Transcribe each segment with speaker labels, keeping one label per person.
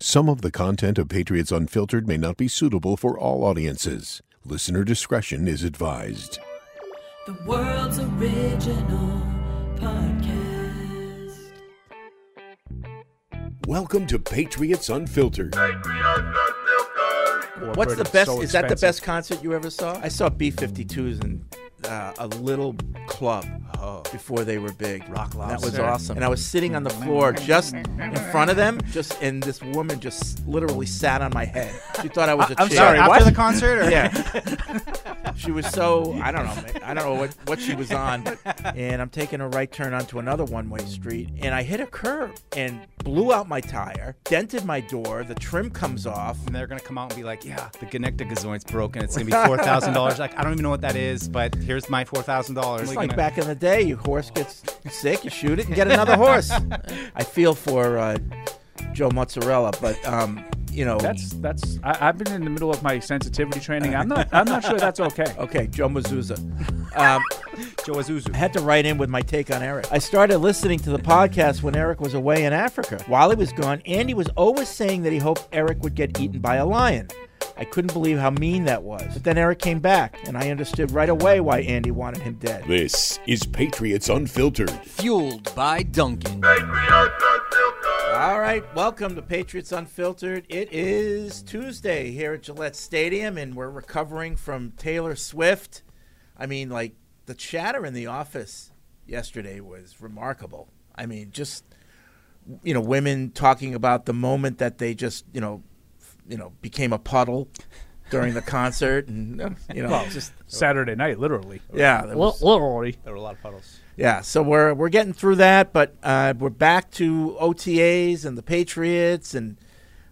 Speaker 1: Some of the content of Patriots Unfiltered may not be suitable for all audiences. Listener discretion is advised.
Speaker 2: The world's original podcast.
Speaker 1: Welcome to Patriots Unfiltered.
Speaker 3: What's the best? is that the best concert you ever saw? I saw B52s in uh, a little club before they were big. Oh. Rock That was
Speaker 4: Lobster.
Speaker 3: awesome. And I was sitting on the floor just in front of them, just and this woman just literally sat on my head. She thought I was a
Speaker 4: I'm
Speaker 3: chair.
Speaker 4: sorry. After the concert, or
Speaker 3: Yeah. she was so I don't know I don't know what, what she was on, and I'm taking a right turn onto another one way street, and I hit a curb and blew out my tire, dented my door, the trim comes off,
Speaker 4: and they're gonna come out and be like, "Yeah, the Genecta gazoint's broken. It's gonna be four thousand dollars." Like, I don't even know what that is, but here's my four thousand dollars.
Speaker 3: It's like back in the day, your horse gets sick, you shoot it, and get another horse. I feel for uh, Joe Mozzarella, but um, you know,
Speaker 5: That's that's. I, I've been in the middle of my sensitivity training. I'm not. I'm not sure that's okay.
Speaker 3: okay, Joe Mazzuza. Um,
Speaker 4: Joe Azuzu.
Speaker 3: I had to write in with my take on Eric. I started listening to the podcast when Eric was away in Africa. While he was gone, Andy was always saying that he hoped Eric would get eaten by a lion. I couldn't believe how mean that was. But then Eric came back, and I understood right away why Andy wanted him dead.
Speaker 1: This is Patriots Unfiltered.
Speaker 6: Fueled by Duncan.
Speaker 3: All right, welcome to Patriots Unfiltered. It is Tuesday here at Gillette Stadium, and we're recovering from Taylor Swift. I mean, like, the chatter in the office yesterday was remarkable. I mean, just, you know, women talking about the moment that they just, you know, f- you know, became a puddle during the concert, and, uh, you know, just,
Speaker 5: Saturday night, literally.
Speaker 3: yeah. there was-
Speaker 5: Literally.
Speaker 4: There were a lot of puddles.
Speaker 3: yeah, so we're we're getting through that, but uh, we're back to OTAs and the Patriots and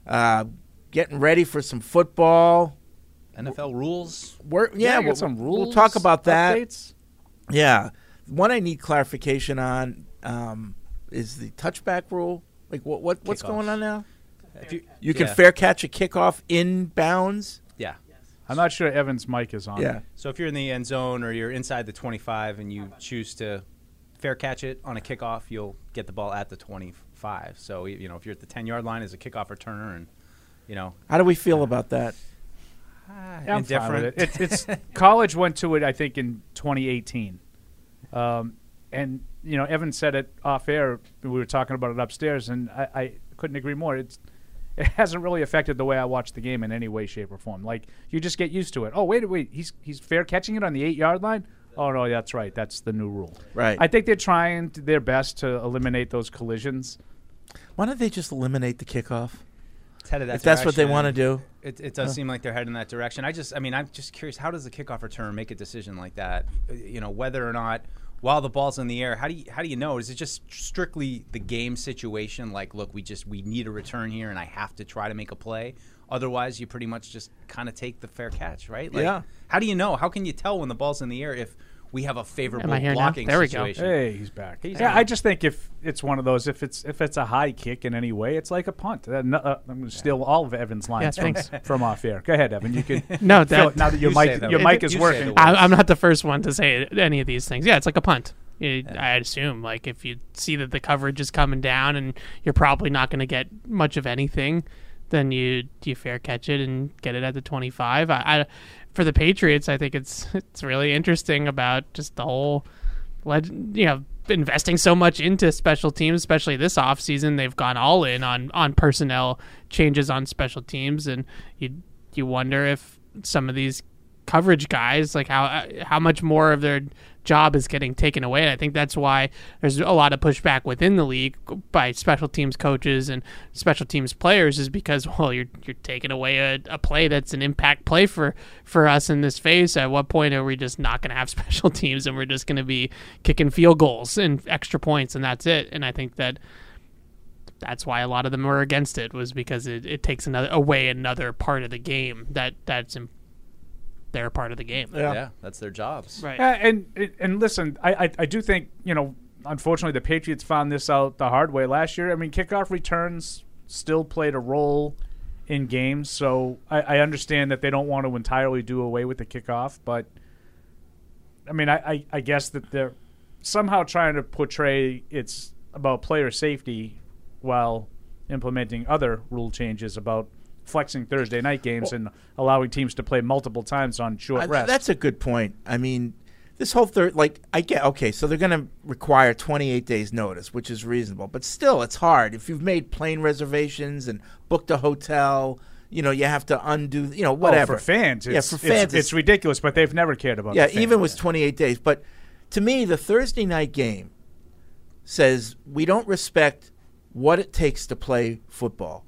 Speaker 3: uh, getting ready for some football.
Speaker 4: NFL rules.
Speaker 3: We're, yeah,
Speaker 5: we
Speaker 3: we'll,
Speaker 5: got some
Speaker 3: we'll
Speaker 5: rules.
Speaker 3: talk about that.
Speaker 5: updates.
Speaker 3: Yeah, one I need clarification on um, is the touchback rule. Like what what what's
Speaker 4: Kickoffs.
Speaker 3: going on now?
Speaker 4: If you,
Speaker 3: You can
Speaker 4: yeah,
Speaker 3: fair catch a kickoff in bounds.
Speaker 4: Yeah.
Speaker 5: I'm not sure Evan's mic is on.
Speaker 3: Yeah.
Speaker 4: So if you're in the end zone or you're inside the 25 and you choose to fair catch it on a kickoff, you'll get the ball at the 25. So you know if you're at the 10 yard line as a kickoff returner, and you know
Speaker 3: How do we feel about that?
Speaker 5: I'm fine with
Speaker 4: indifferent.
Speaker 5: it. It's- it's college went to it. I think in 2018, um, and you know Evan said it off air. We were talking about it upstairs, and I, I couldn't agree more. It's it hasn't really affected the way I watch the game in any way, shape, or form. Like you just get used to it. Oh wait, wait, he's he's fair catching it on the eight yard line. Oh no, that's right. That's the new rule.
Speaker 3: Right.
Speaker 5: I think they're trying t- their best to eliminate those collisions.
Speaker 3: Why don't they just eliminate the kickoff
Speaker 4: It's headed that
Speaker 3: if that's what they
Speaker 4: direction.
Speaker 3: want to do?
Speaker 4: It, it does seem like they're heading in that direction. I just, I mean, I'm just curious. How does the kickoff return make a decision like that? Uh, You know, whether or not while the ball's in the air, how do you how do you know? Is it just strictly the game situation? Like, look, we just we need a return here, and I have to try to make a play. Otherwise, you pretty much just kind of take the fair catch, right? Like,
Speaker 3: Yeah.
Speaker 4: How do you know? How can you tell when the ball's in the air if we have a favorable
Speaker 7: I here now?
Speaker 4: blocking
Speaker 7: There we go.
Speaker 4: situation?
Speaker 5: Hey, he's back.
Speaker 4: He's
Speaker 5: yeah,
Speaker 4: back.
Speaker 5: I just think if it's one of those, if it's if it's a high kick in any way, it's like a punt. That- no- uh, I'm going to steal all of Evan's lines from,
Speaker 7: thanks.
Speaker 5: from off air. Go ahead, Evan. You could
Speaker 7: No,
Speaker 5: fill it
Speaker 7: that-
Speaker 5: now that your
Speaker 4: You say
Speaker 5: mic
Speaker 4: that
Speaker 5: your
Speaker 4: word.
Speaker 5: mic is
Speaker 4: You say the
Speaker 5: working.
Speaker 4: word.
Speaker 7: I, I'm not the first one to say any of these things. Yeah, it's like a punt. It, I assume, like, if you see that the coverage is coming down and you're probably not going to get much of anything, then you you fair catch it and get it at the 25. I, I for the Patriots, I think it's it's really interesting about just the whole led you know investing so much into special teams especially this offseason they've gone all in on on personnel changes on special teams and you you wonder if some of these coverage guys like how how much more of their job is getting taken away and i think that's why there's a lot of pushback within the league by special teams coaches and special teams players is because well you're you're taking away a, a play that's an impact play for for us in this phase at what point are we just not going to have special teams and we're just going to be kicking field goals and extra points and that's it and i think that that's why a lot of them were against it was because it, it takes another away another part of the game that that's in their part of the game
Speaker 4: yeah, that's their jobs.
Speaker 7: right
Speaker 5: Yeah, and and listen, I, I I do think you know, unfortunately, the Patriots found this out the hard way last year. I mean, kickoff returns still played a role in games, so I, I understand that they don't want to entirely do away with the kickoff, but I mean, I, I, I guess that they're somehow trying to portray it's about player safety while implementing other rule changes about flexing Thursday night games and allowing teams to play multiple times on short
Speaker 3: Uh,
Speaker 5: rest.
Speaker 3: That's a good point. I mean, this whole third, like, I get okay. So they're going to require 28 days notice, which is reasonable, but still, it's hard. If you've made plane reservations and booked a hotel, you know, you have to undo, you know,
Speaker 5: Oh,
Speaker 3: whatever
Speaker 5: for fans.
Speaker 3: Yeah,
Speaker 5: It's,
Speaker 3: for
Speaker 5: it's-
Speaker 3: fans,
Speaker 5: it's, ridiculous, but they've never cared about.
Speaker 3: yeah,
Speaker 5: the fans.
Speaker 3: even with 28 days. But to me, the Thursday night game says we don't respect what it takes to play football.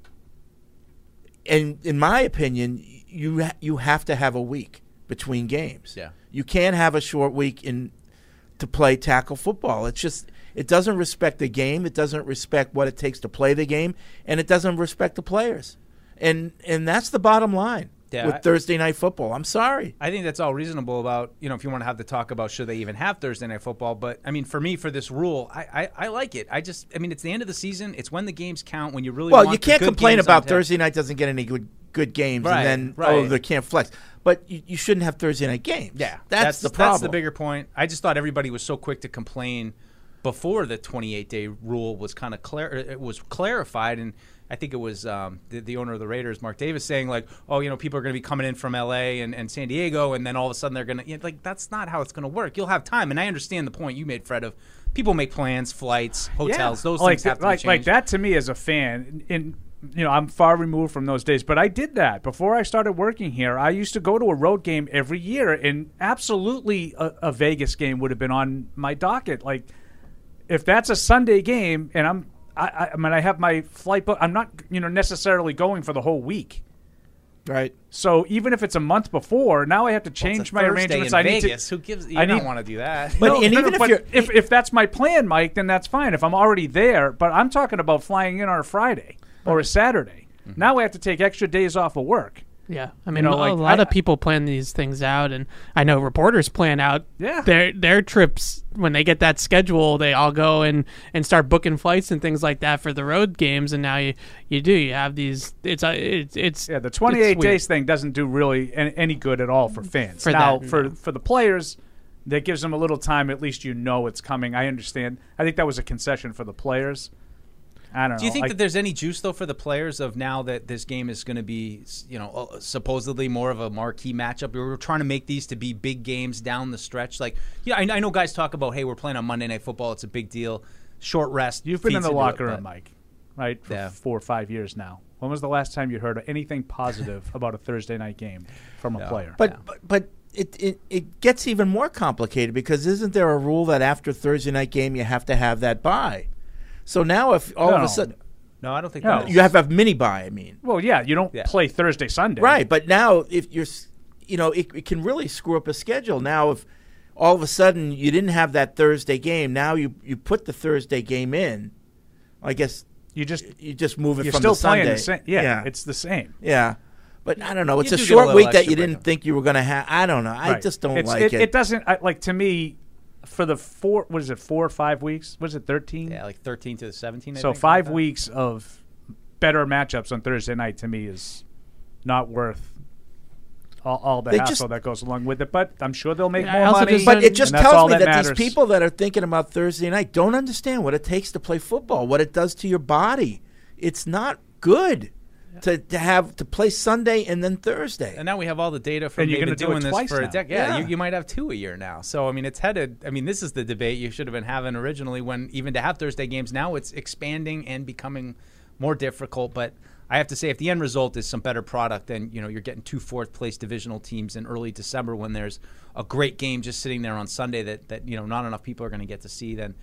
Speaker 3: And in my opinion, you ha- you have to have a week between games.
Speaker 4: Yeah.
Speaker 3: you can't have a short week in to play tackle football. It's just it doesn't respect the game. It doesn't respect what it takes to play the game, and it doesn't respect the players. And and that's the bottom line
Speaker 4: Yeah,
Speaker 3: with
Speaker 4: I-
Speaker 3: Thursday night football. I'm sorry.
Speaker 4: I think that's all reasonable about, you know, if you want to have the talk about should they even have Thursday night football. But I mean, for me, for this rule, I, I, I like it. I just, I mean, it's the end of the season. It's when the games count, when you really
Speaker 3: Well,
Speaker 4: want
Speaker 3: you
Speaker 4: the
Speaker 3: can't
Speaker 4: good
Speaker 3: complain
Speaker 4: games on
Speaker 3: about
Speaker 4: tap.
Speaker 3: Thursday night doesn't get any good good games,
Speaker 4: Right,
Speaker 3: and then oh
Speaker 4: right.
Speaker 3: they can't flex. But you, you shouldn't have Thursday night games.
Speaker 4: Yeah,
Speaker 3: that's, the problem.
Speaker 4: That's the bigger point. I just thought everybody was so quick to complain before the 28 day rule was kind of clar- uh, it was clarified, and I think it was um, the, the owner of the Raiders, Mark Davis, saying like, "Oh, you know, people are going to be coming in from L.A. And, and San Diego, and then all of a sudden they're going to you know, like that's not how it's going to work. You'll have time." And I understand the point you made, Fred, of people make plans, flights, hotels, those
Speaker 5: like,
Speaker 4: things have to
Speaker 5: like,
Speaker 4: be
Speaker 5: like
Speaker 4: changed.
Speaker 5: that to me as a fan in you know i'm far removed from those days but i did that before i started working here i used to go to a road game every year and absolutely a, a vegas game would have been on my docket like if that's a sunday game and i'm i, I, I mean i have my flight book i'm not you know necessarily going for the whole week
Speaker 3: right?
Speaker 5: so even if it's a month before now i have to
Speaker 4: It's a
Speaker 5: change my
Speaker 4: Thursday
Speaker 5: arrangements
Speaker 4: in
Speaker 5: i need
Speaker 4: Vegas.
Speaker 5: to
Speaker 4: Who gives? You
Speaker 5: I
Speaker 4: don't
Speaker 5: need-
Speaker 4: want to do that.
Speaker 3: But
Speaker 5: no,
Speaker 3: and
Speaker 5: no,
Speaker 3: even
Speaker 5: no,
Speaker 3: if
Speaker 5: but
Speaker 3: you're
Speaker 5: if, if that's my plan, Mike, then that's fine. If I'm already there, but I'm talking about flying in on a Friday or a Saturday. Now I have to take extra days off of work.
Speaker 7: Yeah, I mean,
Speaker 5: know,
Speaker 7: a
Speaker 5: like,
Speaker 7: lot
Speaker 5: I-
Speaker 7: of people plan these things out, and I know reporters plan out
Speaker 5: Yeah.
Speaker 7: their their trips when they get that schedule. They all go and and start booking flights and things like that for the road games. And now you you do you have these. It's uh, it's it's
Speaker 5: Yeah, the
Speaker 7: it's
Speaker 5: 28
Speaker 7: weird.
Speaker 5: days thing doesn't do really an- any good at all for fans.
Speaker 7: For
Speaker 5: now
Speaker 7: that,
Speaker 5: for
Speaker 7: no.
Speaker 5: for the players, that gives them a little time. At least you know it's coming. I understand. I think that was a concession for the players. I don't know.
Speaker 4: Do you think
Speaker 5: I-
Speaker 4: that there's any juice though for the players of now that this game is going to be, s- you know, uh, supposedly more of a marquee matchup? We We're trying to make these to be big games down the stretch. Like, yeah, I, I know guys talk about, hey, we're playing on Monday Night Football; it's a big deal. Short rest.
Speaker 5: You've been in
Speaker 4: feeds
Speaker 5: the
Speaker 4: into it,
Speaker 5: locker
Speaker 4: but-
Speaker 5: room, Mike, right? For
Speaker 4: Yeah.
Speaker 5: four or five years now. When was the last time you heard anything positive about a Thursday night game from a player?
Speaker 3: but, but but it, it it gets even more complicated because isn't there a rule that after Thursday night game you have to have that buy? So now if all of
Speaker 5: No.
Speaker 3: a sudden
Speaker 4: No, I don't think
Speaker 5: No.
Speaker 4: that is-
Speaker 3: you have to have mini buy, I mean,
Speaker 5: well, yeah, you don't
Speaker 4: Yeah.
Speaker 5: play Thursday Sunday,
Speaker 3: Right, but now if you're, s- you know, it, it can really screw up a schedule. Now if all of a sudden you didn't have that Thursday game, now you you put the Thursday game in. I guess
Speaker 5: You just
Speaker 3: you just move it
Speaker 5: you're
Speaker 3: from
Speaker 5: still
Speaker 3: the Sunday.
Speaker 5: playing the same. Yeah,
Speaker 3: yeah,
Speaker 5: it's the same.
Speaker 3: yeah. But I don't know. It's
Speaker 4: You
Speaker 3: a
Speaker 4: do get a
Speaker 3: short
Speaker 4: little
Speaker 3: week that
Speaker 4: extra
Speaker 3: you didn't
Speaker 4: break.
Speaker 3: think you were going to have. I don't know. I
Speaker 5: Right.
Speaker 3: just don't
Speaker 5: It's-
Speaker 3: like it.
Speaker 5: it. doesn't I, like to me for the four. What is it? Four or five weeks? Was it thirteen?
Speaker 4: yeah, like 13 to the 17. I
Speaker 5: so
Speaker 4: think, like
Speaker 5: five
Speaker 4: that.
Speaker 5: weeks of better matchups on Thursday night to me is not worth. All, all the
Speaker 3: They
Speaker 5: hassle
Speaker 3: just-
Speaker 5: that goes along with it, but I'm sure they'll make
Speaker 7: I
Speaker 5: more
Speaker 7: also
Speaker 5: money.
Speaker 7: just
Speaker 3: but it just
Speaker 5: and that's all
Speaker 3: tells me that,
Speaker 5: matters.
Speaker 3: these people that are thinking about Thursday night don't understand what it takes to play football, what it does to your body. It's not good to, to have to play Sunday and then Thursday.
Speaker 4: And now we have all the data from
Speaker 5: And you're
Speaker 4: they've been
Speaker 5: gonna do it
Speaker 4: doing this
Speaker 5: twice
Speaker 4: for
Speaker 5: now.
Speaker 4: a decade. Yeah,
Speaker 3: Yeah.
Speaker 4: You, you might have two a year now. So I mean, it's headed. I mean, this is the debate you should have been having originally. When even to have Thursday games now, it's expanding and becoming more difficult. But I have to say, if the end result is some better product, then you know you're getting two fourth place divisional teams in early December when there's a great game just sitting there on Sunday that that you know not enough people are going to get to see. Then,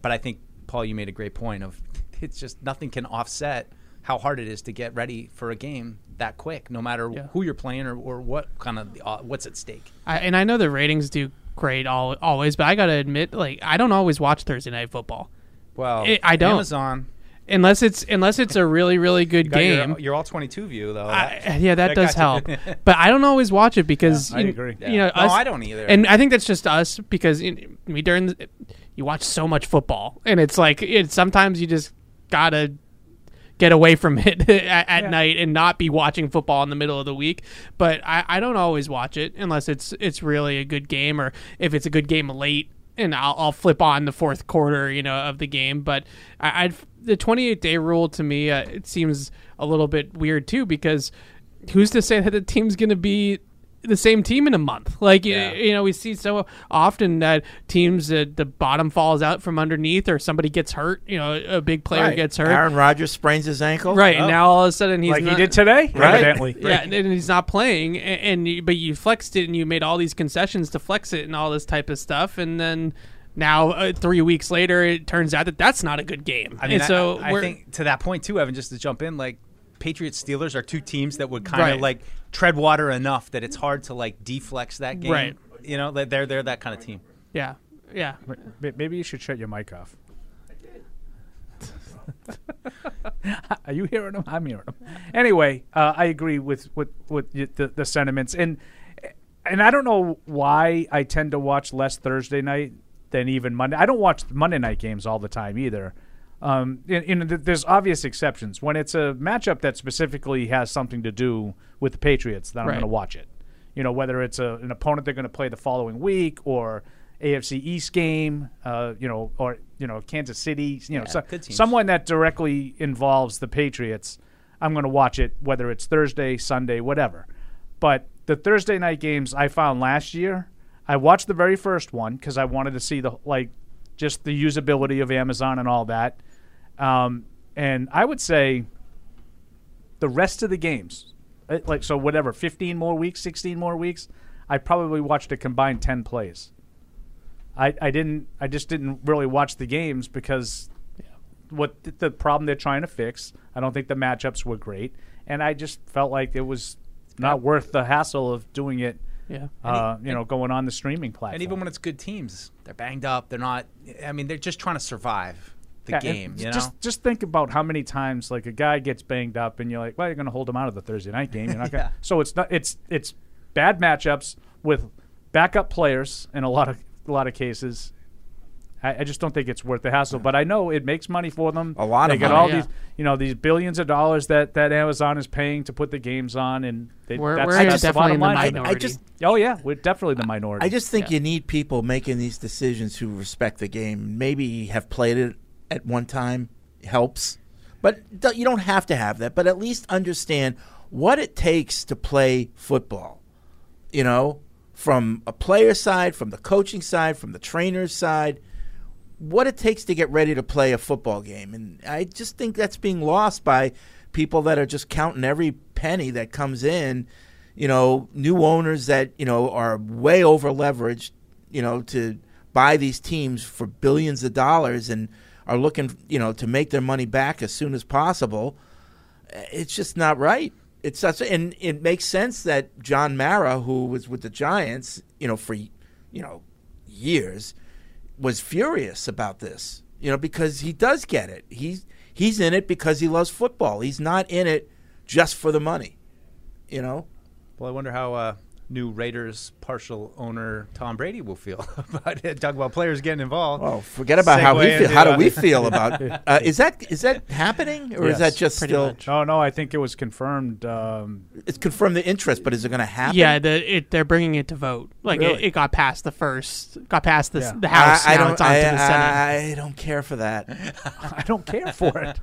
Speaker 4: but I think Paul, you made a great point of it's just nothing can offset how hard it is to get ready for a game that quick, no matter who you're playing or, or what kind of uh, what's at stake.
Speaker 7: I, and I know the ratings do great all, always, but I gotta admit, like I don't always watch Thursday night football
Speaker 4: Well,
Speaker 7: Eh, I don't.
Speaker 4: Oh, Amazon
Speaker 7: unless it's unless it's a really really good
Speaker 4: got your-
Speaker 7: game.
Speaker 4: Your, all 22 view though.
Speaker 7: I, yeah, that,
Speaker 4: that
Speaker 7: does help.
Speaker 4: got you.
Speaker 7: but I don't always watch it because
Speaker 5: I
Speaker 7: you,
Speaker 5: agree.
Speaker 7: you know,
Speaker 4: No,
Speaker 7: us-
Speaker 4: I don't either.
Speaker 7: And I think that's just us because in, we during the, you watch so much football, and it's like it sometimes you just gotta get away from it at, at night and not be watching football in the middle of the week. But I, I don't always watch it unless it's it's really a good game or if it's a good game late. and I'll, I'll flip on the fourth quarter, you know, of the game. But I, I'd the 28 day rule to me, uh, it seems a little bit weird too because who's to say that the team's going to be the same team in a month? Like y-
Speaker 4: Yeah.
Speaker 7: you, know, we see so often that teams uh, the bottom falls out from underneath or somebody gets hurt. You know, a big player
Speaker 3: Right.
Speaker 7: gets hurt.
Speaker 3: Aaron Rodgers sprains his ankle.
Speaker 7: Right,
Speaker 3: Oh.
Speaker 7: and now all of a sudden he's
Speaker 5: like
Speaker 7: not,
Speaker 5: he did today,
Speaker 3: Right.
Speaker 5: evidently.
Speaker 7: yeah, and, and he's not playing, a- and, you, but you flexed it, and you made all these concessions to flex it, and all this type of stuff, and then now uh, three weeks later, it turns out that that's not a good game.
Speaker 4: I mean,
Speaker 7: and
Speaker 4: I-
Speaker 7: so
Speaker 4: I, I
Speaker 7: we're,
Speaker 4: think to that point too, Evan, just to jump in, like Patriots Steelers are two teams that would kind of
Speaker 7: Right.
Speaker 4: like tread water enough that it's hard to like deflex that game.
Speaker 7: Right.
Speaker 4: You know, like, they're they're that kind of team.
Speaker 7: yeah, yeah.
Speaker 5: M- Maybe you should shut your mic off. Are you hearing them? I'm hearing them. Anyway, uh, I agree with with with y- the, the sentiments, and and I don't know why I tend to watch less Thursday night than even Monday. I don't watch Monday night games all the time either. Um, and, and th- there's obvious exceptions when it's a matchup that specifically has something to do with the Patriots. Then I'm going to
Speaker 7: Right.
Speaker 5: watch it. You know, whether it's a, an opponent they're going to play the following week or AFC East game, uh, you know, or you know Kansas City, you know, so,
Speaker 4: good teams.
Speaker 5: someone that directly involves the Patriots, I'm going to watch it whether it's Thursday, Sunday, whatever. But the Thursday night games I found last year, I watched the very first one because I wanted to see the like just the usability of Amazon and all that. Um, and I would say the rest of the games, uh, like so whatever, 15 more weeks, 16 more weeks, I probably watched a combined 10 plays. I, I didn't I just didn't really watch the games because what th- the problem they're trying to fix. I don't think the matchups were great, and I just felt like it was not worth the hassle of doing it.
Speaker 7: Yeah.
Speaker 5: Uh, you know, going on the streaming platform.
Speaker 4: And even when it's good teams, they're banged up. They're not. I mean, they're just trying to survive the
Speaker 5: Yeah, and
Speaker 4: game. You know.
Speaker 5: Just just think about how many times like a guy gets banged up, and you're like, well, you're going to hold him out of the Thursday night game. You're not gonna, So it's not it's it's bad matchups with backup players in a lot of a lot of cases. I, I just don't think it's worth the hassle, but I know it makes money for them.
Speaker 3: A lot
Speaker 5: they
Speaker 3: of
Speaker 5: get
Speaker 3: money.
Speaker 5: all
Speaker 7: Yeah.
Speaker 5: these, you know, these billions of dollars that, that Amazon is paying to put the games on, and they,
Speaker 7: We're-
Speaker 5: that's,
Speaker 7: we're
Speaker 5: that's the
Speaker 7: definitely in
Speaker 5: bottom
Speaker 7: the
Speaker 5: line.
Speaker 3: I,
Speaker 5: for them.
Speaker 3: I
Speaker 7: minority.
Speaker 3: just
Speaker 5: oh yeah, we're definitely the minority.
Speaker 3: I just think you need people making these decisions who respect the game. Maybe have played it at one time helps, but d- you don't have to have that. But at least understand what it takes to play football. You know, from a player side, from the coaching side, from the trainer's side, what it takes to get ready to play a football game. And I just think that's being lost by people that are just counting every penny that comes in. You know, new owners that, you know, are way over leveraged, you know, to buy these teams for billions of dollars and are looking, you know, to make their money back as soon as possible it's just not right. It's such, and it makes sense that John Mara, who was with the Giants, you know, for you know years, was furious about this. You know, because he does get it. He's he's in it because he loves football. He's not in it just for the money. You know,
Speaker 4: well, I wonder how uh, new Raiders partial owner Tom Brady will feel about it. Talk about players getting involved.
Speaker 3: Oh, forget about how we
Speaker 4: Segue
Speaker 3: feel. How
Speaker 4: into,
Speaker 3: do we
Speaker 4: uh,
Speaker 3: feel about? Uh, is that is that happening or is
Speaker 5: Yes,
Speaker 3: that just still?
Speaker 5: no, no, I think it was confirmed. Um,
Speaker 3: It's confirmed the interest, but is it going to happen?
Speaker 7: Yeah, the, it, they're bringing it to vote. Like
Speaker 3: Really?
Speaker 7: it, it got past the first, got past the, s-
Speaker 5: Yeah.
Speaker 7: the House.
Speaker 3: I, I
Speaker 7: now
Speaker 3: don't.
Speaker 7: it's on
Speaker 3: I,
Speaker 7: to the Senate.
Speaker 3: I, I don't care for that.
Speaker 5: I don't care for it.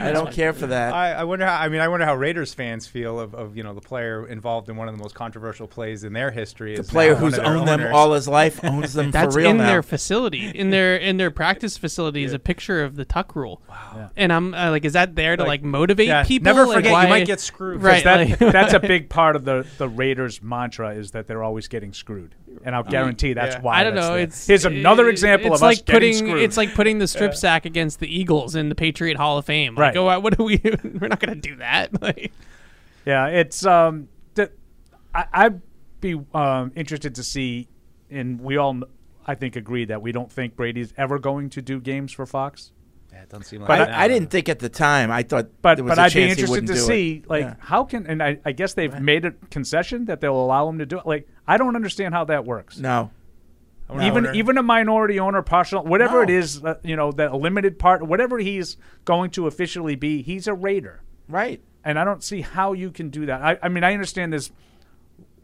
Speaker 3: I don't care for that.
Speaker 4: I, I wonder how. I mean, I wonder how Raiders fans feel of, of you know the player involved in one of the most controversial plays in their history.
Speaker 3: The player who's owned them all his life owns them
Speaker 7: That's
Speaker 3: for real
Speaker 7: in
Speaker 3: now.
Speaker 7: their facility, in their in their practice facility is a picture of the tuck rule. Wow. And I'm uh, like, is that there to
Speaker 4: Like,
Speaker 7: like, motivate
Speaker 4: yeah,
Speaker 7: people?
Speaker 4: never
Speaker 7: Like,
Speaker 4: forget, you
Speaker 7: why-
Speaker 4: might get screwed. 'Cause
Speaker 7: Right.
Speaker 5: That,
Speaker 7: like-
Speaker 5: that's a big part of the, the Raiders' mantra is that they're always getting screwed, and I'll guarantee that's
Speaker 4: yeah.
Speaker 5: why.
Speaker 7: I don't
Speaker 5: that's
Speaker 7: know.
Speaker 5: there.
Speaker 7: It's
Speaker 5: here's another
Speaker 7: it-
Speaker 5: example
Speaker 7: it's
Speaker 5: of
Speaker 7: like
Speaker 5: us
Speaker 7: putting
Speaker 5: getting screwed.
Speaker 7: it's like putting the strip sack against the Eagles in the Patriot Hall of Fame. Like,
Speaker 5: Right.
Speaker 7: oh, what do we? We're not going to do that. Like,
Speaker 5: yeah, it's um, th- I, I'd be um, interested to see, and we all I think agree that we don't think Brady's ever going to do games for Fox.
Speaker 4: Yeah, it doesn't seem like
Speaker 5: But
Speaker 4: it now.
Speaker 3: I, I didn't think at the time. I thought,
Speaker 5: But
Speaker 3: there was
Speaker 5: but
Speaker 3: a
Speaker 5: I'd be
Speaker 3: chance he
Speaker 5: interested
Speaker 3: wouldn't
Speaker 5: to
Speaker 3: do it.
Speaker 5: see like
Speaker 3: Yeah.
Speaker 5: how can and I, I guess they've made a concession that they'll allow him to do it. Like I don't understand how that works.
Speaker 3: No,
Speaker 4: I wonder- I
Speaker 5: even
Speaker 4: wonder-
Speaker 5: even a minority owner partial whatever it
Speaker 3: No.
Speaker 5: is uh, you know that limited part whatever he's going to officially be he's a raider
Speaker 3: right?
Speaker 5: and i don't see how you can do that i, I mean i understand there's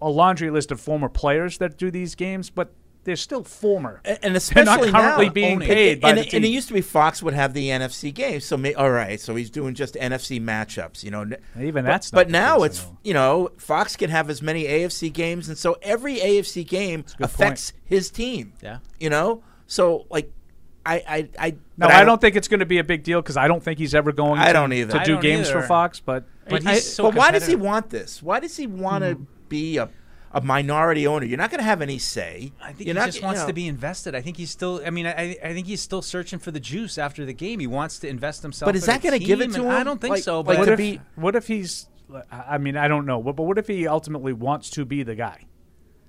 Speaker 5: a laundry list of former players that do these games but they're still former.
Speaker 3: And, and especially
Speaker 5: not currently
Speaker 3: now,
Speaker 5: being
Speaker 3: owning it.
Speaker 5: paid
Speaker 3: And,
Speaker 5: by
Speaker 3: and,
Speaker 5: the
Speaker 3: it-
Speaker 5: team.
Speaker 3: and it used to be Fox would have the NFC games. So may, all right, so he's doing just NFC matchups. You know, N-
Speaker 5: Even
Speaker 3: but,
Speaker 5: that's not
Speaker 3: But
Speaker 5: the
Speaker 3: now
Speaker 5: case
Speaker 3: it's
Speaker 5: anymore.
Speaker 3: you know Fox can have as many AFC games, and so every AFC game
Speaker 5: good
Speaker 3: affects his team.
Speaker 4: Yeah.
Speaker 3: you know, so like, I I I
Speaker 5: No,
Speaker 3: but
Speaker 5: I don't think it's going to be a big deal because I don't think he's ever going.
Speaker 3: I
Speaker 5: to,
Speaker 3: don't either.
Speaker 5: to
Speaker 3: I
Speaker 5: do
Speaker 4: don't
Speaker 5: games for
Speaker 4: either.
Speaker 5: Fox, but Hmm.
Speaker 4: But
Speaker 7: I-
Speaker 4: he's so
Speaker 3: but why does he
Speaker 4: competitive.
Speaker 3: want this? Why does he want to be a a minority owner? You're not going to have any say.
Speaker 4: I think
Speaker 3: You're
Speaker 4: he
Speaker 3: not-
Speaker 4: just
Speaker 3: you
Speaker 4: wants
Speaker 3: know.
Speaker 4: to be invested. I think he's still. I mean, I, I think he's still searching for the juice after the game. He wants to invest himself.
Speaker 3: But is
Speaker 4: in
Speaker 3: that
Speaker 4: going
Speaker 3: gonna give it to
Speaker 4: I
Speaker 3: him?
Speaker 4: don't think
Speaker 3: Like-
Speaker 4: so.
Speaker 3: like
Speaker 4: But
Speaker 5: what
Speaker 3: to
Speaker 5: if
Speaker 3: be-
Speaker 5: what if he's? I I mean, I don't know, but but what if he ultimately wants to be the guy?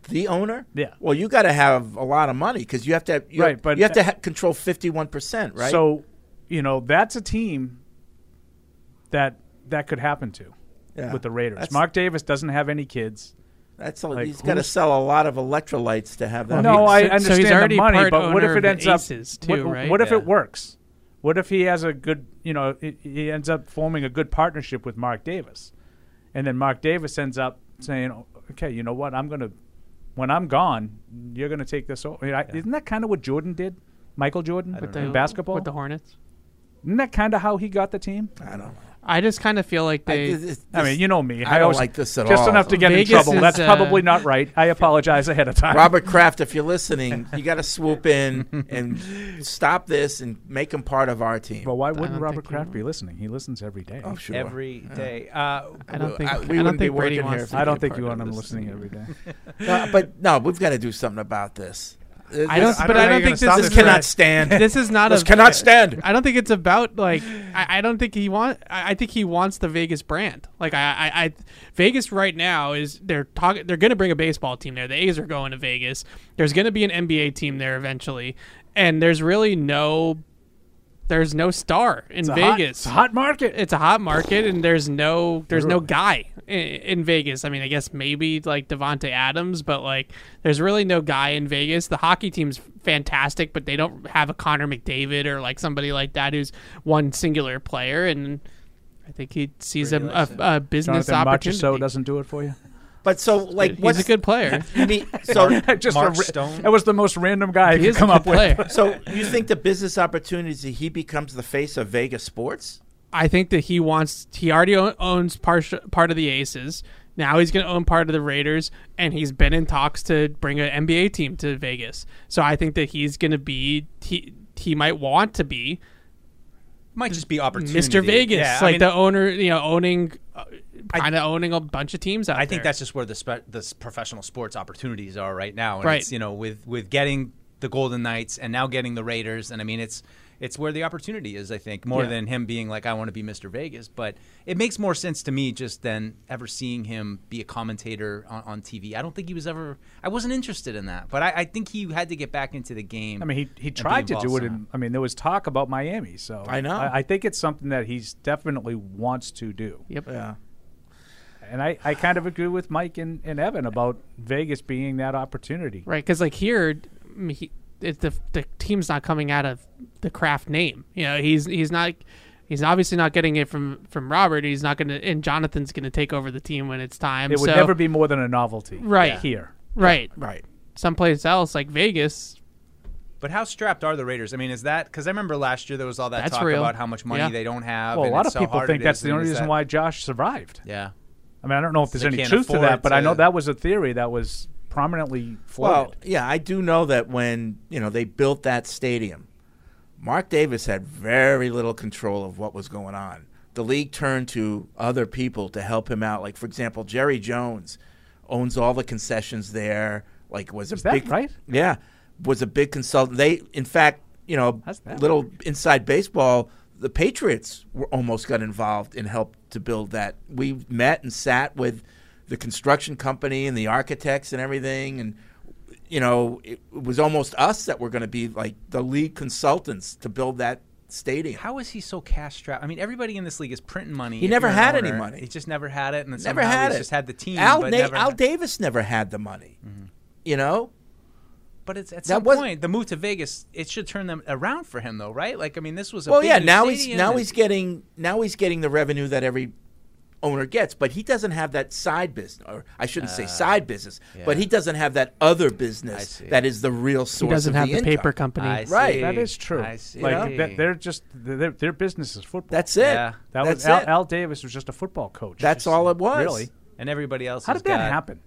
Speaker 3: the owner.
Speaker 5: Yeah.
Speaker 3: Well, you got to have a lot of money because you have to. You
Speaker 5: Right, but-
Speaker 3: you have to ha- control fifty-one percent, right?
Speaker 5: So, you know, that's a team that that could happen to
Speaker 3: Yeah.
Speaker 5: with the Raiders.
Speaker 3: That's-
Speaker 5: Mark Davis doesn't have any kids.
Speaker 3: that's all.
Speaker 5: like,
Speaker 3: he's got to
Speaker 5: who's-
Speaker 3: sell a lot of electrolytes to have that.
Speaker 5: no,
Speaker 7: so-
Speaker 5: I
Speaker 7: so he's
Speaker 5: understand
Speaker 7: already
Speaker 5: the money,
Speaker 7: part
Speaker 5: but what
Speaker 7: owner
Speaker 5: if it
Speaker 7: of the
Speaker 5: ends up?
Speaker 7: Aces
Speaker 5: what,
Speaker 7: too, right?
Speaker 5: what if
Speaker 4: Yeah.
Speaker 5: it works? What if he has a good, you know, he- he ends up forming a good partnership with Mark Davis, and then Mark Davis ends up saying, "Oh, "Okay, you know what? I'm gonna, when I'm gone, you're gonna take this over." I- Isn't that kind of what Jordan did? Michael Jordan
Speaker 4: don't
Speaker 5: in
Speaker 7: The-
Speaker 5: basketball.
Speaker 7: with the Hornets.
Speaker 5: Isn't that kind of how he got the team?
Speaker 3: I don't. know.
Speaker 7: I just kind of feel like
Speaker 3: I,
Speaker 7: they.
Speaker 3: this- this-
Speaker 5: I mean, you know me.
Speaker 3: I don't
Speaker 5: always-
Speaker 3: like this at
Speaker 5: just
Speaker 3: all.
Speaker 5: enough to get
Speaker 7: Vegas
Speaker 5: in trouble.
Speaker 7: is,
Speaker 5: That's
Speaker 7: uh,
Speaker 5: probably not right. I apologize ahead of time.
Speaker 3: Robert Kraft, if you're listening, you got to swoop in and stop this and make him part of our team.
Speaker 5: but why wouldn't
Speaker 7: don't
Speaker 5: Robert
Speaker 7: think he
Speaker 5: Kraft
Speaker 7: will.
Speaker 5: be listening? He listens every day.
Speaker 3: oh, sure.
Speaker 4: every day. Uh,
Speaker 7: I don't think.
Speaker 3: I-
Speaker 7: I,
Speaker 3: we
Speaker 7: don't
Speaker 3: wouldn't be
Speaker 7: think
Speaker 3: working
Speaker 7: Brady
Speaker 3: here
Speaker 7: wants.
Speaker 3: if
Speaker 7: to
Speaker 5: I
Speaker 7: be
Speaker 5: don't
Speaker 7: a
Speaker 5: think
Speaker 7: part
Speaker 5: you
Speaker 7: of
Speaker 5: want him
Speaker 7: this
Speaker 5: listening
Speaker 7: thing.
Speaker 5: every day.
Speaker 3: No, but no, we've got to do something about this.
Speaker 7: I don't.
Speaker 3: This,
Speaker 7: But I
Speaker 5: how
Speaker 7: don't
Speaker 5: you're
Speaker 7: think
Speaker 5: gonna
Speaker 7: this
Speaker 3: this
Speaker 7: is
Speaker 3: cannot
Speaker 7: not.
Speaker 3: stand.
Speaker 7: This is not.
Speaker 3: This
Speaker 7: a.
Speaker 3: cannot stand.
Speaker 7: I don't think it's about like I, I don't think he want I I think he wants the Vegas brand. Like I, I, I Vegas right now is they're talking they're gonna bring a baseball team there. The A's are going to Vegas. There's gonna be an NBA team there eventually. And there's really no there's no star in
Speaker 5: It's a hot-
Speaker 7: Vegas.
Speaker 5: it's a hot market.
Speaker 7: It's a hot market and there's no there's no
Speaker 5: Literally.
Speaker 7: guy in, in Vegas. I mean, I guess maybe like Devonte Adams, but like there's really no guy in Vegas. The hockey team's fantastic, but they don't have a Connor McDavid or like somebody like that who's one singular player. And I think he sees a, a, a business
Speaker 5: Jonathan
Speaker 7: opportunity.
Speaker 5: Marchessault doesn't do it for you.
Speaker 3: But so, like,
Speaker 7: He's
Speaker 3: what's
Speaker 7: a good player.
Speaker 3: you mean- so
Speaker 5: just
Speaker 4: Mark
Speaker 5: a ra-
Speaker 4: Stone?
Speaker 5: That was the most random guy
Speaker 7: He
Speaker 5: you
Speaker 7: is a
Speaker 5: come
Speaker 7: good
Speaker 5: up with.
Speaker 7: player.
Speaker 3: So you think the business opportunities that he becomes the face of Vegas sports?
Speaker 7: I think that he wants. He already o- owns part part of the Aces. Now he's going to own part of the Raiders, and he's been in talks to bring an NBA team to Vegas. So I think that he's going to be he he might want to be
Speaker 4: might just be opportunity.
Speaker 7: Mr. Vegas,
Speaker 4: Yeah, I
Speaker 7: like
Speaker 4: mean,
Speaker 7: the owner, you know, owning kind of owning a bunch of teams out
Speaker 4: I
Speaker 7: there.
Speaker 4: think that's just where the spe- the s- professional sports opportunities are right now. And
Speaker 7: Right.
Speaker 4: It's, you know, with with getting the Golden Knights and now getting the Raiders, and I mean, it's it's where the opportunity is. I think more
Speaker 7: Yeah.
Speaker 4: than him being like, I want to be Mr. Vegas, but it makes more sense to me just than ever seeing him be a commentator on, on TV. I don't think he was ever. I wasn't interested in that, but I, I think he had to get back into the game.
Speaker 5: I mean, he, he
Speaker 4: and be
Speaker 5: tried to do
Speaker 4: involved
Speaker 5: it.
Speaker 4: somehow.
Speaker 5: In, I mean, there was talk about Miami, so
Speaker 3: I know.
Speaker 5: I, I think it's something that he's definitely wants to do.
Speaker 7: yep.
Speaker 3: Yeah.
Speaker 5: And I, I kind of agree with Mike and, and Evan about Vegas being that opportunity.
Speaker 7: Right, because like here, I mean, he, it, the the team's not coming out of the craft name. You know, he's he's not he's obviously not getting it from from Robert. He's not gonna and Jonathan's gonna take over the team when it's time.
Speaker 5: It would
Speaker 7: so-
Speaker 5: never be more than a novelty,
Speaker 7: Right.
Speaker 5: here.
Speaker 7: right
Speaker 3: Right.
Speaker 7: someplace else like Vegas.
Speaker 4: But how strapped are the Raiders? I mean, is that because I remember last year there was all that
Speaker 7: That's
Speaker 4: talk
Speaker 7: real.
Speaker 4: about how much money
Speaker 7: Yeah.
Speaker 4: they don't have.
Speaker 5: Well, a
Speaker 4: and
Speaker 5: lot
Speaker 4: it's
Speaker 5: of
Speaker 4: how
Speaker 5: people
Speaker 4: hard
Speaker 5: think
Speaker 4: it
Speaker 5: that's
Speaker 4: is,
Speaker 5: the
Speaker 4: and
Speaker 5: only
Speaker 4: is
Speaker 5: reason
Speaker 4: that-
Speaker 5: why Josh survived.
Speaker 4: Yeah.
Speaker 5: I mean, I don't know if there's
Speaker 4: They
Speaker 5: any
Speaker 4: can't
Speaker 5: truth to
Speaker 4: afford
Speaker 5: that, but I know
Speaker 4: to-
Speaker 5: that was a theory that was prominently floated.
Speaker 3: Well, yeah, I do know that when you know they built that stadium, Mark Davis had very little control of what was going on. The league turned to other people to help him out. Like for example, Jerry Jones owns all the concessions there. Like was a
Speaker 5: Is that
Speaker 3: big
Speaker 5: right?
Speaker 3: Yeah, was a big consultant. They, in fact, you know,
Speaker 5: How's that
Speaker 3: little inside baseball. The Patriots were almost got involved and helped to build that. We met and sat with the construction company and the architects and everything, and you know, it, it was almost us that were going to be like the lead consultants to build that stadium.
Speaker 4: How is he so cash strapped? I mean, everybody in this league is printing money.
Speaker 3: He
Speaker 4: if
Speaker 3: never
Speaker 4: you're an
Speaker 3: had any
Speaker 4: owner.
Speaker 3: money.
Speaker 4: He just never had it, and then
Speaker 3: never
Speaker 4: somehow
Speaker 3: had
Speaker 4: he's
Speaker 3: it.
Speaker 4: just had Mm-hmm. the team.
Speaker 3: Al,
Speaker 4: but
Speaker 3: Na-
Speaker 4: never
Speaker 3: Al Davis never had the money. You know,
Speaker 4: but it's at
Speaker 3: that
Speaker 4: some
Speaker 3: was-
Speaker 4: point the move to Vegas. It should turn them around for him, though, right? Like, I mean, this was a
Speaker 3: well,
Speaker 4: big
Speaker 3: yeah.
Speaker 4: new
Speaker 3: Now he's
Speaker 4: stadium
Speaker 3: now
Speaker 4: and-
Speaker 3: he's getting now he's getting the revenue that every owner gets, but he doesn't have that side business, or I shouldn't
Speaker 4: Ah,
Speaker 3: say side business, but he doesn't have that other business that is the real source.
Speaker 7: He doesn't
Speaker 3: of
Speaker 7: have
Speaker 3: the,
Speaker 7: the,
Speaker 3: income.
Speaker 7: paper company.
Speaker 4: I
Speaker 3: Right.
Speaker 4: see.
Speaker 5: That is true.
Speaker 4: I see.
Speaker 5: Like that, they're just their their business is football.
Speaker 3: That's it.
Speaker 4: Yeah.
Speaker 5: that
Speaker 3: That's
Speaker 5: was Al,
Speaker 3: it.
Speaker 5: Al Davis was just a football coach.
Speaker 3: That's
Speaker 5: Just-
Speaker 3: all it was.
Speaker 5: Really?
Speaker 4: and everybody else.
Speaker 5: How
Speaker 4: has
Speaker 5: did that
Speaker 4: got-
Speaker 5: happen?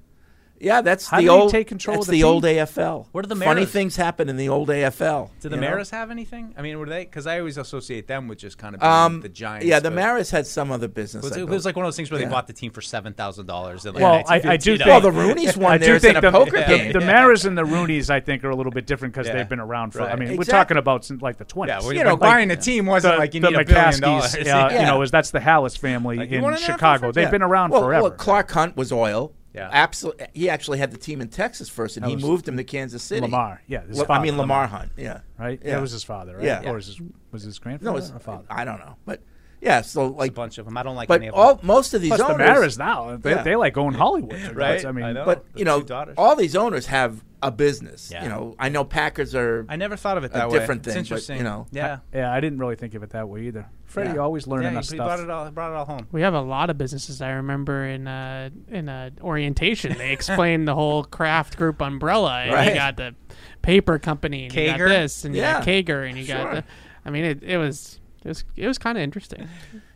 Speaker 3: Yeah, that's
Speaker 5: How
Speaker 3: the
Speaker 5: do you
Speaker 3: old.
Speaker 5: take control
Speaker 3: that's
Speaker 5: of the team?
Speaker 3: old AFL.
Speaker 4: What are the
Speaker 3: funny
Speaker 4: mayors?
Speaker 3: things happen in the old AFL?
Speaker 4: Did the
Speaker 3: you know?
Speaker 4: Maras have anything? I mean, were they? Because I always associate them with just kind of being
Speaker 3: Um,
Speaker 4: the Giants.
Speaker 3: Yeah, the
Speaker 4: but-
Speaker 3: Maris had some other business.
Speaker 4: It was,
Speaker 3: I
Speaker 4: it
Speaker 3: believe.
Speaker 4: was like one of those things where
Speaker 3: Yeah.
Speaker 4: they bought the team for seven thousand dollars.
Speaker 5: Well, I, I do think
Speaker 3: Well, the Rooney's one
Speaker 5: I
Speaker 3: there
Speaker 5: do
Speaker 3: is in
Speaker 5: think
Speaker 3: a
Speaker 5: the,
Speaker 3: poker
Speaker 5: the,
Speaker 3: game.
Speaker 5: the Maras and the Roonies, I think, are a little bit different because
Speaker 4: Yeah.
Speaker 5: they've been around for.
Speaker 4: Right.
Speaker 5: I mean,
Speaker 3: Exactly.
Speaker 5: we're talking about since like the twenties.
Speaker 4: yeah, we,
Speaker 3: you know,
Speaker 4: buying a team wasn't
Speaker 5: the,
Speaker 4: like you
Speaker 5: the
Speaker 4: need a billion
Speaker 5: McCaskies,
Speaker 4: dollars.
Speaker 5: uh,
Speaker 3: Yeah.
Speaker 5: you know, is that's the Hallis family
Speaker 4: Like, you want
Speaker 5: in
Speaker 4: an NFL
Speaker 5: Chicago. They've
Speaker 4: franchise?
Speaker 5: been around
Speaker 3: well,
Speaker 5: forever.
Speaker 3: look, Clark Hunt was oil.
Speaker 4: Yeah.
Speaker 3: absolutely. He actually had the team in Texas first, and he
Speaker 5: was
Speaker 3: moved him to Kansas City.
Speaker 5: Lamar, yeah, his
Speaker 3: Well, I
Speaker 5: father,
Speaker 3: mean Lamar Hunt. Yeah,
Speaker 5: right?
Speaker 3: Yeah,
Speaker 5: That was his father, right?
Speaker 3: Yeah.
Speaker 5: Or was his, was his grandfather
Speaker 3: No, it's
Speaker 5: or father?
Speaker 3: I don't know, but yeah. So
Speaker 4: a
Speaker 3: like,
Speaker 4: bunch of them. I don't like
Speaker 3: but
Speaker 4: any of
Speaker 3: all
Speaker 4: them.
Speaker 3: most of these
Speaker 5: Plus the
Speaker 3: owners,
Speaker 5: Maras now, they,
Speaker 3: Yeah.
Speaker 5: they like own Hollywood,
Speaker 4: Right?
Speaker 5: I mean,
Speaker 4: I know.
Speaker 3: but
Speaker 4: The
Speaker 3: you know,
Speaker 4: two daughters.
Speaker 3: all these owners have a business.
Speaker 4: Yeah.
Speaker 3: You know, I know Packers are.
Speaker 4: I never thought of it
Speaker 3: a
Speaker 4: that way.
Speaker 3: different
Speaker 4: It's
Speaker 3: thing, but, you
Speaker 4: interesting.
Speaker 3: know.
Speaker 4: yeah.
Speaker 5: yeah, I didn't really think of it that way either. Freddie
Speaker 3: Yeah.
Speaker 5: always
Speaker 4: Yeah,
Speaker 5: learning
Speaker 4: you
Speaker 5: us
Speaker 4: he
Speaker 5: stuff.
Speaker 4: brought it all. Brought it all
Speaker 5: Oh.
Speaker 4: home.
Speaker 7: We have a lot of businesses. I remember in uh, in uh, orientation, they explained the whole craft group umbrella. And
Speaker 3: Right.
Speaker 7: You got the paper company, and you
Speaker 4: Kager?
Speaker 7: got this, and you got
Speaker 3: Yeah,
Speaker 7: Kager, and you got. The, I mean, it, it was it was it was kind of interesting.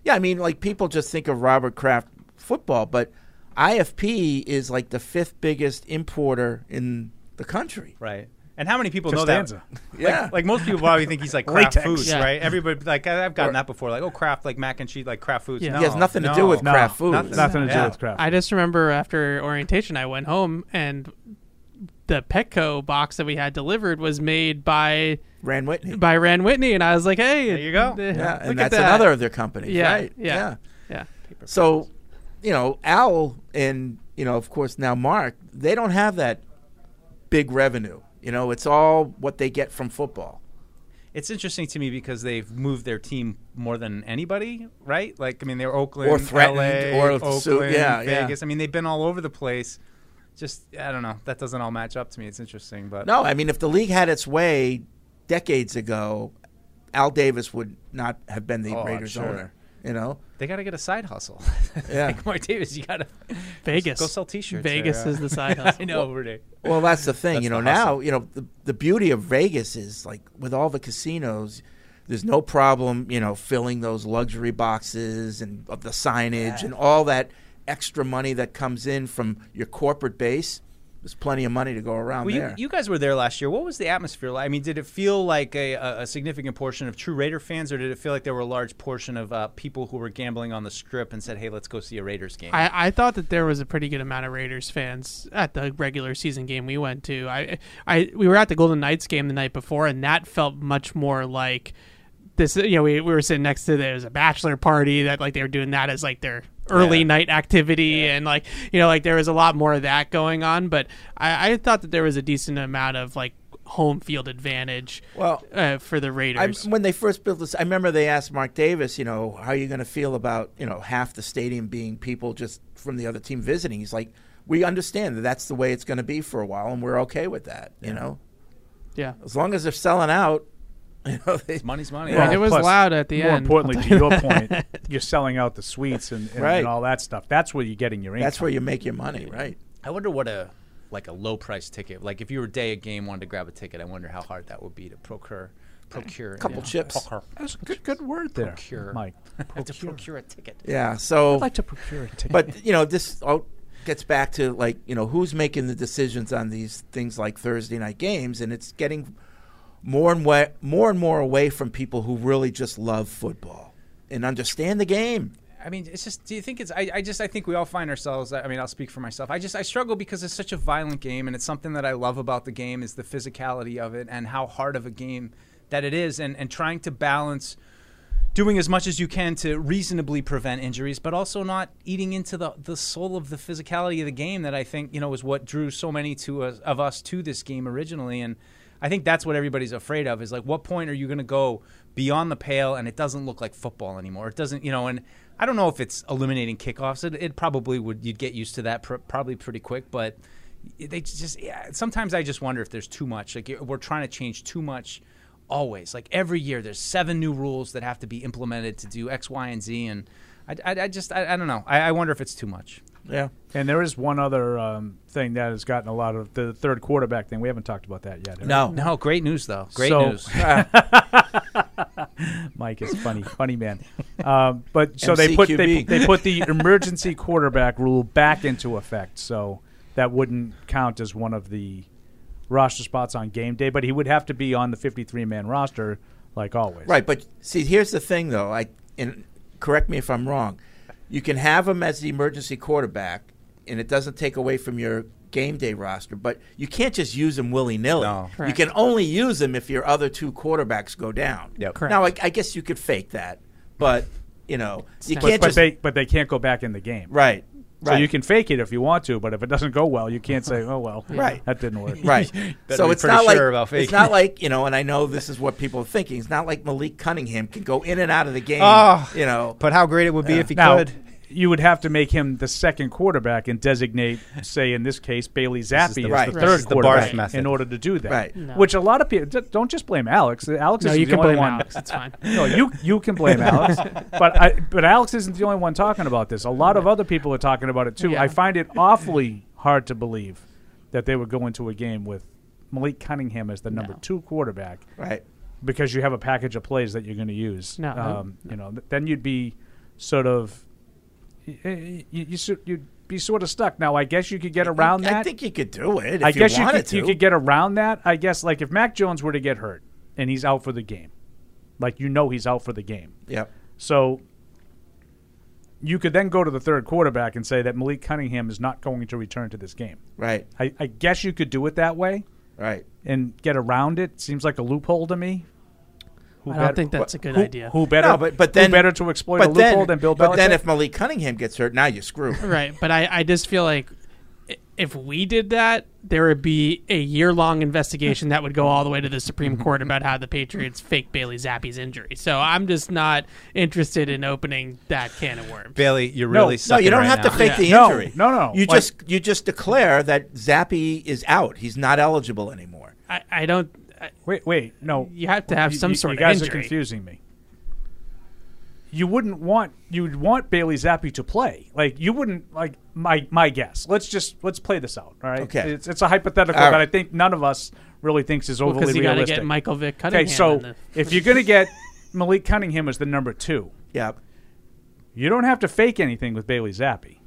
Speaker 3: Yeah, I mean, like people just think of Robert Kraft football, but IFP is like the fifth biggest importer in the country.
Speaker 4: Right. And how many people know that?
Speaker 5: Costanza.
Speaker 3: Yeah,
Speaker 4: Like most people probably think he's like Kraft
Speaker 5: Latex.
Speaker 4: Foods,
Speaker 7: Yeah.
Speaker 4: right? Everybody like I, I've gotten
Speaker 3: Or-
Speaker 4: that before, like oh Kraft, like mac and cheese, like Kraft Foods.
Speaker 7: Yeah.
Speaker 4: No,
Speaker 3: he has nothing to do with
Speaker 5: No,
Speaker 3: Kraft Foods.
Speaker 5: nothing, nothing to do
Speaker 4: Yeah.
Speaker 5: with Kraft.
Speaker 7: I just remember after orientation, I went home and the Petco box that we had delivered was made by
Speaker 3: Ran Whitney.
Speaker 7: by Rand Whitney, and I was like, "Hey,
Speaker 4: There you go.
Speaker 7: th-
Speaker 3: yeah,
Speaker 7: look
Speaker 3: and
Speaker 7: at
Speaker 3: that's
Speaker 7: that.
Speaker 3: another of their companies,
Speaker 7: Yeah,
Speaker 3: right?
Speaker 7: yeah. Yeah,
Speaker 3: So, you know, Al and you know, of course, now Mark, they don't have that big revenue. You know, it's all what they get from football.
Speaker 4: It's interesting to me because they've moved their team more than anybody, right? Like, I mean, they're Oakland,
Speaker 3: Or threatened,
Speaker 4: LA,
Speaker 3: or
Speaker 4: Oakland,
Speaker 3: su- yeah, yeah.
Speaker 4: Vegas. I mean, they've been all over the place. Just, I don't know. That doesn't all match up to me. It's interesting, but
Speaker 3: No, I mean, if the league had its way decades ago, Al Davis would not have been the
Speaker 4: Oh, I'm
Speaker 3: Raiders
Speaker 4: sure.
Speaker 3: owner. You know,
Speaker 4: they got to get a side hustle.
Speaker 3: Yeah.
Speaker 4: like Mark Davis, you got to
Speaker 7: Vegas.
Speaker 4: Go sell T-shirts.
Speaker 7: Vegas
Speaker 4: or, uh,
Speaker 7: is the side hustle.
Speaker 4: I know, Rudy.
Speaker 3: Well, that's the thing.
Speaker 4: That's
Speaker 3: you know,
Speaker 4: the
Speaker 3: now,
Speaker 4: hustle.
Speaker 3: you know, the, the beauty of Vegas is like with all the casinos, there's no problem, you know, filling those luxury boxes and of the signage and all that extra money that comes in from your corporate base. There's plenty of money to go around
Speaker 4: Well, you,
Speaker 3: there.
Speaker 4: you guys were there last year. What was the atmosphere like? I mean, did it feel like a, a, a significant portion of true Raider fans, or did it feel like there were a large portion of uh, people who were gambling on the strip and said, "Hey, let's go see a Raiders game"?
Speaker 7: I, I thought that there was a pretty good amount of Raiders fans at the regular season game we went to. I, I we were at the Golden Knights game the night before, and that felt much more like this. You know, we, we were sitting next to there was a bachelor party that like they were doing that as like their early
Speaker 4: Yeah.
Speaker 7: night activity, and like you know, like there was a lot more of that going on. But I, I thought that there was a decent amount of like home field advantage.
Speaker 3: Well,
Speaker 7: uh, for the
Speaker 3: I,
Speaker 7: Raiders,
Speaker 3: when they first built this, I remember they asked Mark Davis, you know, how are you going to feel about, you know, half the stadium being people just from the other team visiting? He's like, we understand that that's the way it's going to be for a while, and we're okay with that, you know?
Speaker 7: yeah.
Speaker 3: As long as they're selling out, you know, they,
Speaker 4: Money's money.
Speaker 7: Yeah, it was
Speaker 5: plus,
Speaker 7: loud at the
Speaker 5: more
Speaker 7: end.
Speaker 5: importantly, to your point, you're selling out the suites and, and,
Speaker 3: Right.
Speaker 5: and all that stuff. That's where you're getting your income.
Speaker 3: that's where you make your money, right?
Speaker 4: I wonder what a like a low price ticket. Like if you were day a game wanted to grab a ticket, I wonder how hard that would be to procure procure a
Speaker 3: Couple chips.
Speaker 4: Procure.
Speaker 5: That's a good, good word there,
Speaker 4: Procure.
Speaker 5: Mike.
Speaker 4: I have to procure a ticket.
Speaker 3: Yeah. So,
Speaker 5: I'd like to procure a ticket.
Speaker 3: but you know, this all gets back to like you know who's making the decisions on these things like Thursday night games, and it's getting more and way, more and more away from people who really just love football and understand the game.
Speaker 4: I mean, it's just. Do you think it's? I, I just. I think we all find ourselves. I mean, I'll speak for myself. I just. I struggle because it's such a violent game, and it's something that I love about the game is the physicality of it and how hard of a game that it is, and and trying to balance doing as much as you can to reasonably prevent injuries, but also not eating into the, the soul of the physicality of the game that I think you know is what drew so many to us, of us to this game originally, and I think that's what everybody's afraid of is like what point are you going to go beyond the pale and it doesn't look like football anymore? It doesn't, you know, and I don't know if it's eliminating kickoffs. It, it probably would you'd get used to that pr- probably pretty quick, but they just yeah, sometimes I just wonder if there's too much. Like you- we're trying to change too much always like every year there's seven new rules that have to be implemented to do x y and z and I, I, I just I, I don't know. I, I wonder if it's too much.
Speaker 3: Yeah.
Speaker 5: And there is one other um, thing that has gotten a lot of the third quarterback thing. We haven't talked about that yet.
Speaker 3: No.
Speaker 4: No, great news though. Great
Speaker 5: So-
Speaker 4: news.
Speaker 5: Mike is funny, funny man. Um, but so they put they,
Speaker 3: MCQB.
Speaker 5: they put the emergency quarterback rule back into effect, so that wouldn't count as one of the roster spots on game day. But he would have to be on the fifty-three man roster, like always.
Speaker 3: Right, but see, here's the thing, though. I and correct me if I'm wrong. You can have him as the emergency quarterback, and it doesn't take away from your game day roster. But you can't just use him willy nilly.
Speaker 4: No.
Speaker 3: You
Speaker 7: Correct.
Speaker 3: can only use him if your other two quarterbacks go down.
Speaker 4: Yep.
Speaker 7: Correct.
Speaker 3: Now, I, I guess you could fake that, but you know, you
Speaker 7: not-
Speaker 5: But,
Speaker 3: can't
Speaker 5: but
Speaker 3: just
Speaker 5: they but they can't go back in the game.
Speaker 3: right. Right.
Speaker 5: So you can fake it if you want to, but if it doesn't go well, you can't say, "Oh well,
Speaker 3: Right.
Speaker 5: that didn't work."
Speaker 3: Right. so
Speaker 4: be
Speaker 3: it's
Speaker 4: pretty
Speaker 3: not like
Speaker 4: sure about
Speaker 3: it's
Speaker 4: faking
Speaker 3: not
Speaker 4: it.
Speaker 3: like you know, and I know this is what people are thinking. It's not like Malik Cunningham can go in and out of the game.
Speaker 4: Oh.
Speaker 3: you know,
Speaker 4: But how great it would be if he
Speaker 5: Now,
Speaker 4: could.
Speaker 5: you would have to make him the second quarterback and designate, say, in this case, Bailey Zappi as
Speaker 4: the-
Speaker 5: the
Speaker 3: Right.
Speaker 5: third
Speaker 7: This is
Speaker 4: the
Speaker 5: quarterback
Speaker 4: Barth method.
Speaker 5: in order to do that.
Speaker 3: Right.
Speaker 7: No.
Speaker 5: Which a lot of people d- don't just blame Alex. Alex
Speaker 7: No,
Speaker 5: is
Speaker 7: you
Speaker 5: the
Speaker 7: can
Speaker 5: only
Speaker 7: blame
Speaker 5: one.
Speaker 7: Alex. It's fine.
Speaker 5: No, you you can blame Alex, but I, but Alex isn't the only one talking about this. A lot of other people are talking about it too.
Speaker 7: Yeah.
Speaker 5: I find it awfully hard to believe that they would go into a game with Malik Cunningham as the number
Speaker 7: No.
Speaker 5: two quarterback
Speaker 3: right?
Speaker 5: because you have a package of plays that you're going to use.
Speaker 7: No, no,
Speaker 5: um, you know, th- then you'd be sort of you, you should- you'd be sort of stuck. Now, I guess you could get around
Speaker 3: I
Speaker 5: that.
Speaker 3: think you could do it. If
Speaker 5: I guess
Speaker 3: you
Speaker 5: you
Speaker 3: wanted
Speaker 5: could,
Speaker 3: to.
Speaker 5: you could get around that. I guess like if Mac Jones were to get hurt and he's out for the game, like you know he's out for the game.
Speaker 3: Yep.
Speaker 5: So you could then go to the third quarterback and say that Malik Cunningham is not going to return to this game.
Speaker 3: Right.
Speaker 5: I, I guess you could do it that way
Speaker 3: Right.
Speaker 5: and get around it. Seems like a loophole to me. Who
Speaker 7: I don't think that's a good
Speaker 5: who-
Speaker 7: idea.
Speaker 5: Who better?
Speaker 3: no, but but then
Speaker 5: who better to exploit a
Speaker 3: but
Speaker 5: loophole
Speaker 3: then,
Speaker 5: than Bill Belichick?
Speaker 3: But then if Malik Cunningham gets hurt, now you're screwed.
Speaker 7: Right, but I, I just feel like i- if we did that, there would be a year long investigation that would go all the way to the Supreme Court about how the Patriots fake Bailey Zappi's injury. So I'm just not interested in opening that can of worms.
Speaker 4: Bailey, you're
Speaker 5: No.
Speaker 4: really
Speaker 5: No,
Speaker 3: no,
Speaker 4: sucking
Speaker 3: you don't
Speaker 4: right
Speaker 3: have
Speaker 4: now.
Speaker 3: to fake the
Speaker 5: No,
Speaker 3: injury.
Speaker 5: no, no.
Speaker 3: You
Speaker 5: Like-
Speaker 3: just you just declare that Zappy is out. He's not eligible anymore.
Speaker 7: I, I don't. I,
Speaker 5: wait, wait, no,
Speaker 7: you have to have
Speaker 5: You-
Speaker 7: some
Speaker 5: you,
Speaker 7: sort
Speaker 5: you
Speaker 7: of
Speaker 5: guys
Speaker 7: injury.
Speaker 5: are confusing me. You wouldn't want you'd want Bailey Zappi to play. Like you wouldn't like my my guess. Let's just let's play this out. All right.
Speaker 3: Okay.
Speaker 5: It's, it's a hypothetical,
Speaker 3: All
Speaker 5: but
Speaker 3: right.
Speaker 5: I think none of us really thinks is overly
Speaker 7: Because you got to
Speaker 5: realistic.
Speaker 7: get Michael Vick Cunningham.
Speaker 5: okay, so
Speaker 7: in the-
Speaker 5: if you're gonna get Malik Cunningham as the number two,
Speaker 3: Yep.
Speaker 5: you don't have to fake anything with Bailey Zappi.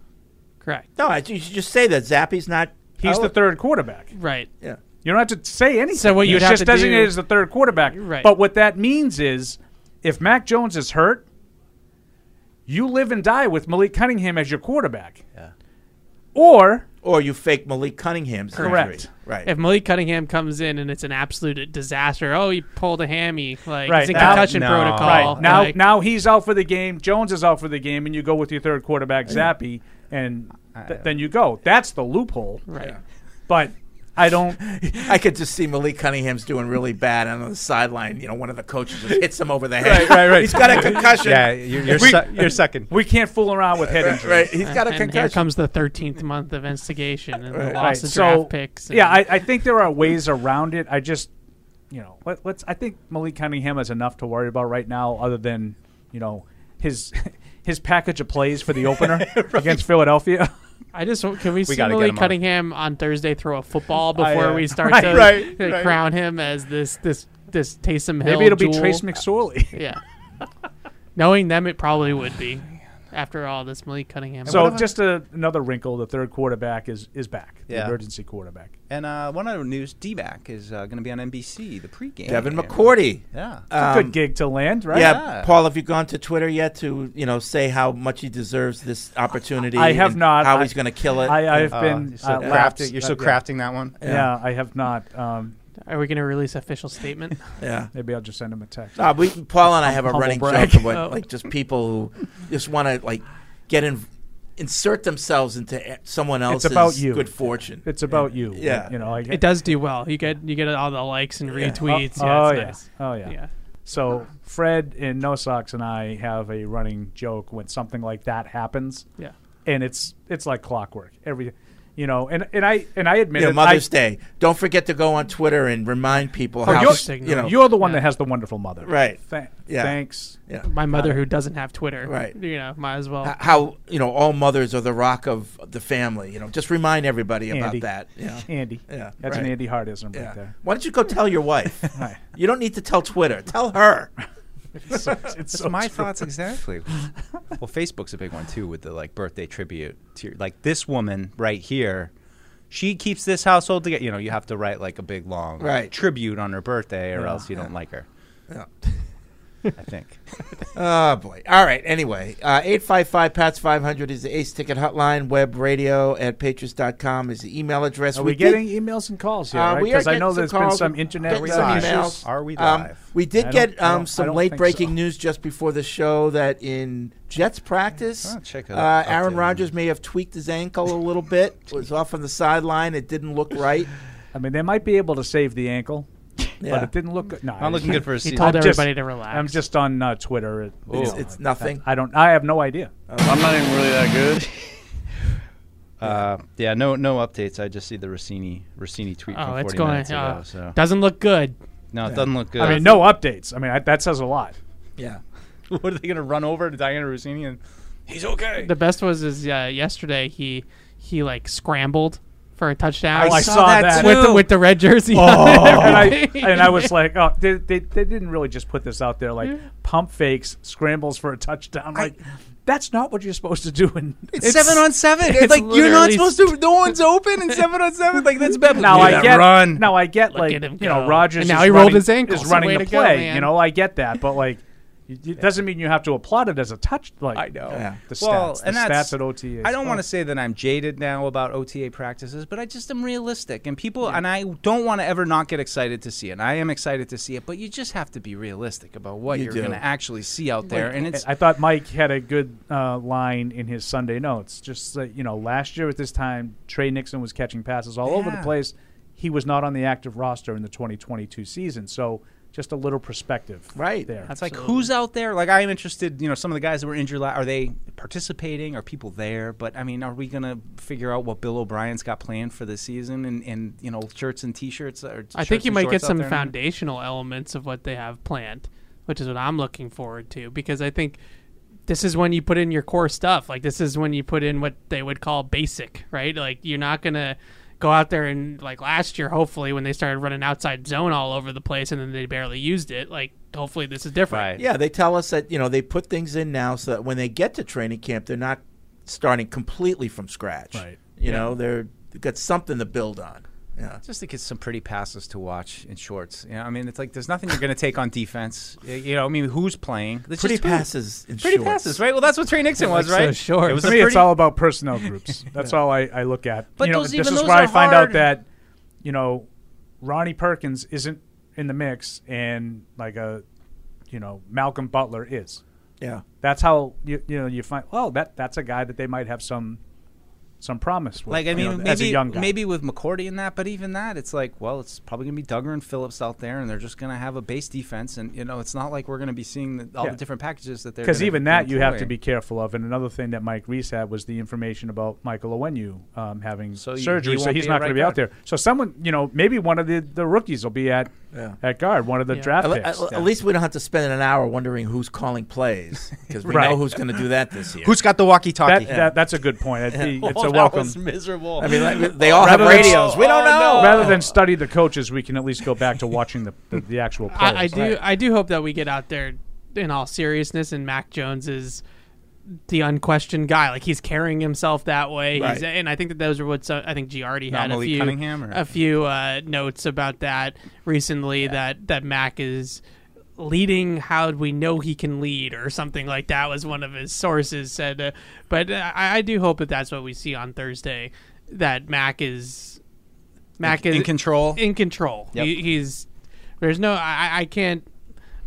Speaker 7: correct,
Speaker 3: No, I, you should just say that Zappy's not.
Speaker 5: He's
Speaker 3: el-
Speaker 5: the third quarterback.
Speaker 7: right?
Speaker 3: Yeah.
Speaker 5: You don't have to say anything.
Speaker 7: So what
Speaker 5: He's
Speaker 7: you'd have
Speaker 5: just
Speaker 7: to do-
Speaker 5: designated as the third quarterback.
Speaker 7: Right.
Speaker 5: But what that means is, if Mac Jones is hurt, you live and die with Malik Cunningham as your quarterback. Yeah. Or
Speaker 3: Or you fake Malik Cunningham's
Speaker 5: Correct.
Speaker 3: injury. Right.
Speaker 7: If Malik Cunningham comes in and it's an absolute disaster, oh, he pulled a hammy, like
Speaker 5: Right,
Speaker 7: he's in
Speaker 5: now-
Speaker 7: concussion
Speaker 4: No.
Speaker 7: protocol.
Speaker 5: right now,
Speaker 7: like-
Speaker 5: now he's out for the game. Jones is out for the game, and you go with your third quarterback, Zappy, and th- then you go. That's the loophole.
Speaker 7: right?
Speaker 5: But I don't.
Speaker 3: I could just see Malik Cunningham's doing really bad and on the sideline. You know, one of the coaches just hits him over the head.
Speaker 5: Right, right, right.
Speaker 3: He's got a concussion.
Speaker 4: Yeah, you're you're,
Speaker 5: We-
Speaker 4: su- you're sucking.
Speaker 5: We can't fool around with head injuries.
Speaker 3: Right. He's got a
Speaker 7: and here
Speaker 3: concussion.
Speaker 7: comes the 13th month of investigation and the
Speaker 5: Right,
Speaker 7: loss of
Speaker 5: so,
Speaker 7: draft picks. and-
Speaker 5: Yeah, I, I think there are ways around it. I just, you know, let, let's. I think Malik Cunningham has enough to worry about right now, other than you know his his package of plays for the opener against Philadelphia.
Speaker 7: I just want- can we, see
Speaker 4: gotta get
Speaker 7: Malik
Speaker 4: him on.
Speaker 7: Cunningham on Thursday throw a football before
Speaker 5: uh,
Speaker 7: we start
Speaker 5: right,
Speaker 7: to
Speaker 5: right,
Speaker 7: uh,
Speaker 5: right.
Speaker 7: crown him as this this this Taysom Hill.
Speaker 5: Maybe it'll be
Speaker 7: jewel?
Speaker 5: Trace McSorley.
Speaker 7: Yeah, knowing them, it probably would be. After all, this Malik Cunningham.
Speaker 5: so just a, another wrinkle. The third quarterback is is back. The
Speaker 4: Yeah.
Speaker 5: emergency quarterback.
Speaker 4: And uh, one other news: D-back is uh, going to be on NBC. The pregame.
Speaker 3: Devin McCourty. Um,
Speaker 4: Yeah. Um,
Speaker 5: Good gig to land, right?
Speaker 3: Yeah,
Speaker 4: Yeah.
Speaker 3: Paul, have you gone to Twitter yet to you know say how much he deserves this opportunity?
Speaker 5: I have
Speaker 3: and
Speaker 5: not.
Speaker 3: How
Speaker 5: I-
Speaker 3: he's going to kill it?
Speaker 5: I, I've
Speaker 4: Uh,
Speaker 5: been
Speaker 4: you're so,
Speaker 5: uh, laughed-
Speaker 4: crafting, you're so
Speaker 5: uh, yeah.
Speaker 4: crafting that one.
Speaker 5: Yeah. I have not. Um,
Speaker 7: are we going to release official statement?
Speaker 3: yeah.
Speaker 5: maybe I'll just send him a text.
Speaker 3: No, we, Paul and I have a
Speaker 5: Humble
Speaker 3: running
Speaker 5: brag.
Speaker 3: joke about
Speaker 7: Oh.
Speaker 3: like just people who just want to like get in, insert themselves into someone else's
Speaker 5: about you.
Speaker 3: good fortune.
Speaker 5: It's about you.
Speaker 3: Yeah.
Speaker 5: you know. I,
Speaker 7: It does do well. You get you get all the likes and retweets.
Speaker 5: Oh,
Speaker 7: yeah,
Speaker 5: oh,
Speaker 7: it's
Speaker 5: yeah.
Speaker 7: nice.
Speaker 5: Oh, yeah.
Speaker 7: yeah.
Speaker 5: So Fred and No Socks and I have a running joke when something like that happens,
Speaker 7: Yeah.
Speaker 5: and it's it's like clockwork. Every, You know, and, and I and I admit
Speaker 3: You know,
Speaker 5: it, I-
Speaker 3: Mother's Day. Don't forget to go on Twitter and remind people
Speaker 5: Oh,
Speaker 3: how
Speaker 5: you're-
Speaker 3: you know.
Speaker 5: You're the one that has the wonderful mother.
Speaker 3: Right.
Speaker 5: Tha-
Speaker 3: Yeah.
Speaker 5: Thanks.
Speaker 3: yeah.
Speaker 7: My mother, who doesn't have Twitter,
Speaker 3: Right. Uh,
Speaker 7: You know, might as well.
Speaker 3: H- How you know all mothers are the rock of the family. You know, just remind everybody
Speaker 5: Andy.
Speaker 3: about that. Yeah.
Speaker 5: Andy.
Speaker 3: Yeah,
Speaker 5: That's an
Speaker 3: right.
Speaker 5: Andy Hardism
Speaker 3: Yeah.
Speaker 5: right there.
Speaker 3: Why don't you go tell your wife?
Speaker 5: Right.
Speaker 3: you don't need to tell Twitter. Tell her.
Speaker 5: It's, so- it's
Speaker 4: That's
Speaker 5: so
Speaker 4: my
Speaker 5: true.
Speaker 4: thoughts exactly. well, Facebook's a big one too with the like birthday tribute. To your, like this woman right here, she keeps this household together. You know, you have to write like a big long
Speaker 3: Right.
Speaker 4: tribute on her birthday, or else you don't like her.
Speaker 3: Yeah.
Speaker 4: I think.
Speaker 3: Oh boy. All right. Anyway, uh, eight five five Pats five hundred is the Ace Ticket hotline. Web radio at patriots.com is the email address.
Speaker 5: Are we,
Speaker 3: did-
Speaker 5: getting emails and calls here?
Speaker 3: Uh,
Speaker 5: right?
Speaker 3: we are
Speaker 5: Because I
Speaker 3: getting
Speaker 5: know
Speaker 3: some
Speaker 5: there's been
Speaker 3: calls.
Speaker 5: some
Speaker 3: We're
Speaker 5: internet
Speaker 3: getting
Speaker 5: issues.
Speaker 3: some
Speaker 4: emails.
Speaker 3: emails.
Speaker 4: Are we
Speaker 3: Um,
Speaker 4: live?
Speaker 3: we did
Speaker 5: I don't-
Speaker 3: get
Speaker 5: I don't-
Speaker 3: um,
Speaker 5: I
Speaker 3: some
Speaker 5: don't
Speaker 3: late
Speaker 5: think
Speaker 3: breaking
Speaker 5: so.
Speaker 3: news just before the show that in Jets practice,
Speaker 4: Oh, check it
Speaker 3: uh,
Speaker 4: out.
Speaker 3: Aaron
Speaker 4: Updated.
Speaker 3: Rodgers may have tweaked his ankle a little bit. Was off on the sideline. It didn't look right.
Speaker 5: I mean, they might be able to save the ankle,
Speaker 3: Yeah.
Speaker 5: but it didn't look good. No,
Speaker 4: Not looking good for a
Speaker 7: He
Speaker 4: season. Oh.
Speaker 7: told
Speaker 5: I'm just-
Speaker 7: everybody to relax.
Speaker 5: I'm just on uh, Twitter. It, you
Speaker 3: it's,
Speaker 5: know,
Speaker 3: it's
Speaker 5: like,
Speaker 3: nothing.
Speaker 5: I don't. I have no idea.
Speaker 8: Um, I'm not even really that good.
Speaker 4: Uh, yeah, no, no updates. I just see the Rossini Rossini tweet
Speaker 7: oh,
Speaker 4: from 40
Speaker 7: it's going.
Speaker 4: minutes
Speaker 7: Uh,
Speaker 4: ago. So
Speaker 7: Doesn't look good.
Speaker 4: no, it doesn't look good.
Speaker 5: I mean, no updates. I mean, I, that says a lot.
Speaker 3: Yeah.
Speaker 4: what are they going to run over to Diana Rossini and he's okay?
Speaker 7: The best was is uh, yesterday. He he like scrambled for a touchdown.
Speaker 5: Oh, I
Speaker 7: Like,
Speaker 5: saw that Oh.
Speaker 7: with the, with the red jersey. on and
Speaker 5: and, I,
Speaker 7: everything.
Speaker 5: and I was like, oh, they, they, they didn't really just put this out there. Like, pump fakes, scrambles for a touchdown. Like, that's not what you're supposed to do. In,
Speaker 4: It's, seven on seven.
Speaker 7: it's
Speaker 4: like you're not
Speaker 7: literally-
Speaker 4: supposed to. No one's open and seven on seven. Like that's bad.
Speaker 5: Now I get.
Speaker 4: run.
Speaker 5: Now I get like
Speaker 7: at him
Speaker 5: you know
Speaker 7: go.
Speaker 5: Rogers.
Speaker 7: And now
Speaker 5: is
Speaker 7: he rolled
Speaker 5: running-
Speaker 7: his ankle,
Speaker 5: Is
Speaker 7: so
Speaker 5: running
Speaker 7: way
Speaker 5: the
Speaker 7: to go,
Speaker 5: play.
Speaker 7: man.
Speaker 5: you know, I get that, but like, it, it doesn't mean you have to applaud it as a touch. Like
Speaker 4: I know.
Speaker 3: Yeah.
Speaker 5: the stats.
Speaker 4: Well,
Speaker 5: the
Speaker 4: and that's
Speaker 5: stats at OTA.
Speaker 4: I don't want to say that I'm jaded now about OTA practices, but I just am realistic, and people, and I don't want to ever not get excited to see it. And I am excited to see it, but you just have to be realistic about what
Speaker 3: You
Speaker 4: you are
Speaker 3: do.
Speaker 4: going to actually see out there. And it's
Speaker 5: I thought Mike had a good uh, line in his Sunday notes. Just that you know, last year at this time, Trey Nixon was catching passes all over the
Speaker 4: Yeah.
Speaker 5: place. He was not on the active roster in the 2022 season, so just a little perspective,
Speaker 3: Right.
Speaker 5: there.
Speaker 4: It's like who's out there? Like I am interested. You know, some of the guys that were injured. la- Are they participating? Are people there? But I mean, are we gonna figure out what Bill O'Brien's got planned for this season? And, and you know, shirts and T-shirts. Or
Speaker 7: I think you might get some foundational elements of what they have planned, which is what I'm looking forward to because I think this is when you put in your core stuff. Like this is when you put in what they would call basic, right? Like you're not gonna go out there and like last year, hopefully, when they started running outside zone all over the place and then they barely used it. Like hopefully this is different.
Speaker 4: Right.
Speaker 3: Yeah, they tell us that you know they put things in now so that when they get to training camp, they're not starting completely from scratch.
Speaker 5: Right.
Speaker 3: You know, they're they've got something to build on. Yeah.
Speaker 4: Just to get some pretty passes to watch in shorts. You know, I mean, it's like there's nothing you're gonna take on defense. Y- You know, I mean, who's playing? It's
Speaker 3: Pretty
Speaker 4: just who-
Speaker 3: passes in
Speaker 4: Pretty
Speaker 3: shorts.
Speaker 4: passes, right? Well, that's what Trey Nixon was,
Speaker 7: Like, so
Speaker 4: right?
Speaker 7: short.
Speaker 4: It was
Speaker 5: For
Speaker 4: a
Speaker 5: me, it's
Speaker 4: pretty-
Speaker 5: all about personnel groups. That's all I, I look at.
Speaker 4: But
Speaker 5: you know,
Speaker 4: those-
Speaker 5: this
Speaker 4: even
Speaker 5: is
Speaker 4: those
Speaker 5: where
Speaker 4: are
Speaker 5: I find out
Speaker 4: hard.
Speaker 5: that you know Ronnie Perkins isn't in the mix, and like a you know Malcolm Butler is.
Speaker 3: Yeah.
Speaker 5: That's how you you know you find. Well, that that's a guy that they might have some some promise with.
Speaker 4: Like I
Speaker 5: you
Speaker 4: mean,
Speaker 5: know,
Speaker 4: maybe
Speaker 5: as a young guy.
Speaker 4: maybe with McCourty and that, but even that, it's like, well, it's probably gonna be Duggar and Phillips out there, and they're just gonna have a base defense, and you know, it's not like we're gonna be seeing the, all
Speaker 5: Yeah.
Speaker 4: the different packages that they're.
Speaker 5: because
Speaker 4: gonna
Speaker 5: even
Speaker 4: be
Speaker 5: that you have to
Speaker 4: employing.
Speaker 5: be careful of. And another thing that Mike Reese had was the information about Michael Owenu um, having
Speaker 4: So you-
Speaker 5: surgery,
Speaker 4: he
Speaker 5: so
Speaker 4: won't
Speaker 5: he's
Speaker 4: be a
Speaker 5: not going
Speaker 4: right
Speaker 5: to be out
Speaker 4: guard.
Speaker 5: there. So someone, you know, maybe one of the, the rookies will be at
Speaker 3: Yeah.
Speaker 5: at guard, one of the
Speaker 7: Yeah.
Speaker 5: draft
Speaker 3: At, le-
Speaker 5: picks.
Speaker 3: at- at least we don't have to spend an hour wondering who's calling plays because we
Speaker 5: Right.
Speaker 3: know who's going to do that this year.
Speaker 4: Who's got the
Speaker 5: that,
Speaker 4: walkie-talkie?
Speaker 5: that that's a good point. It'd be, it's
Speaker 4: Oh,
Speaker 5: a
Speaker 4: that
Speaker 5: welcome.
Speaker 4: was miserable.
Speaker 3: I mean, like, they all have
Speaker 5: Rather than-
Speaker 3: radios. we don't know.
Speaker 5: Rather than study the coaches, we can at least go back to watching the the, the actual players.
Speaker 7: I, I do. I do hope that we get out there in all seriousness, and Mac Jones is the unquestioned guy. Like he's carrying himself that way. He's,
Speaker 3: Right.
Speaker 7: and I think that those are what so, I think Giardi had a
Speaker 4: Malik
Speaker 7: few
Speaker 4: Cunningham, or-
Speaker 7: a few uh, notes about that recently. That that Mac is leading how we know he can lead or something like that was one of his sources said uh, but uh, I, I do hope that that's what we see on thursday that mac is mac is
Speaker 4: in control.
Speaker 7: in control.
Speaker 4: Yep.
Speaker 7: He, he's there's no I, I can't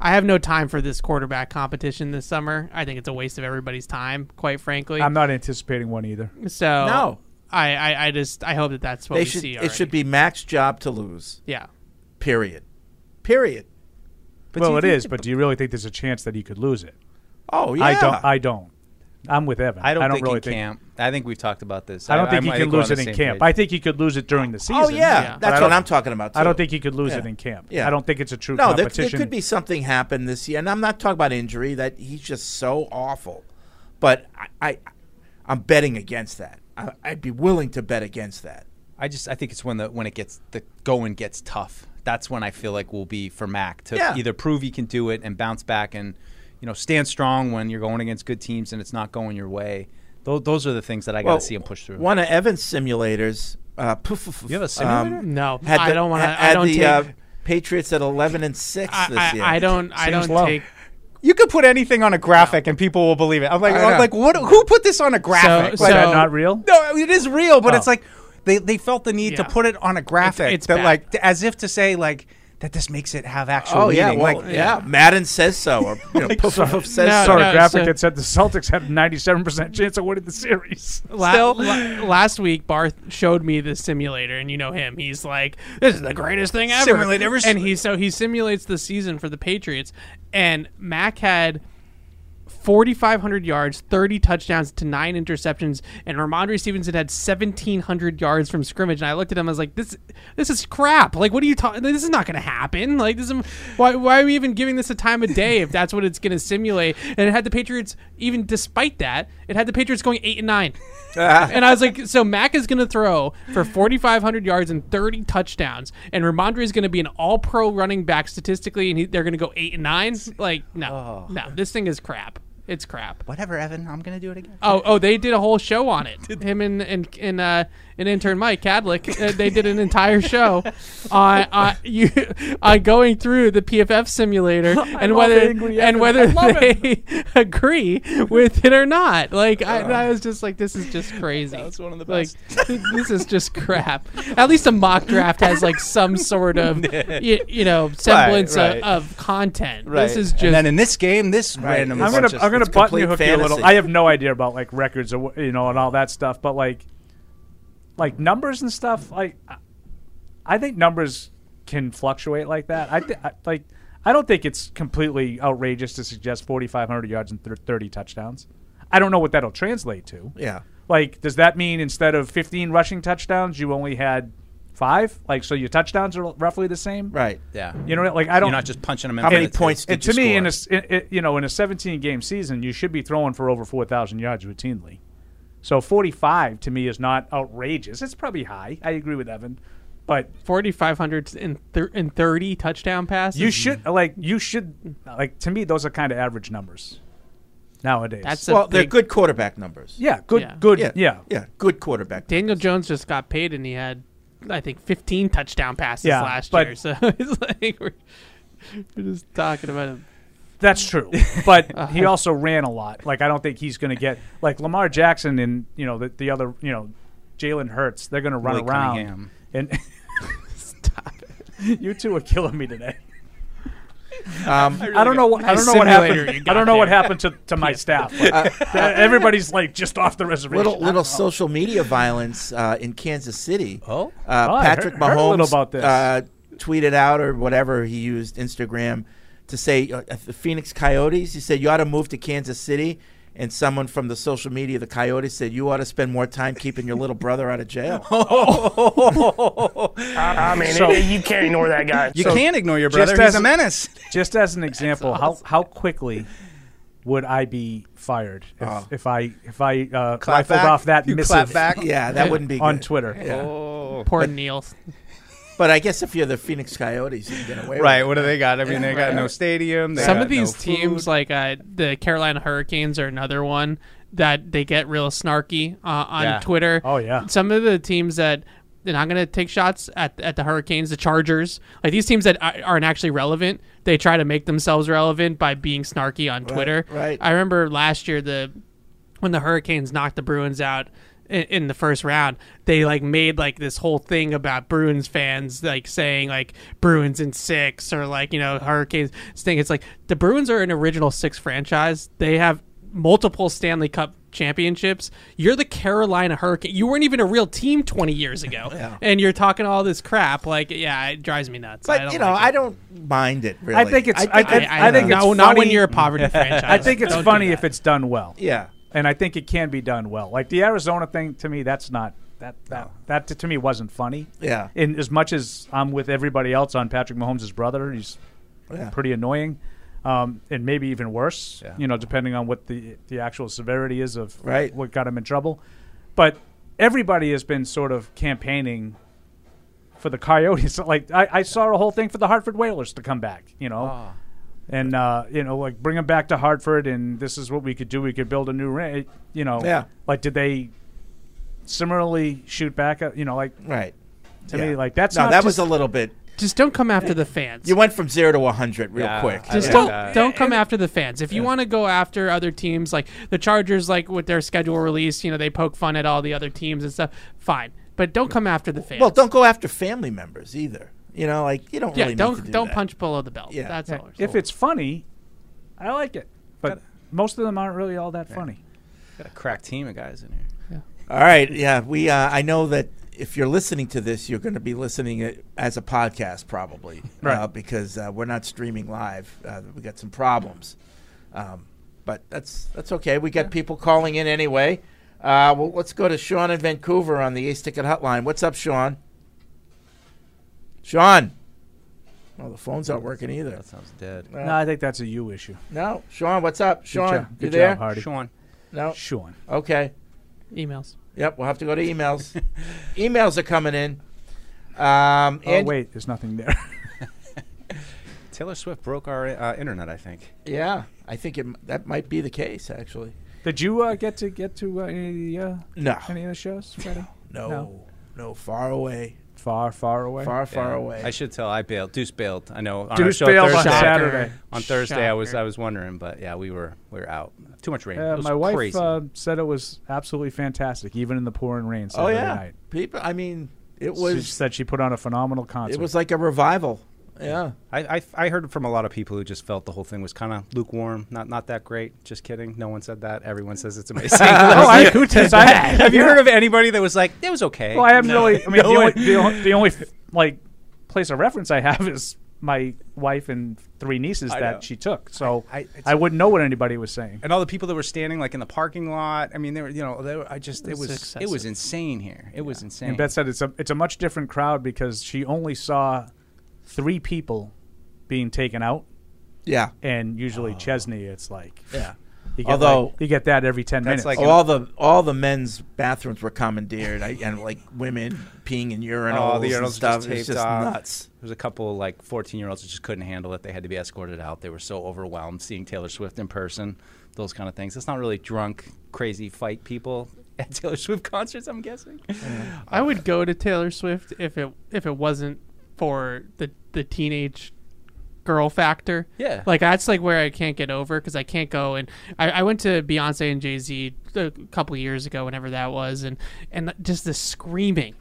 Speaker 7: I have no time for this quarterback competition this summer. I think it's a waste of everybody's time, quite frankly.
Speaker 5: I'm not anticipating one either.
Speaker 7: so
Speaker 3: No.
Speaker 7: I, I I just I hope that that's what
Speaker 3: they
Speaker 7: we
Speaker 3: should.
Speaker 7: see.
Speaker 3: It should be Mac's job to lose.
Speaker 7: yeah.
Speaker 3: Period. Period.
Speaker 5: well, it is, but do you really think there's a chance that he could lose it?
Speaker 3: Oh yeah.
Speaker 5: I don't. I don't. I'm with Evan.
Speaker 4: I don't,
Speaker 5: don't
Speaker 4: think
Speaker 5: really
Speaker 4: in
Speaker 5: think.
Speaker 4: camp. I think we've talked about this.
Speaker 5: I don't think
Speaker 4: I'm-
Speaker 5: he
Speaker 4: I
Speaker 5: can
Speaker 4: we're on
Speaker 5: lose
Speaker 4: the
Speaker 5: it in
Speaker 4: same
Speaker 5: camp.
Speaker 4: page.
Speaker 5: I think he could lose it during the season.
Speaker 3: Oh yeah,
Speaker 5: But I
Speaker 3: that's
Speaker 5: don't-
Speaker 3: what I'm talking about. Too.
Speaker 5: I don't think he could lose
Speaker 3: Yeah.
Speaker 5: it in camp.
Speaker 3: Yeah.
Speaker 5: I don't think it's a true
Speaker 3: No, there, there
Speaker 5: competition.
Speaker 3: could be something happen this year, and I'm not talking about injury. That he's just so awful, but I, I I'm betting against that. I, I'd be willing to bet against that.
Speaker 4: I just I think it's when the when it gets the going gets tough. That's when I feel like will be for Mac to
Speaker 3: Yeah.
Speaker 4: either prove he can do it and bounce back and you know stand strong when you're going against good teams and it's not going your way. Those, those are the things that I got to
Speaker 3: Well,
Speaker 4: see him push through.
Speaker 3: One of Evan's simulators. Uh, poof, poof,
Speaker 4: You have a
Speaker 3: um,
Speaker 4: simulator?
Speaker 7: No,
Speaker 3: had
Speaker 7: I
Speaker 3: the-
Speaker 7: don't want
Speaker 3: ha-
Speaker 7: to. I
Speaker 3: had
Speaker 7: don't
Speaker 3: the,
Speaker 7: take.
Speaker 3: uh, Patriots at 11 and six
Speaker 7: I,
Speaker 3: this
Speaker 7: I-
Speaker 3: year.
Speaker 7: I don't. I
Speaker 5: Seems
Speaker 7: don't
Speaker 5: low.
Speaker 7: take.
Speaker 4: You could put anything on a graphic and people will believe it. I'm like,
Speaker 3: I know.
Speaker 4: I'm like, what? Who put this on a graphic?
Speaker 7: so-
Speaker 5: Is
Speaker 4: Like,
Speaker 5: that not real?
Speaker 4: no, it is real, but
Speaker 5: Oh.
Speaker 4: it's like they, they felt the need to
Speaker 7: Yeah.
Speaker 4: put it on a graphic
Speaker 7: it's
Speaker 4: that
Speaker 7: bad.
Speaker 4: like t- as if to say like that this makes it have actual
Speaker 3: Oh yeah,
Speaker 4: meaning.
Speaker 3: well,
Speaker 4: like
Speaker 3: yeah. Madden says so, or you know, poof, poof, poof says
Speaker 7: No,
Speaker 3: so.
Speaker 5: Saw
Speaker 7: no.
Speaker 5: a graphic
Speaker 7: so-
Speaker 5: that said the Celtics had a 97% chance of winning the series.
Speaker 7: La- la- last week, Barth showed me the simulator, and you know him. He's like, "This is the greatest thing ever."
Speaker 4: Simulate every
Speaker 7: and he so he simulates the season for the Patriots, and Mac had. 4,500 yards, 30 touchdowns to nine interceptions, and Ramondre Stevenson had 1,700 yards from scrimmage. And I looked at him, I was like, "This, this is crap. Like, what are you talking? This is not going to happen. Like, this is why, why are we even giving this a time of day if that's what it's going to simulate?" And it had the Patriots, even despite that, it had the Patriots going eight and nine. And I was like, so Mac is going to throw for 4,500 yards and 30 touchdowns, and Ramondre is going to be an all pro running back statistically, and he, they're going to go eight and nine? Like, no. No, this thing is crap. It's crap.
Speaker 4: whatever, Evan. I'm gonna do it again.
Speaker 7: Oh, oh! They did a whole show on it. Him and and and, uh, and intern Mike Cadlick. Uh, they did an entire show on uh, you on going through the PFF simulator and
Speaker 5: love
Speaker 7: whether
Speaker 5: angry
Speaker 7: and
Speaker 5: Evan.
Speaker 7: whether they agree with it or not. Like I, I was just like, this is just crazy. That's one of the best. Like, this is just crap. At least a mock draft has like some sort of you, you know semblance
Speaker 4: right.
Speaker 7: Of, of content. This is
Speaker 4: and then
Speaker 7: just
Speaker 4: in this game, this random.
Speaker 5: I'm
Speaker 4: bunch
Speaker 5: gonna
Speaker 4: of-
Speaker 5: I'm gonna
Speaker 3: it's
Speaker 5: button you
Speaker 3: complete
Speaker 5: hook you a little.
Speaker 3: fantasy.
Speaker 5: I have no idea about like records or wh- you know and all that stuff, but like like numbers and stuff. Like I- I think numbers can fluctuate like that. I, th- I like I don't think it's completely outrageous to suggest 4,500 yards and thir- 30 touchdowns. I don't know what that'll translate to.
Speaker 3: Yeah.
Speaker 5: Like, does that mean instead of 15 rushing touchdowns, you only had five? Like, so your touchdowns are roughly the same?
Speaker 3: Right.
Speaker 4: yeah.
Speaker 5: You know, like I don't.
Speaker 4: You're not just punching them.
Speaker 3: How many points
Speaker 5: And
Speaker 3: did
Speaker 5: to
Speaker 3: you
Speaker 5: me,
Speaker 3: score?
Speaker 5: in a s- i- i- you know in a 17 game season, you should be throwing for over 4,000 yards routinely. So 45 to me is not outrageous. It's probably high. I agree with Evan, but
Speaker 7: 4,500 and, thir- and 30 touchdown passes.
Speaker 5: you should like you should like to me those are kind of average numbers nowadays.
Speaker 7: That's a
Speaker 3: well, they're
Speaker 7: big-
Speaker 3: good quarterback numbers.
Speaker 5: yeah, good,
Speaker 7: yeah.
Speaker 5: good,
Speaker 3: Yeah,
Speaker 5: yeah.
Speaker 3: yeah, Good quarterback.
Speaker 7: Daniel Jones just got paid and he had, I think, 15 touchdown passes
Speaker 5: Yeah,
Speaker 7: last
Speaker 5: but-
Speaker 7: year. So it's like we're, we're just talking about him.
Speaker 5: That's true, but he also ran a lot. Like I don't think he's going to get like Lamar Jackson and you know the, the other you know Jalen Hurts. They're going to run
Speaker 4: Willie
Speaker 5: around
Speaker 4: Cunningham.
Speaker 5: and you two are killing me today.
Speaker 3: Um,
Speaker 5: I don't know. What, I don't know what
Speaker 7: simulator
Speaker 5: happened.
Speaker 7: you
Speaker 5: I don't know
Speaker 7: got
Speaker 5: what happened to, to my staff. Like, everybody's like just off the reservation.
Speaker 3: little little social media violence uh, in Kansas City.
Speaker 4: Oh?
Speaker 3: uh,
Speaker 5: Oh, I
Speaker 3: Patrick
Speaker 5: heard-
Speaker 3: Mahomes
Speaker 5: heard a little about this.
Speaker 3: Uh, tweeted out or whatever he used Instagram to say uh, the Phoenix Coyotes. He said you ought to move to Kansas City. And someone from the social media, the Coyotes, said you ought to spend more time keeping your little brother out of jail.
Speaker 9: I mean,
Speaker 5: Oh. So-
Speaker 9: it- you can't ignore that guy.
Speaker 4: You
Speaker 5: So,
Speaker 4: can't ignore your
Speaker 5: just
Speaker 4: brother. He's
Speaker 5: as-
Speaker 4: a menace.
Speaker 5: just as an example, how how quickly would I be fired if,
Speaker 3: Oh.
Speaker 5: if I if I uh,
Speaker 4: Clap
Speaker 5: rifled
Speaker 4: back.
Speaker 5: off that
Speaker 4: You
Speaker 5: missive
Speaker 4: clap back.
Speaker 3: yeah, that wouldn't be
Speaker 5: on
Speaker 3: good.
Speaker 5: Twitter?
Speaker 7: Oh, Poor Neil.
Speaker 3: But I guess if you're the Phoenix Coyotes, you can get away
Speaker 4: Right.
Speaker 3: with
Speaker 4: What do they got? I mean, they got no stadium. They
Speaker 7: Some
Speaker 4: got
Speaker 7: of these
Speaker 4: no
Speaker 7: teams,
Speaker 4: food.
Speaker 7: like uh, the Carolina Hurricanes, are another one that they get real snarky uh, on
Speaker 4: Yeah.
Speaker 7: Twitter.
Speaker 5: Oh, yeah.
Speaker 7: Some of the teams that they're not going to take shots at at the Hurricanes, the Chargers, like these teams that a- aren't actually relevant, they try to make themselves relevant by being snarky on Twitter.
Speaker 3: right.
Speaker 7: I remember last year the when the Hurricanes knocked the Bruins out in, in the first round, they like made like this whole thing about Bruins fans like saying like Bruins in six or like you know Hurricanes thing. It's like the Bruins are an original six franchise. They have multiple Stanley Cup championships. You're the Carolina Hurricane. You weren't even a real team 20 years ago, and you're talking all this crap. Like, yeah, it drives me nuts. I
Speaker 3: But
Speaker 7: don't
Speaker 3: you know,
Speaker 7: like
Speaker 3: I
Speaker 7: it.
Speaker 3: don't mind it. Really,
Speaker 5: I think it's.
Speaker 7: I,
Speaker 5: I, I,
Speaker 7: I
Speaker 5: think
Speaker 7: no,
Speaker 5: it's
Speaker 7: not
Speaker 5: funny.
Speaker 7: when you're a poverty franchise.
Speaker 5: I think it's
Speaker 7: Don't do
Speaker 5: funny
Speaker 7: that.
Speaker 5: if it's done well.
Speaker 3: yeah.
Speaker 5: and I think it can be done well. Like the Arizona thing to me, that's not that that that to me wasn't funny.
Speaker 3: Yeah.
Speaker 5: In as much as I'm with everybody else on Patrick Mahomes' brother, he's
Speaker 3: Yeah.
Speaker 5: pretty annoying, um, and maybe even worse.
Speaker 3: Yeah.
Speaker 5: You know, depending on what the the actual severity is of
Speaker 3: Right.
Speaker 5: what got him in trouble. But everybody has been sort of campaigning for the Coyotes. Like I, I saw a whole thing for the Hartford Whalers to come back. You know.
Speaker 3: Oh.
Speaker 4: Ah.
Speaker 5: And uh, you know, like bring them back to Hartford, and this is what we could do. We could build a new, ra- you know,
Speaker 3: Yeah.
Speaker 5: Like, did they similarly shoot back? At, you know, like
Speaker 3: Right.
Speaker 5: to
Speaker 3: Yeah.
Speaker 5: me, like that's
Speaker 3: no,
Speaker 5: not
Speaker 3: that
Speaker 5: just-
Speaker 3: was a little bit.
Speaker 7: Just don't come after the fans.
Speaker 3: You went from zero to 100 real
Speaker 4: Yeah,
Speaker 3: quick.
Speaker 4: I
Speaker 7: Just
Speaker 4: Yeah.
Speaker 7: don't
Speaker 4: Yeah.
Speaker 7: don't come after the fans. If you want to go after other teams, like the Chargers, like with their schedule release, you know they poke fun at all the other teams and stuff. Fine, but don't come after the fans.
Speaker 3: Well, don't go after family members either. You know, like you don't
Speaker 7: yeah,
Speaker 3: really
Speaker 7: don't
Speaker 3: need to do
Speaker 7: not
Speaker 3: that.
Speaker 7: punch below the belt.
Speaker 3: Yeah.
Speaker 7: that's all. we're
Speaker 5: if
Speaker 7: saying.
Speaker 5: it's funny, I like it, but most of them aren't really all that funny.
Speaker 4: Got a crack team of guys in here.
Speaker 3: All right, yeah, we. Uh, I know that if you're listening to this, you're going to be listening it as a podcast probably,
Speaker 5: Right.
Speaker 3: Uh, because uh, we're not streaming live. Uh, we got some problems, um, but that's that's okay. We got people calling in anyway. Uh, well, let's go to Sean in Vancouver on the Ace Ticket Hotline. What's up, Sean? Sean. Well, the phone's not working either.
Speaker 4: That sounds dead.
Speaker 3: Yeah.
Speaker 5: No, I think that's a you issue.
Speaker 3: No, Sean, what's up,
Speaker 5: Good
Speaker 3: Sean?
Speaker 5: job.
Speaker 3: You
Speaker 5: Good
Speaker 3: there?
Speaker 5: job, Hardy.
Speaker 4: Sean.
Speaker 3: no.
Speaker 5: Sean.
Speaker 3: Okay.
Speaker 7: emails.
Speaker 3: Yep, we'll have to go to emails. emails are coming in. Um,
Speaker 5: Oh
Speaker 3: and-
Speaker 5: wait, there's nothing there.
Speaker 4: Taylor Swift broke our uh, internet, I think.
Speaker 3: Yeah, I think it, m- that might be the case actually.
Speaker 5: Did you uh, get to get to uh, any of the uh,
Speaker 3: No,
Speaker 5: any of the shows? Freddie?
Speaker 3: no, no,
Speaker 5: No.
Speaker 3: far away,
Speaker 5: Far, far away.
Speaker 3: far, far
Speaker 4: Yeah.
Speaker 3: away.
Speaker 4: I should tell. I bailed. Deuce bailed. I know. On
Speaker 5: Deuce
Speaker 4: our show
Speaker 5: bailed on
Speaker 4: Thursday,
Speaker 5: Saturday.
Speaker 4: On Thursday, I was
Speaker 7: Shocker.
Speaker 4: I was wondering, but yeah, we were we were out. Too much rain.
Speaker 5: Uh,
Speaker 4: It was
Speaker 5: my wife
Speaker 4: crazy.
Speaker 5: uh, said it was absolutely fantastic, even in the pouring rain
Speaker 3: oh
Speaker 5: Saturday
Speaker 3: yeah,
Speaker 5: night.
Speaker 3: people. I mean, it
Speaker 5: She
Speaker 3: was
Speaker 5: said she put on a phenomenal concert.
Speaker 3: it was like a revival. Yeah,
Speaker 4: I, I I heard from a lot of people who just felt the whole thing was kind of lukewarm. Not not that great. Just kidding. No one said that. Everyone says it's amazing.
Speaker 5: oh, I, who said that?
Speaker 4: Have you heard of anybody that was like it was okay?
Speaker 5: Well, I haven't really. I mean,
Speaker 4: No
Speaker 5: the,
Speaker 4: one-
Speaker 5: only, the, only, the only like place of reference I have is my wife and three nieces
Speaker 4: I
Speaker 5: that
Speaker 4: know.
Speaker 5: she took. So
Speaker 4: I-
Speaker 5: I,
Speaker 4: it's-
Speaker 5: wouldn't know what anybody was saying.
Speaker 4: and all the people that were standing like in the parking lot. I mean, they were you know they were, I just it
Speaker 7: was
Speaker 4: was it
Speaker 7: excessive.
Speaker 4: was insane here. It was insane.
Speaker 5: And Beth said it's a it's a much different crowd because she only saw three people being taken out,
Speaker 3: yeah.
Speaker 5: and
Speaker 4: Oh.
Speaker 5: usually Chesney, it's like
Speaker 3: Yeah.
Speaker 5: You get
Speaker 3: Although-
Speaker 5: like- you get that every ten
Speaker 4: That's
Speaker 5: minutes.
Speaker 4: like-
Speaker 3: Oh, all the all the men's bathrooms were commandeered, I, and like women peeing in urinals,
Speaker 4: Oh, the
Speaker 3: and
Speaker 4: urinals
Speaker 3: stuff.
Speaker 4: just
Speaker 3: It's
Speaker 4: taped
Speaker 3: just
Speaker 4: off.
Speaker 3: nuts.
Speaker 4: There was a couple like 14 year olds that just couldn't handle it. They had to be escorted out. They were so overwhelmed seeing Taylor Swift in person, those kind of things. It's not really drunk, crazy fight people at Taylor Swift concerts, I'm guessing.
Speaker 7: I would go to Taylor Swift if it if it wasn't for the the teenage girl factor.
Speaker 4: Yeah.
Speaker 7: like that's like where I can't get over because I can't go and I, I went to Beyonce and Jay Z a couple of years ago, whenever that was, and and just the screaming.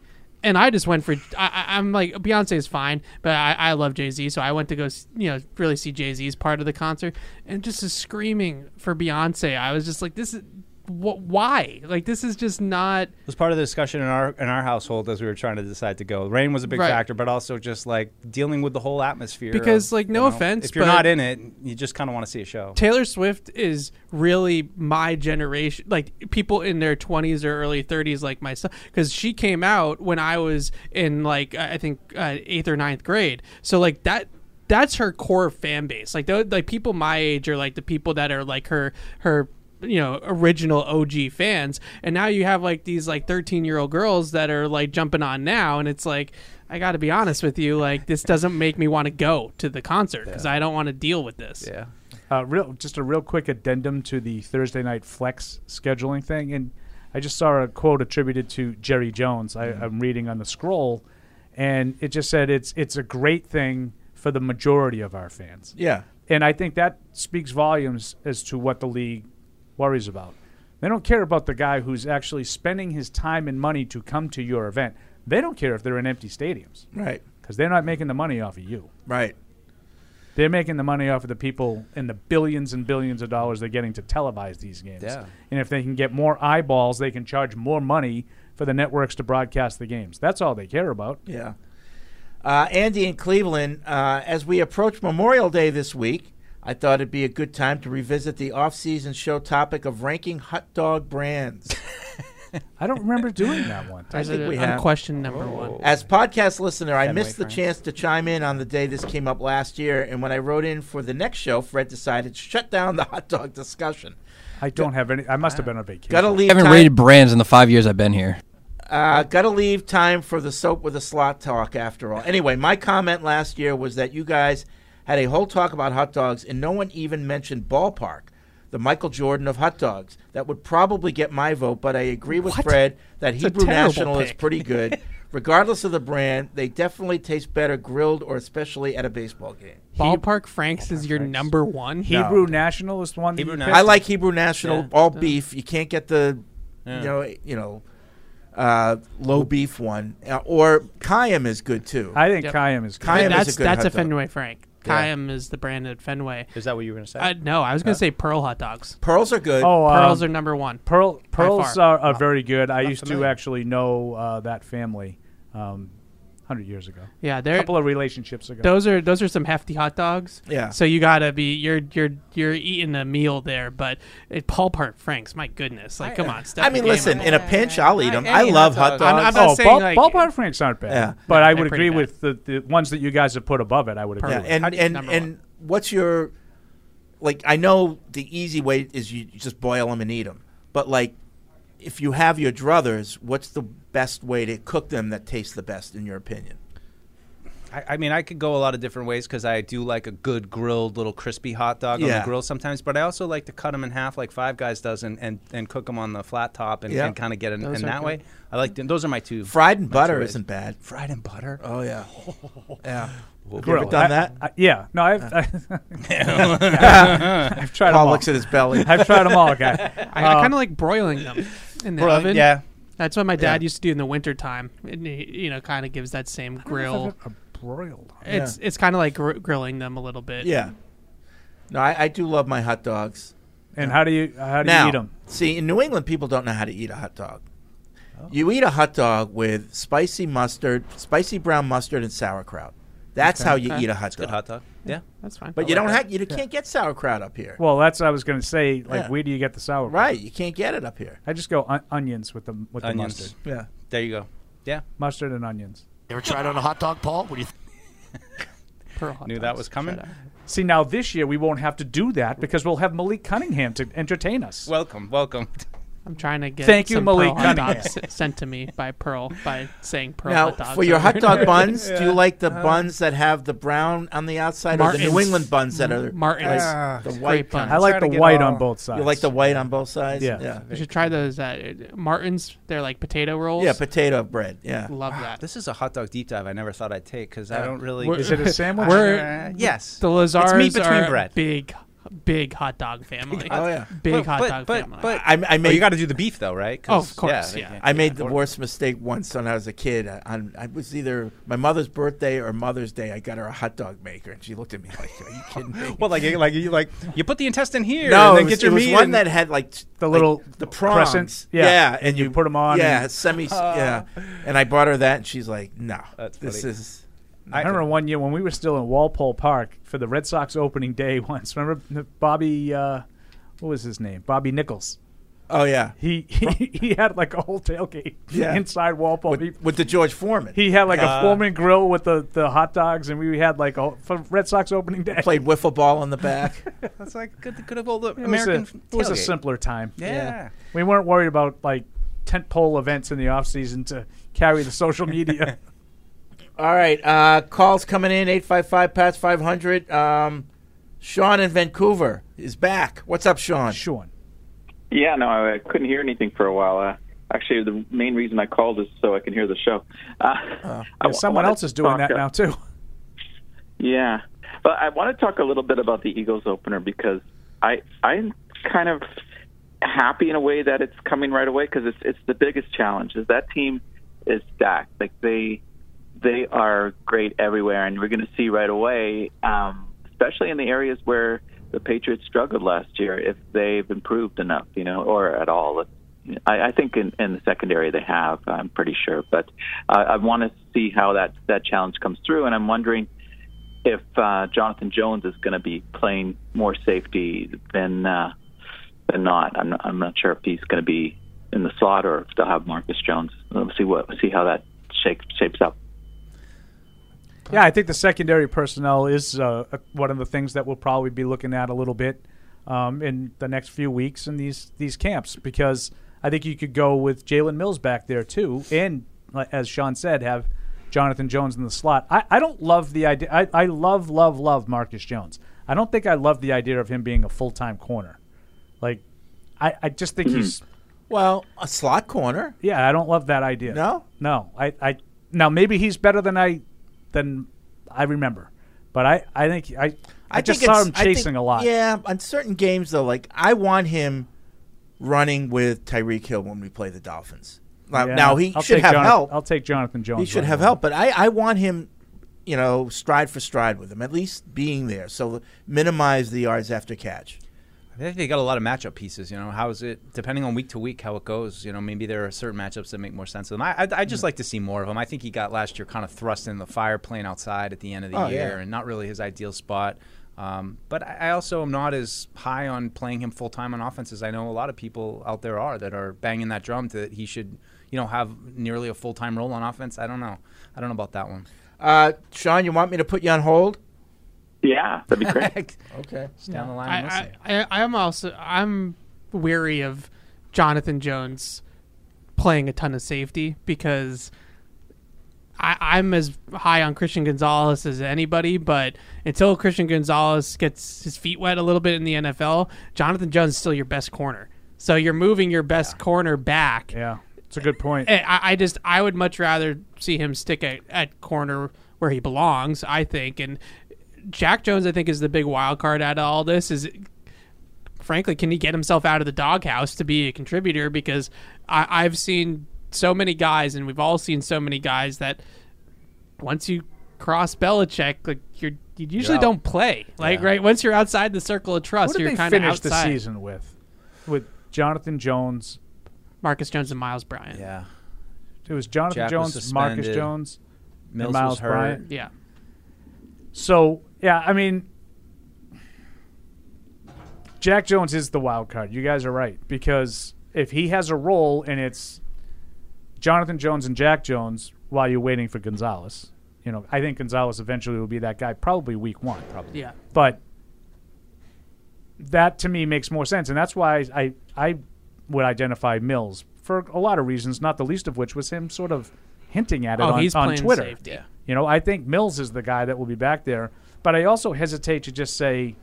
Speaker 7: And I just went for I, I- I'm like Beyonce is fine, but I, I love Jay Z, so I went to go s- you know really see Jay Z's part of the concert, and just the screaming for Beyonce. I was just like, this is wh- why like this is just not
Speaker 4: It was part of the discussion in our in our household as we were trying to decide to go. Rain was a big
Speaker 7: Right.
Speaker 4: factor, but also just like dealing with the whole atmosphere.
Speaker 7: Because,
Speaker 4: of,
Speaker 7: like,
Speaker 4: you
Speaker 7: no
Speaker 4: know,
Speaker 7: offense,
Speaker 4: if you're
Speaker 7: but-
Speaker 4: not in it, you just kind of want to see a show.
Speaker 7: Taylor Swift is really my generation, like people in their 20s or early 30s, like myself, because she came out when I was in like I I think uh, eighth or ninth grade. So like that. That's her core fan base. Like, tho- like people my age are like the people that are like her, her, you know, original OG fans. And now you have like these like thirteen year old girls that are like jumping on now, and it's like, I got to be honest with you, like this doesn't make me want to go to the concert because I don't want to deal with this.
Speaker 4: yeah.
Speaker 5: Uh, real, just a real quick addendum to the Thursday night flex scheduling thing, and I just saw a quote attributed to Jerry Jones. I,
Speaker 3: Mm-hmm.
Speaker 5: I'm reading on the scroll, and it just said it's it's a great thing for the majority of our fans,
Speaker 3: Yeah,
Speaker 5: and I think that speaks volumes as to what the league worries about. They don't care about the guy who's actually spending his time and money to come to your event. They don't care if they're in empty stadiums
Speaker 3: right,
Speaker 5: because they're not making the money off of you.
Speaker 3: right.
Speaker 5: They're making the money off of the people and the billions and billions of dollars they're getting to televise these games.
Speaker 4: Yeah.
Speaker 5: And if they can get more eyeballs, they can charge more money for the networks to broadcast the games. That's all they care about.
Speaker 3: Yeah. Uh, Andy in Cleveland, uh, as we approach Memorial Day this week, I thought it'd be a good time to revisit the off-season show topic of ranking hot dog brands.
Speaker 5: I don't remember doing that one.
Speaker 3: I
Speaker 7: There's
Speaker 3: think
Speaker 7: a-
Speaker 3: we
Speaker 7: on
Speaker 3: have.
Speaker 7: question number one.
Speaker 3: As podcast listener, I
Speaker 4: Fenway
Speaker 3: missed the
Speaker 4: Frank.
Speaker 3: chance to chime in on the day this came up last year, and when I wrote in for the next show, Fred decided to shut down the hot dog discussion.
Speaker 5: I don't have any. I must have been on vacation.
Speaker 3: Gotta leave.
Speaker 6: I haven't
Speaker 3: time-
Speaker 6: rated brands in the five years I've been here.
Speaker 3: Uh, gotta leave time for the soap with a slot talk after all. Anyway, my comment last year was that you guys had a whole talk about hot dogs and no one even mentioned ballpark, the Michael Jordan of hot dogs. That would probably get my vote, but I agree with Fred that
Speaker 7: a
Speaker 3: Hebrew
Speaker 7: terrible
Speaker 3: National is
Speaker 7: pick.
Speaker 3: pretty good. Regardless of the brand, they definitely taste better grilled or especially at a baseball game.
Speaker 7: Ballpark Franks is your number one.
Speaker 5: Hebrew National is the one. that
Speaker 4: Hebrew
Speaker 5: you
Speaker 4: National.
Speaker 5: picked?
Speaker 3: I like Hebrew National
Speaker 4: Yeah.
Speaker 3: all beef. You can't get the, you know, you know, uh, low beef one. Uh, or Kayam is good too.
Speaker 5: I think
Speaker 7: Yep.
Speaker 5: Kayam is.
Speaker 3: Kayam
Speaker 7: that's
Speaker 3: is a good
Speaker 7: that's
Speaker 3: hot
Speaker 7: a
Speaker 3: dog.
Speaker 7: Fenway Frank. Kayam is the brand at Fenway.
Speaker 4: Is that what you were going to say?
Speaker 7: I, no, I was gonna say Pearl hot dogs.
Speaker 3: Pearls are good.
Speaker 5: Oh, um,
Speaker 7: Pearls are number one.
Speaker 5: Pearl, pearls uh,
Speaker 7: far.
Speaker 5: are, are very good. I used to
Speaker 4: familiar.
Speaker 5: actually know uh, that family, um, hundred years ago,
Speaker 7: Yeah,
Speaker 5: a
Speaker 7: they're
Speaker 5: couple of relationships ago.
Speaker 7: those are those are some hefty hot dogs.
Speaker 3: Yeah.
Speaker 7: So you gotta be you're you're you're eating a meal there, but it, Ballpark Franks, my goodness, like come on, step
Speaker 3: I
Speaker 7: the
Speaker 3: mean,
Speaker 7: game
Speaker 3: listen,
Speaker 7: up.
Speaker 3: in a pinch, I'll eat them.
Speaker 4: Any
Speaker 3: I love hot dogs.
Speaker 4: hot dog.
Speaker 7: I'm- I'm not
Speaker 5: oh,
Speaker 7: saying,
Speaker 5: ball,
Speaker 7: like-
Speaker 5: ballpark franks aren't bad,
Speaker 3: Yeah.
Speaker 5: but I
Speaker 7: they're
Speaker 5: would
Speaker 7: pretty
Speaker 5: agree with the, the ones that you guys have put above it. I would agree.
Speaker 7: Yeah,
Speaker 5: with.
Speaker 3: and
Speaker 7: How do you-
Speaker 3: and
Speaker 7: number
Speaker 3: and
Speaker 7: one.
Speaker 3: what's your like? I know the easy way is you just boil them and eat them, but like. If you have your druthers, what's the best way to cook them that tastes the best, in your opinion?
Speaker 4: I, I mean, I could go a lot of different ways because I do like a good grilled little crispy hot dog on
Speaker 3: Yeah.
Speaker 4: the grill sometimes, but I also like to cut them in half like Five Guys does and, and, and cook them on the flat top and,
Speaker 3: Yeah.
Speaker 4: and kind of get it in
Speaker 7: Those are
Speaker 4: that
Speaker 7: good.
Speaker 4: way. I like them. Those are my two.
Speaker 3: Fried and
Speaker 4: my two
Speaker 3: butter
Speaker 4: ways.
Speaker 3: isn't bad.
Speaker 4: Fried and butter?
Speaker 3: Oh yeah, yeah. You
Speaker 5: Grill.
Speaker 3: ever done
Speaker 5: I-
Speaker 3: that? Uh.
Speaker 5: I- yeah, no, I've, I, have tried
Speaker 3: Paul
Speaker 5: them all.
Speaker 3: looks at his belly.
Speaker 5: I've tried them all, Um, guy.
Speaker 7: I, I kind of like broiling them in the oven.
Speaker 4: Yeah.
Speaker 7: That's what my dad used to do in the wintertime. And he, you know, kind of gives that same grill.
Speaker 5: A broiled.
Speaker 7: It's it's kind of like gr- grilling them a little bit.
Speaker 3: Yeah. No, I, I do love my hot dogs.
Speaker 5: And how do you how do
Speaker 3: now,
Speaker 5: you eat them?
Speaker 3: see, in New England, people don't know how to eat a hot dog.
Speaker 5: Oh.
Speaker 3: You eat a hot dog with spicy mustard, spicy brown mustard, and sauerkraut. That's how you eat a hot dog.
Speaker 4: Good hot dog. Yeah.
Speaker 7: that's fine.
Speaker 3: But you don't have you can't get sauerkraut up here.
Speaker 5: Well, that's what I was going to say. Like,
Speaker 3: Yeah.
Speaker 5: where do you get the sour?
Speaker 3: right, you can't get it up here.
Speaker 5: I just go on- onions with the with
Speaker 4: Onions.
Speaker 5: the mustard,
Speaker 3: Yeah.
Speaker 4: There you go. Yeah.
Speaker 5: mustard and onions.
Speaker 6: Ever tried on a hot dog, Paul? What do you think?
Speaker 7: Pearl hot
Speaker 4: Knew that
Speaker 7: dogs.
Speaker 4: was coming.
Speaker 7: Shut up.
Speaker 5: See, now this year we won't have to do that because we'll have Malik Cunningham to entertain us.
Speaker 4: Welcome. Welcome.
Speaker 7: I'm trying to get
Speaker 5: Thank you,
Speaker 7: some Pearl
Speaker 5: Malik
Speaker 7: hot
Speaker 5: Cunningham.
Speaker 7: dogs s- sent to me by Pearl by saying Pearl
Speaker 3: now
Speaker 7: hot dogs.
Speaker 3: for your
Speaker 7: over
Speaker 3: hot
Speaker 7: and
Speaker 3: dog
Speaker 7: over.
Speaker 3: buns, do you like
Speaker 5: Uh, Uh-huh.
Speaker 3: the buns that have the brown on the outside, or the New
Speaker 7: Martins.
Speaker 3: England buns that are
Speaker 7: Martins.
Speaker 3: like the white
Speaker 7: Great
Speaker 3: kind?
Speaker 7: buns.
Speaker 5: I like the
Speaker 4: Trying to get
Speaker 5: white
Speaker 4: all-
Speaker 5: on both sides.
Speaker 3: You like the white on both sides?
Speaker 5: Yeah.
Speaker 3: Yeah.
Speaker 7: You should try those uh, Martins. They're like potato rolls.
Speaker 3: Yeah, potato bread. Yeah.
Speaker 7: love that.
Speaker 4: This is a hot dog deep dive I never thought I'd take because I don't really.
Speaker 7: We're-
Speaker 5: Uh, Is it a sandwich?
Speaker 4: We're, yes.
Speaker 7: The Lazars
Speaker 4: It's meat between
Speaker 7: are
Speaker 4: bread.
Speaker 7: big, big hot dog family.
Speaker 3: Oh yeah.
Speaker 7: Big
Speaker 4: But-
Speaker 7: hot
Speaker 4: but-
Speaker 7: dog
Speaker 4: but-
Speaker 7: family.
Speaker 4: But
Speaker 3: I, I
Speaker 4: But
Speaker 3: made
Speaker 4: you got to do the beef though, right? 'Cause-
Speaker 7: Oh, of course,
Speaker 4: they
Speaker 7: yeah.
Speaker 4: can't-
Speaker 3: I made the
Speaker 4: or-
Speaker 3: worst mistake once when I was a kid. I, on, I was either my mother's birthday or Mother's Day. I got her a hot dog maker, and she looked at me like, "Are you kidding me?"
Speaker 4: Well, like, like, you, like you put the intestine here,
Speaker 3: no,
Speaker 4: and
Speaker 3: it
Speaker 4: then
Speaker 3: was,
Speaker 4: get your
Speaker 3: it was
Speaker 4: meat.
Speaker 3: one
Speaker 4: and-
Speaker 3: that had like t-
Speaker 5: The
Speaker 3: like,
Speaker 5: little
Speaker 3: the prongs,
Speaker 5: crescent, yeah,
Speaker 3: and, you,
Speaker 5: put 'em on
Speaker 3: yeah,
Speaker 5: and-
Speaker 3: semi, yeah. And I bought her that, and she's like, "No,
Speaker 4: That's
Speaker 3: this
Speaker 4: funny.
Speaker 3: is."
Speaker 5: I remember one year when we were still in Walpole Park for the Red Sox opening day once. Remember the Bobby, uh, what was his name? Bobby Nichols.
Speaker 3: Oh yeah,
Speaker 5: He he, he had like a whole tailgate
Speaker 3: Yeah.
Speaker 5: inside Walpole. He,
Speaker 3: with, with the George Foreman,
Speaker 5: he had like
Speaker 4: Uh,
Speaker 5: a Foreman grill with the, the hot dogs, and we had like a for Red Sox opening day.
Speaker 3: played wiffle ball on the back.
Speaker 4: That's like good, good old
Speaker 5: it was, a,
Speaker 4: American.
Speaker 5: it was a
Speaker 4: tailgate.
Speaker 5: simpler time.
Speaker 4: Yeah.
Speaker 3: Yeah.
Speaker 5: We weren't worried about like tent pole events in the off season to carry the social media.
Speaker 3: All right, uh, calls coming in eight five five past five hundred. Um, Sean in Vancouver is back. What's up, Sean?
Speaker 5: Sean,
Speaker 9: Yeah, no, I uh, couldn't hear anything for a while. Uh, actually, the main reason I called is so I can hear the show. Uh, I
Speaker 5: yeah,
Speaker 9: w-
Speaker 5: someone
Speaker 9: I wanted
Speaker 5: else is
Speaker 9: to
Speaker 5: doing
Speaker 9: talk,
Speaker 5: that
Speaker 9: uh,
Speaker 5: now too.
Speaker 9: Yeah, but I want to talk a little bit about the Eagles opener because I I'm kind of happy in a way that it's coming right away because it's it's the biggest challenge. Is that team is stacked like they they are great everywhere, and we're going to see right away, um, especially in the areas where the Patriots struggled last year, if they've improved enough, you know, or at all. I, I think in, in the secondary they have, I'm pretty sure, but uh, I want to see how that that challenge comes through, and I'm wondering if uh, Jonathan Jones is going to be playing more safety than uh, than not. I'm not, I'm not sure if he's going to be in the slot or if they'll have Marcus Jones. We'll see what see how that shake, shapes up.
Speaker 5: Yeah, I think the secondary personnel is uh, a- one of the things that we'll probably be looking at a little bit um, in the next few weeks in these these camps because I think you could go with Jalen Mills back there too, and like, as Sean said, have Jonathan Jones in the slot. I, I don't love the idea. I, I love love love Marcus Jones. I don't think I love the idea of him being a full time corner. Like, I, I just think he's
Speaker 3: well a slot corner.
Speaker 5: Yeah, I don't love that idea.
Speaker 3: No?
Speaker 5: no. I, I now maybe he's better than I than I remember, but I I think I I, just
Speaker 3: think
Speaker 5: saw
Speaker 3: it's-
Speaker 5: him
Speaker 3: I think-
Speaker 5: chasing a lot.
Speaker 3: Yeah, on certain games though, like I want him running with Tyreek Hill when we play the Dolphins. Now,
Speaker 5: Yeah,
Speaker 3: now he
Speaker 5: I'll
Speaker 3: should
Speaker 5: take
Speaker 3: have
Speaker 5: Jonathan-
Speaker 3: help.
Speaker 5: I'll take Jonathan Jones.
Speaker 3: He should
Speaker 5: right
Speaker 3: have
Speaker 5: now.
Speaker 3: help, but I, I want him, you know, stride for stride with him, at least being there. So minimize the yards after catch.
Speaker 4: I think they got a lot of matchup pieces. You know, how is it depending on week to week how it goes? You know, maybe there are certain matchups that make more sense to them. I, I, I
Speaker 3: Hmm.
Speaker 4: just like to see more of him. I think he got last year kind of thrust in the fire, playing outside at the end of the
Speaker 10: Oh,
Speaker 4: year,
Speaker 10: yeah.
Speaker 4: and not really his ideal spot. Um, but I I also am not as high on playing him full time on offense as I know a lot of people out there are that are banging that drum that he should, you know, have nearly a full time role on offense. I don't know. I don't know about that one.
Speaker 3: Uh, Sean, you want me to put you on hold?
Speaker 9: Yeah, that'd
Speaker 4: be great.
Speaker 3: okay,
Speaker 4: down the line. and listen.
Speaker 7: I, I, I, I'm also I'm weary of Jonathan Jones playing a ton of safety because I, I'm as high on Christian Gonzalez as anybody, but until Christian Gonzalez gets his feet wet a little bit in the NFL, Jonathan Jones is still your best corner. So you're moving your best corner back. Eh.
Speaker 5: Yeah, it's a good point.
Speaker 7: I, I just I would much rather see him stick at, at corner where he belongs. I think, and Jack Jones, I think, is the big wild card out of all this. Is frankly, can he get himself out of the doghouse to be a contributor? Because I, I've seen so many guys, and we've all seen so many guys that once you cross Belichick, like you're you usually
Speaker 5: out.
Speaker 7: don't play. Like
Speaker 5: Yeah.
Speaker 7: right once you're outside the circle of trust,
Speaker 5: What did
Speaker 7: you're
Speaker 5: they
Speaker 7: kind of
Speaker 5: finish
Speaker 7: outside.
Speaker 5: the season with? With Jonathan Jones,
Speaker 7: Marcus Jones, and Miles Bryant.
Speaker 4: Yeah,
Speaker 5: it was Jonathan
Speaker 4: Jack was
Speaker 5: Jones, Marcus
Speaker 4: suspended.
Speaker 5: Jones, and
Speaker 4: Mills was
Speaker 5: Miles
Speaker 4: hurt.
Speaker 5: Bryant.
Speaker 7: Yeah.
Speaker 5: So yeah, I mean, Jack Jones is the wild card. You guys are right because if he has a role and it's Jonathan Jones and Jack Jones while you're waiting for Gonzalez, you know, I think Gonzalez eventually will be that guy, probably week one, probably.
Speaker 7: Yeah.
Speaker 5: But that to me makes more sense, and that's why I I would identify Mills for a lot of reasons, not the least of which was him sort of hinting at it
Speaker 7: Oh,
Speaker 5: on,
Speaker 7: he's
Speaker 5: on
Speaker 7: playing
Speaker 5: Twitter.
Speaker 7: safety. Yeah.
Speaker 5: You know, I think Mills is the guy that will be back there, but I also hesitate to just say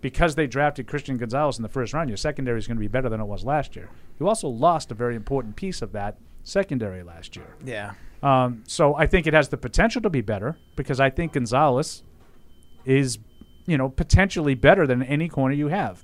Speaker 5: because they drafted Christian Gonzalez in the first round, your secondary is going to be better than it was last year. You also lost a very important piece of that secondary last year.
Speaker 4: Yeah.
Speaker 5: Um, so I think it has the potential to be better because I think Gonzalez is, you know, potentially better than any corner you have.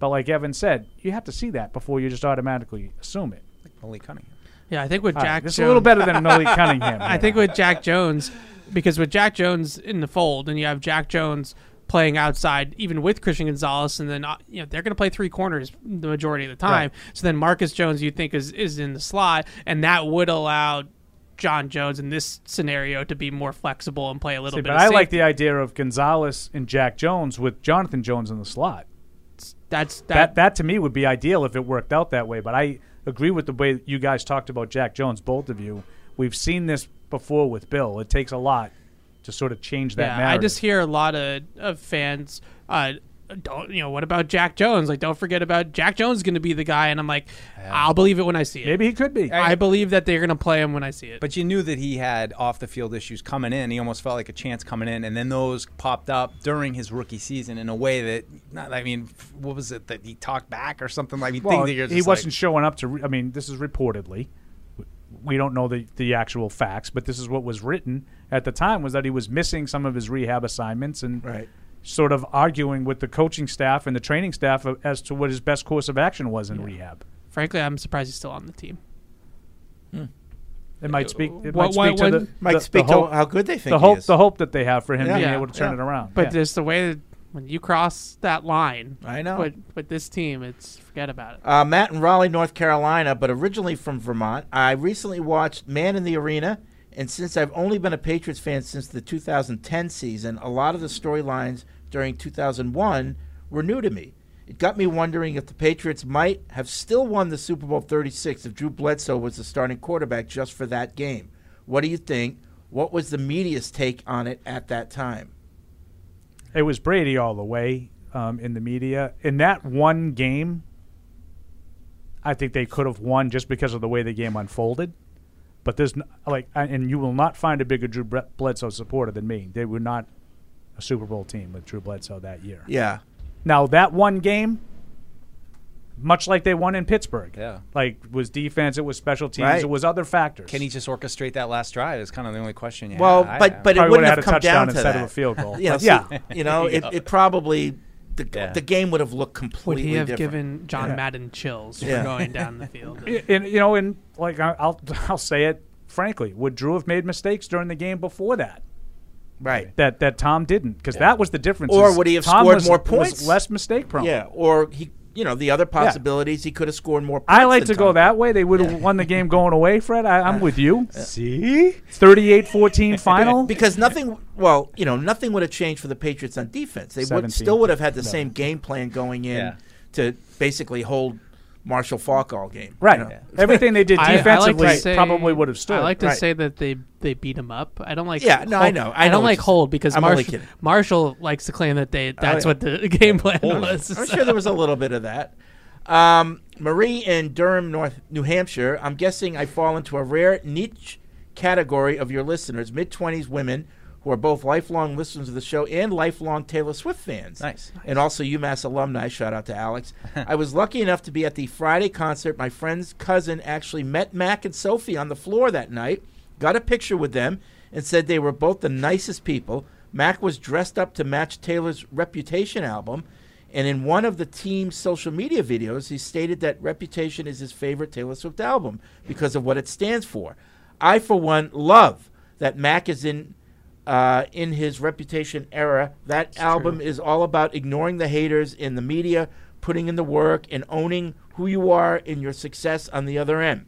Speaker 5: But like Evan said, you have to see that before you just automatically assume it.
Speaker 4: Malik Cunningham.
Speaker 7: Yeah, I think with
Speaker 5: All right,
Speaker 7: Jack,
Speaker 5: this is
Speaker 7: Jones,
Speaker 5: a little better than Malik Cunningham
Speaker 7: I
Speaker 5: here.
Speaker 7: think with Jack Jones, because with Jack Jones in the fold, and you have Jack Jones playing outside, even with Christian Gonzalez, and then uh, you know they're going to play three corners the majority of the time. So then Marcus Jones, you think is is in the slot, and that would allow John Jones in this scenario to be more flexible and play a little
Speaker 5: See,
Speaker 7: bit.
Speaker 5: but
Speaker 7: of
Speaker 5: I like
Speaker 7: safety.
Speaker 5: the idea of Gonzalez and Jack Jones with Jonathan Jones in the slot.
Speaker 7: That's that.
Speaker 5: That that to me would be ideal if it worked out that way. But I agree with the way you guys talked about Jack Jones, both of you. We've seen this before with Bill. It takes a lot to sort of change that
Speaker 7: yeah,
Speaker 5: narrative.
Speaker 7: I just hear a lot of, of fans. Uh, don't you know what about Jack Jones? Like, don't forget about Jack Jones is going to be the guy, and I'm like, I'll believe it when I see it.
Speaker 5: Maybe he could be.
Speaker 7: I believe that they're going to play him when I see it.
Speaker 4: But you knew that he had off the field issues coming in. He almost felt like a chance coming in, and then those popped up during his rookie season in a way that, not, I mean, f- what was it that he talked back or something like? You
Speaker 5: Well,
Speaker 4: think that you're
Speaker 5: he
Speaker 4: just
Speaker 5: wasn't
Speaker 4: like-
Speaker 5: showing up to. Re- I mean, this is reportedly. We don't know the the actual facts, but this is what was written at the time was that he was missing some of his rehab assignments and sort of arguing with the coaching staff and the training staff of- as to what his best course of action was in rehab.
Speaker 7: Frankly, I'm surprised he's still on the team.
Speaker 5: It might speak. It
Speaker 7: Why-
Speaker 5: might speak
Speaker 7: why-
Speaker 5: to
Speaker 7: why-
Speaker 5: the the- the hope- the hope the hope that they have for him being able to turn it around.
Speaker 7: But
Speaker 5: Yeah.
Speaker 7: there's the way that when you cross that line,
Speaker 3: I know.
Speaker 7: With, with this team, it's forget about it.
Speaker 3: Uh, Matt in Raleigh, North Carolina, but originally from Vermont. I recently watched Man in the Arena And since I've only been a Patriots fan since the 2010 season, a lot of the storylines during 2001 were new to me. It got me wondering if the Patriots might have still won the Super Bowl 36 if Drew Bledsoe was the starting quarterback just for that game. What do you think? What was the media's take on it at that time?
Speaker 5: It was Brady all the way um, in the media. In that one game, I think they could have won just because of the way the game unfolded. But there's n- like, I- and you will not find a bigger Drew Bre- Bledsoe supporter than me. They were not a Super Bowl team with Drew Bledsoe that year.
Speaker 3: Yeah.
Speaker 5: Now that one game, much like they won in Pittsburgh,
Speaker 4: Yeah.
Speaker 5: like was defense, it was special teams,
Speaker 4: Right.
Speaker 5: it was other factors.
Speaker 4: Can he just orchestrate that last drive? Is kind of the only question. You
Speaker 3: Well,
Speaker 4: have.
Speaker 3: but but it wouldn't
Speaker 5: Probably would've
Speaker 3: have
Speaker 5: had a
Speaker 3: come down
Speaker 5: touchdown
Speaker 3: to
Speaker 5: instead
Speaker 3: that.
Speaker 5: of a field goal.
Speaker 3: You know,
Speaker 5: Yeah.
Speaker 3: so- you know, it, it probably the
Speaker 4: Yeah.
Speaker 3: the game would have looked
Speaker 7: Would
Speaker 3: completely.
Speaker 7: he have
Speaker 3: different.
Speaker 7: given John
Speaker 5: Yeah.
Speaker 7: Madden chills
Speaker 3: Yeah.
Speaker 7: for going down the field?
Speaker 5: I- and you know, and like I- I'll I'll say it frankly, would Drew have made mistakes during the game before that?
Speaker 3: right?
Speaker 5: That that Tom didn't, because that was the difference.
Speaker 3: Or
Speaker 5: is
Speaker 3: would he have
Speaker 5: Tom
Speaker 3: scored
Speaker 5: was-
Speaker 3: more
Speaker 5: was
Speaker 3: points?
Speaker 5: less mistake prone.
Speaker 3: Yeah, or he, you know, the other possibilities he could have scored more. Points
Speaker 5: I like to
Speaker 3: than
Speaker 5: go
Speaker 3: Tom.
Speaker 5: that way. They would have won the game going away, Fred. I, I'm with you.
Speaker 4: see,
Speaker 5: 38-14 final.
Speaker 3: because nothing. Well, you know, nothing would have changed for the Patriots on defense. They would
Speaker 5: 17.
Speaker 3: still would have had the same game plan going in
Speaker 4: Yeah.
Speaker 3: to basically hold Marshall Falk all game.
Speaker 5: Right.
Speaker 3: you know?
Speaker 5: Everything they did
Speaker 7: I- I like to
Speaker 5: defensively
Speaker 7: say-
Speaker 5: probably would have stood.
Speaker 7: I like to
Speaker 3: Right.
Speaker 7: say that they they beat him up. I don't like.
Speaker 3: Yeah, no, I
Speaker 7: Hold-
Speaker 3: know. I
Speaker 7: I,
Speaker 3: know
Speaker 7: don't
Speaker 3: what
Speaker 7: like
Speaker 3: you're
Speaker 7: Hold because
Speaker 3: I'm only
Speaker 7: Marshall,
Speaker 3: kidding. Oh,
Speaker 7: Marshall likes to claim that they that's
Speaker 3: yeah.
Speaker 7: what the game plan was.
Speaker 3: Oh, I'm sure there was a little bit of that. Um, Marie in Durham, North New Hampshire. I'm guessing I fall into a rare niche category of your listeners, mid 20s women who are both lifelong listeners of the show and lifelong Taylor Swift fans.
Speaker 4: Nice.
Speaker 3: And also UMass alumni. Shout out to Alex. I was lucky enough to be at the Friday concert. My friend's cousin actually met Mac and Sophie on the floor that night, got a picture with them, and said they were both the nicest people. Mac was dressed up to match Taylor's Reputation album. And in one of the team's social media videos, he stated that Reputation is his favorite Taylor Swift album because of what it stands for. I, for one, love that Mac is in uh, in his Reputation era. That album is all about ignoring the haters in the media, putting in the work, and owning who you are and your success on the other end.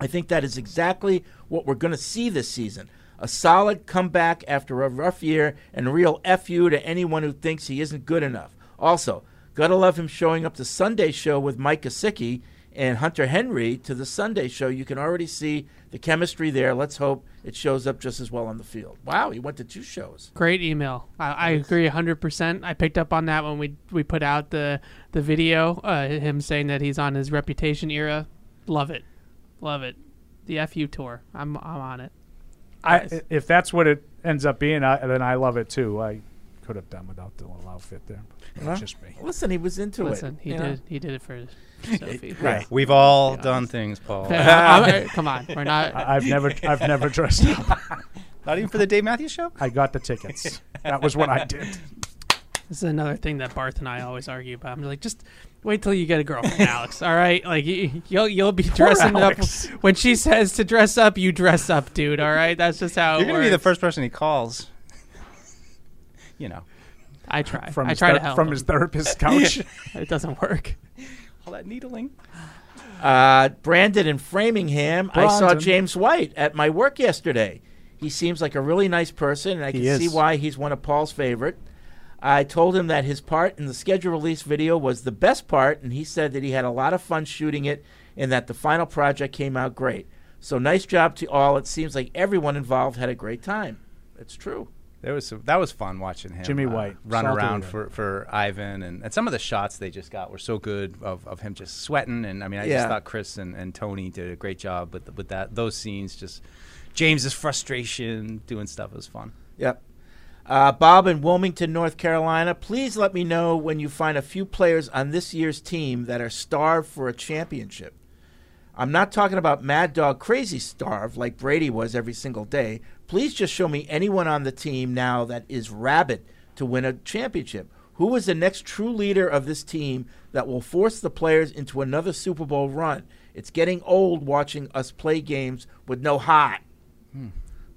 Speaker 3: I think that is exactly what we're going to see this season. A solid comeback after a rough year and a real F you to anyone who thinks he isn't good enough. Also, gotta love him showing up to Sunday show with Mike Kosicki and Hunter Henry to the Sunday show. You can already see the chemistry there. Let's hope it shows up just as well on the field. Wow, he went to two shows.
Speaker 7: Great email. I, I agree 100%. I picked up on that when we we put out the the video, uh, him saying that he's on his reputation era. Love it. Love it. The FU tour. I'm I'm on it.
Speaker 5: I, if that's what it ends up being, I, then I love it too. I could have done without the little outfit there. That's
Speaker 3: Huh?
Speaker 5: just me.
Speaker 3: Listen, he was into
Speaker 7: Listen,
Speaker 3: it.
Speaker 7: he
Speaker 3: you
Speaker 7: did
Speaker 3: know?
Speaker 7: he did it for Sophie.
Speaker 3: Right.
Speaker 4: we've all done things, Paul.
Speaker 7: I'm- come on. We're not
Speaker 5: I- Ah. I've never, I've never dressed up.
Speaker 4: Not even for the Dave Matthews show.
Speaker 5: I got the tickets. That was what I did.
Speaker 7: This is another thing that Barth and I always argue about. I'm like, just wait till you get a girlfriend, Alex. All right, like you, you'll you'll be dressing up
Speaker 5: Alex.
Speaker 7: when she says to dress up. You dress up, dude. All right, that's just how
Speaker 4: You're
Speaker 7: it
Speaker 4: gonna be the
Speaker 7: works.
Speaker 4: first person he calls. you know,
Speaker 7: I try.
Speaker 5: From
Speaker 7: I
Speaker 5: his
Speaker 7: try
Speaker 5: ther-
Speaker 7: to help.
Speaker 5: from
Speaker 7: him.
Speaker 5: his therapist's couch.
Speaker 7: It doesn't work.
Speaker 4: all that needling.
Speaker 3: Uh, Brandon in Framingham. I saw
Speaker 5: Brandon.
Speaker 3: James White at my work yesterday. He seems like a really nice person, and I can
Speaker 5: is.
Speaker 3: see why he's one of Paul's favorite. I told him that his part in the schedule release video was the best part, and he said that he had a lot of fun shooting it and that the final project came out great. So nice job to all. It seems like everyone involved had a great time. It's true.
Speaker 4: There was some, that was fun watching him. uh,
Speaker 5: Jimmy White,
Speaker 4: run
Speaker 5: salty
Speaker 4: around
Speaker 5: White.
Speaker 4: for, for Ivan and, and some of the shots they just got were so good of, of him just sweating and I mean I
Speaker 3: Yeah.
Speaker 4: just thought Chris and, and Tony did a great job with with that those scenes just James's frustration doing stuff was fun.
Speaker 3: Yep. Uh, Bob in Wilmington, North Carolina. Please let me know when you find a few players on this year's team that are starved for a championship. I'm not talking about mad dog crazy starved like Brady was every single day. Please just show me anyone on the team now that is rabid to win a championship. Who is the next true leader of this team that will force the players into another Super Bowl run? It's getting old watching us play games with no hot.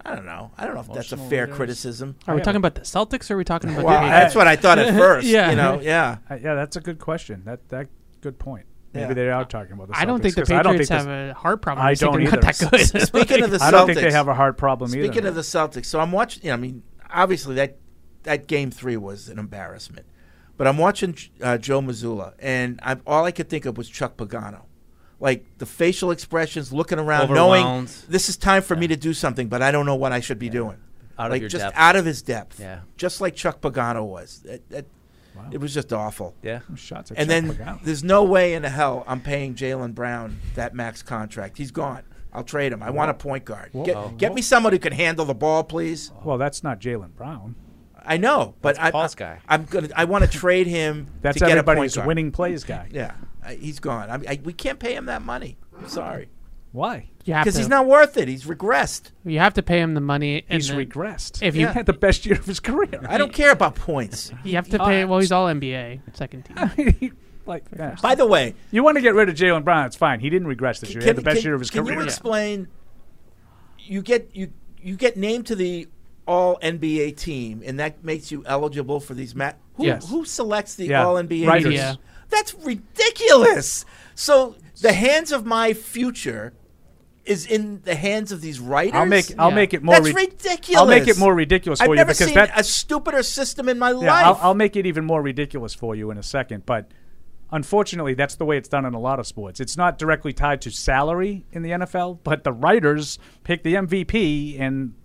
Speaker 3: I don't know. I don't know if that's a
Speaker 4: Emotional
Speaker 3: fair
Speaker 4: leaders.
Speaker 3: criticism.
Speaker 7: Are we talking about the Celtics? or Are we talking about?
Speaker 3: Well,
Speaker 7: the
Speaker 3: that's what I thought at first.
Speaker 7: Yeah.
Speaker 3: You know, yeah.
Speaker 5: Uh, yeah, that's a good question. That that good point. Maybe they are talking about the Celtics.
Speaker 7: I don't think the
Speaker 5: 'cause I don't
Speaker 7: Patriots
Speaker 5: think
Speaker 7: have
Speaker 5: this-
Speaker 7: a heart problem. I
Speaker 5: I
Speaker 7: just think
Speaker 5: don't
Speaker 7: they're
Speaker 5: either.
Speaker 7: not that good.
Speaker 3: Speaking of the Celtics,
Speaker 5: I don't think they have a hard problem either.
Speaker 3: Speaking of the Celtics, so I'm watching. You know, I mean, obviously that that game three was an embarrassment, but I'm watching uh, Joe Missoula, and I'm, all I could think of was Chuck Pagano, like the facial expressions, looking around, knowing
Speaker 4: Overwhelmed.
Speaker 3: this is time for me to do something, but I don't know what I should be doing.
Speaker 4: Out of
Speaker 3: like
Speaker 4: your
Speaker 3: just
Speaker 4: depth.
Speaker 3: out of his depth.
Speaker 4: Yeah.
Speaker 3: Just like Chuck Pagano was. That- that- It was just awful.
Speaker 4: Yeah.
Speaker 5: shots at
Speaker 3: And
Speaker 5: Chuck
Speaker 3: then
Speaker 5: Pagano.
Speaker 3: there's no way in the hell I'm paying Jalen Brown that max contract. He's gone. I'll trade him. I want a point guard. Get, get me someone who can handle the ball, please.
Speaker 5: well, that's not Jalen Brown.
Speaker 3: I know, but I,
Speaker 4: Paul's
Speaker 3: I,
Speaker 4: guy.
Speaker 3: I'm gonna. I want to trade him.
Speaker 5: That's
Speaker 3: to get a point
Speaker 5: everybody's
Speaker 3: guard.
Speaker 5: winning plays guy.
Speaker 3: Yeah, I, he's gone. I, I, we can't pay him that money. I'm sorry,
Speaker 5: Why?
Speaker 7: you have
Speaker 3: because
Speaker 7: to,
Speaker 3: he's not worth it. He's regressed.
Speaker 7: You have to pay him the money. And
Speaker 5: He's
Speaker 7: then
Speaker 5: regressed.
Speaker 7: if
Speaker 5: If
Speaker 7: you-
Speaker 5: you had the best year of his career,
Speaker 3: I don't care about points.
Speaker 7: you have to pay. Well, he's all NBA second team.
Speaker 5: like yeah.
Speaker 3: By the way,
Speaker 5: you want to get rid of Jalen Brown? It's fine. He didn't regress this year. He had the best
Speaker 3: can-
Speaker 5: year of his
Speaker 3: can
Speaker 5: career.
Speaker 3: you explain? You get you you get named to the All NBA team, and that makes you eligible for these. Ma- who
Speaker 5: Yes.
Speaker 3: who selects the
Speaker 5: Yeah.
Speaker 3: All NBA?
Speaker 5: Writers.
Speaker 3: teams?
Speaker 7: Yeah.
Speaker 3: That's ridiculous. So the hands of my future is in the hands of these writers.
Speaker 5: I'll make I'll
Speaker 7: Yeah.
Speaker 5: make it more.
Speaker 3: That's
Speaker 5: rid-
Speaker 3: ridiculous.
Speaker 5: I'll make it more ridiculous for
Speaker 3: I've
Speaker 5: you
Speaker 3: never
Speaker 5: because
Speaker 3: seen
Speaker 5: that
Speaker 3: a stupider system in my
Speaker 5: Yeah,
Speaker 3: life.
Speaker 5: I'll, I'll make it even more ridiculous for you in a second, but unfortunately, that's the way it's done in a lot of sports. It's not directly tied to salary in the NFL, but the writers pick the MVP and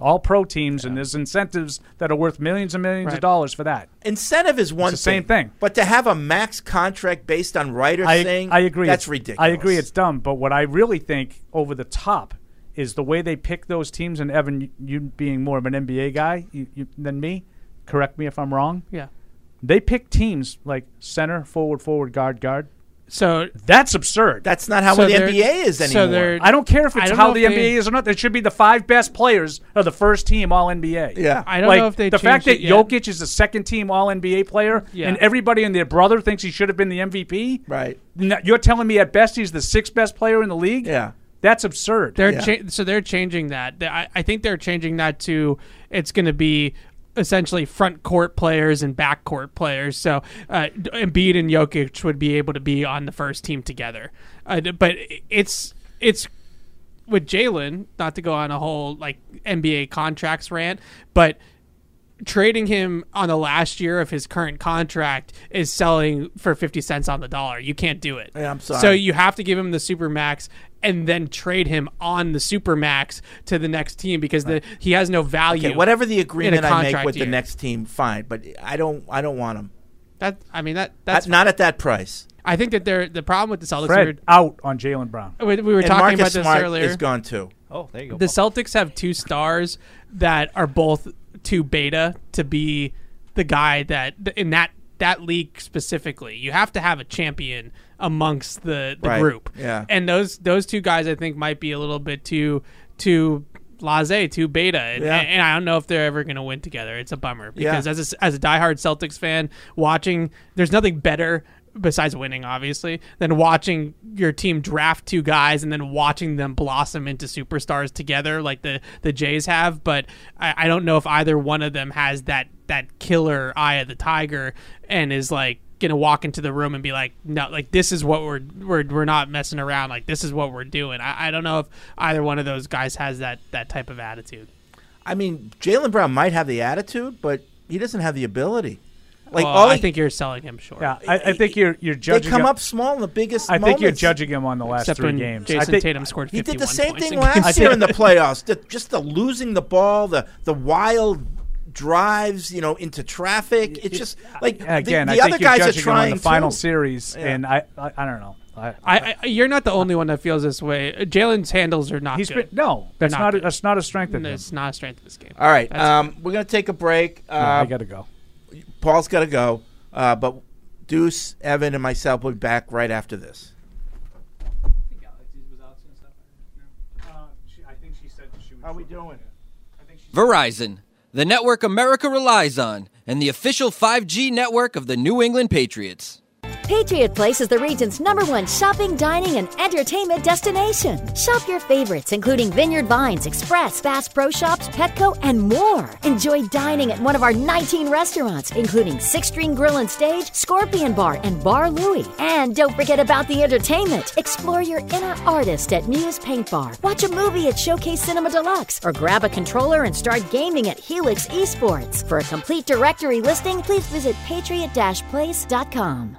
Speaker 5: all pro teams, and there's incentives that are worth millions and millions
Speaker 7: Right.
Speaker 5: of dollars for that.
Speaker 3: Incentive is one
Speaker 5: the same thing.
Speaker 3: but to have a max contract based on writers
Speaker 5: I,
Speaker 3: saying
Speaker 5: I agree.
Speaker 3: That's
Speaker 5: it's-
Speaker 3: ridiculous.
Speaker 5: I agree. It's dumb. But what I really think over the top is the way they pick those teams. And Evan, you, you being more of an NBA guy you, you, than me, correct me if I'm wrong.
Speaker 7: Yeah.
Speaker 5: They pick teams like center, forward, forward, guard, guard.
Speaker 7: So
Speaker 5: That's absurd.
Speaker 3: That's not how
Speaker 7: So
Speaker 3: the
Speaker 7: they're-
Speaker 3: NBA is
Speaker 7: so
Speaker 3: anymore.
Speaker 7: they're-
Speaker 5: I don't care if
Speaker 7: I
Speaker 5: it's
Speaker 7: don't
Speaker 5: how
Speaker 7: know
Speaker 5: the
Speaker 7: if
Speaker 5: NBA
Speaker 7: they-
Speaker 5: is or not. There should be the five best players are the first team All NBA.
Speaker 3: yeah.
Speaker 7: I don't
Speaker 5: like,
Speaker 7: know if they
Speaker 5: the fact that
Speaker 7: changed it yet.
Speaker 5: Jokic is the second team All NBA player,
Speaker 7: Yeah.
Speaker 5: and everybody and their brother thinks he should have been the MVP.
Speaker 3: Right.
Speaker 5: N- You're telling me at best he's the sixth best player in the league?
Speaker 3: Yeah.
Speaker 5: that's absurd.
Speaker 7: They're
Speaker 3: Yeah.
Speaker 7: cha- so they're changing that. They- I, I think they're changing that to it's going to be essentially front court players and back court players. So uh, D- Embiid and Jokic would be able to be on the first team together. Uh, d- but i- it's it's with Jalen, not to go on a whole like NBA contracts rant, but trading him on the last year of his current contract is selling for 50 cents on the dollar. You can't do it.
Speaker 3: Yeah, I'm sorry.
Speaker 7: So you have to give him the super max and then trade him on the super max to the next team because the, he has no value.
Speaker 3: Okay, whatever the agreement I make
Speaker 7: contract
Speaker 3: with
Speaker 7: year.
Speaker 3: the next team, fine. But I don't. I don't want him.
Speaker 7: That I mean that
Speaker 3: At-
Speaker 7: that's
Speaker 3: not at that price.
Speaker 7: I think that they're the problem with the Celtics we
Speaker 5: Fred out on Jalen Brown.
Speaker 7: were, we, we were
Speaker 3: And
Speaker 7: talking
Speaker 3: Marcus
Speaker 7: about this
Speaker 3: Smart
Speaker 7: earlier.
Speaker 3: is gone too.
Speaker 4: Oh, there you go.
Speaker 7: The
Speaker 4: Paul.
Speaker 7: Celtics have two stars that are both too beta to be the guy that in that that league specifically. You have to have a champion amongst the, the
Speaker 3: Right.
Speaker 7: group.
Speaker 3: Yeah.
Speaker 7: And those those two guys I think might be a little bit too too laissez, too beta. And,
Speaker 3: Yeah.
Speaker 7: and I don't know if they're ever going to win together. It's a bummer
Speaker 3: Yeah.
Speaker 7: because as a, as a diehard Celtics fan watching there's nothing better besides winning obviously than watching your team draft two guys and then watching them blossom into superstars together like the the Jays have but I, I don't know if either one of them has that that killer eye of the tiger and is like gonna walk into the room and be like no like this is what we're we're, we're not messing around like this is what we're doing I, I don't know if either one of those guys has that that type of attitude
Speaker 3: I mean, Jalen Brown might have the attitude, but he doesn't have the ability. Like
Speaker 7: Well,
Speaker 3: all
Speaker 7: I
Speaker 3: he-
Speaker 7: think you're selling him short
Speaker 5: Yeah, I, I think you're you're
Speaker 3: they
Speaker 5: judging.
Speaker 3: come
Speaker 5: him-
Speaker 3: up small in the biggest.
Speaker 5: I think you're
Speaker 3: moments.
Speaker 5: judging him on the last
Speaker 7: except
Speaker 5: three
Speaker 7: when
Speaker 5: games. I
Speaker 7: Jason
Speaker 5: think-
Speaker 7: Tatum scored 51
Speaker 3: He did the same
Speaker 7: points
Speaker 3: thing
Speaker 7: in games.
Speaker 3: last year in the playoffs. The, just the losing the ball, the the wild drives, you know, into traffic. It's just like the-
Speaker 5: Again,
Speaker 3: the,
Speaker 5: I think
Speaker 3: other
Speaker 5: you're
Speaker 3: guys
Speaker 5: judging
Speaker 3: are
Speaker 5: him on
Speaker 3: trying
Speaker 5: the final
Speaker 3: too.
Speaker 5: series, and I, I I don't know. I,
Speaker 7: I, I, you're not the only one that feels this way. Uh, Jalen's handles are not
Speaker 5: he's been
Speaker 7: good.
Speaker 5: no. That's
Speaker 7: not
Speaker 5: not, a,
Speaker 7: good.
Speaker 5: that's not a strength of
Speaker 7: And
Speaker 5: him.
Speaker 7: it's not a strength of this game.
Speaker 3: All right,
Speaker 7: That's
Speaker 3: um, we're gonna take a break.
Speaker 5: No,
Speaker 3: Uh,
Speaker 5: I got to go.
Speaker 3: Paul's got to go, uh, but Deuce, Evan, and myself will be back right after this.
Speaker 5: I think she said she would.
Speaker 3: doing?
Speaker 6: Verizon, the network America relies on, and the official 5G network of the New England Patriots.
Speaker 10: Patriot Place is the region's number one shopping, dining, and entertainment destination. Shop your favorites, including Vineyard Vines, Express, Bass Pro Shops, Petco, and more. Enjoy dining at one of our 19 restaurants, including Six String Grill and Stage, Scorpion Bar, and Bar Louie. And don't forget about the entertainment. Explore your inner artist at Muse Paint Bar. Watch a movie at Showcase Cinema Deluxe, or grab a controller and start gaming at Helix Esports. For a complete directory listing, please visit patriot-place.com.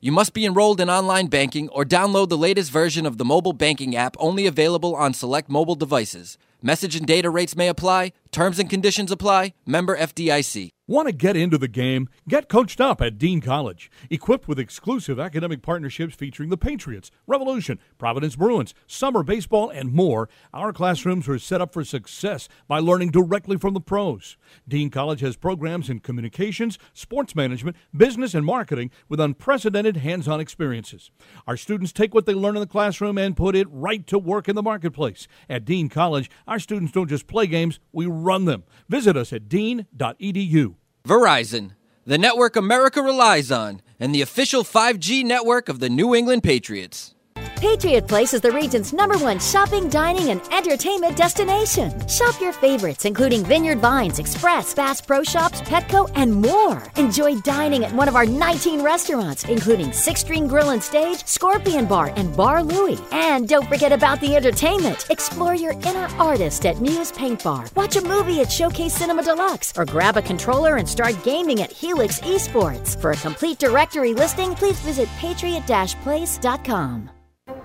Speaker 6: You must be enrolled in online banking or download the latest version of the mobile banking app only available on select mobile devices. Message and data rates may apply. Terms and conditions apply. Member FDIC.
Speaker 11: Want to get into the game? Get coached up at Dean College. Equipped with exclusive academic partnerships featuring the Patriots, Revolution, Providence Bruins, summer baseball, and more, our classrooms are set up for success by learning directly from the pros. Dean College has programs in communications, sports management, business, and marketing with unprecedented hands on experiences. Our students take what they learn in the classroom and put it right to work in the marketplace. At Dean College, our students don't just play games, we run them. Visit us at E dean.edu.
Speaker 6: Verizon, the network America relies on, and the official 5G network of the New England Patriots.
Speaker 10: Patriot Place is the region's number one shopping, dining, and entertainment destination. Shop your favorites, including Vineyard Vines, Express, Bass Pro Shops, Petco, and more. Enjoy dining at one of our 19 restaurants, including Six String Grill and Stage, Scorpion Bar, and Bar Louie. And don't forget about the entertainment. Explore your inner artist at Muse Paint Bar. Watch a movie at Showcase Cinema Deluxe, or grab a controller and start gaming at Helix Esports. For a complete directory listing, please visit patriot-place.com.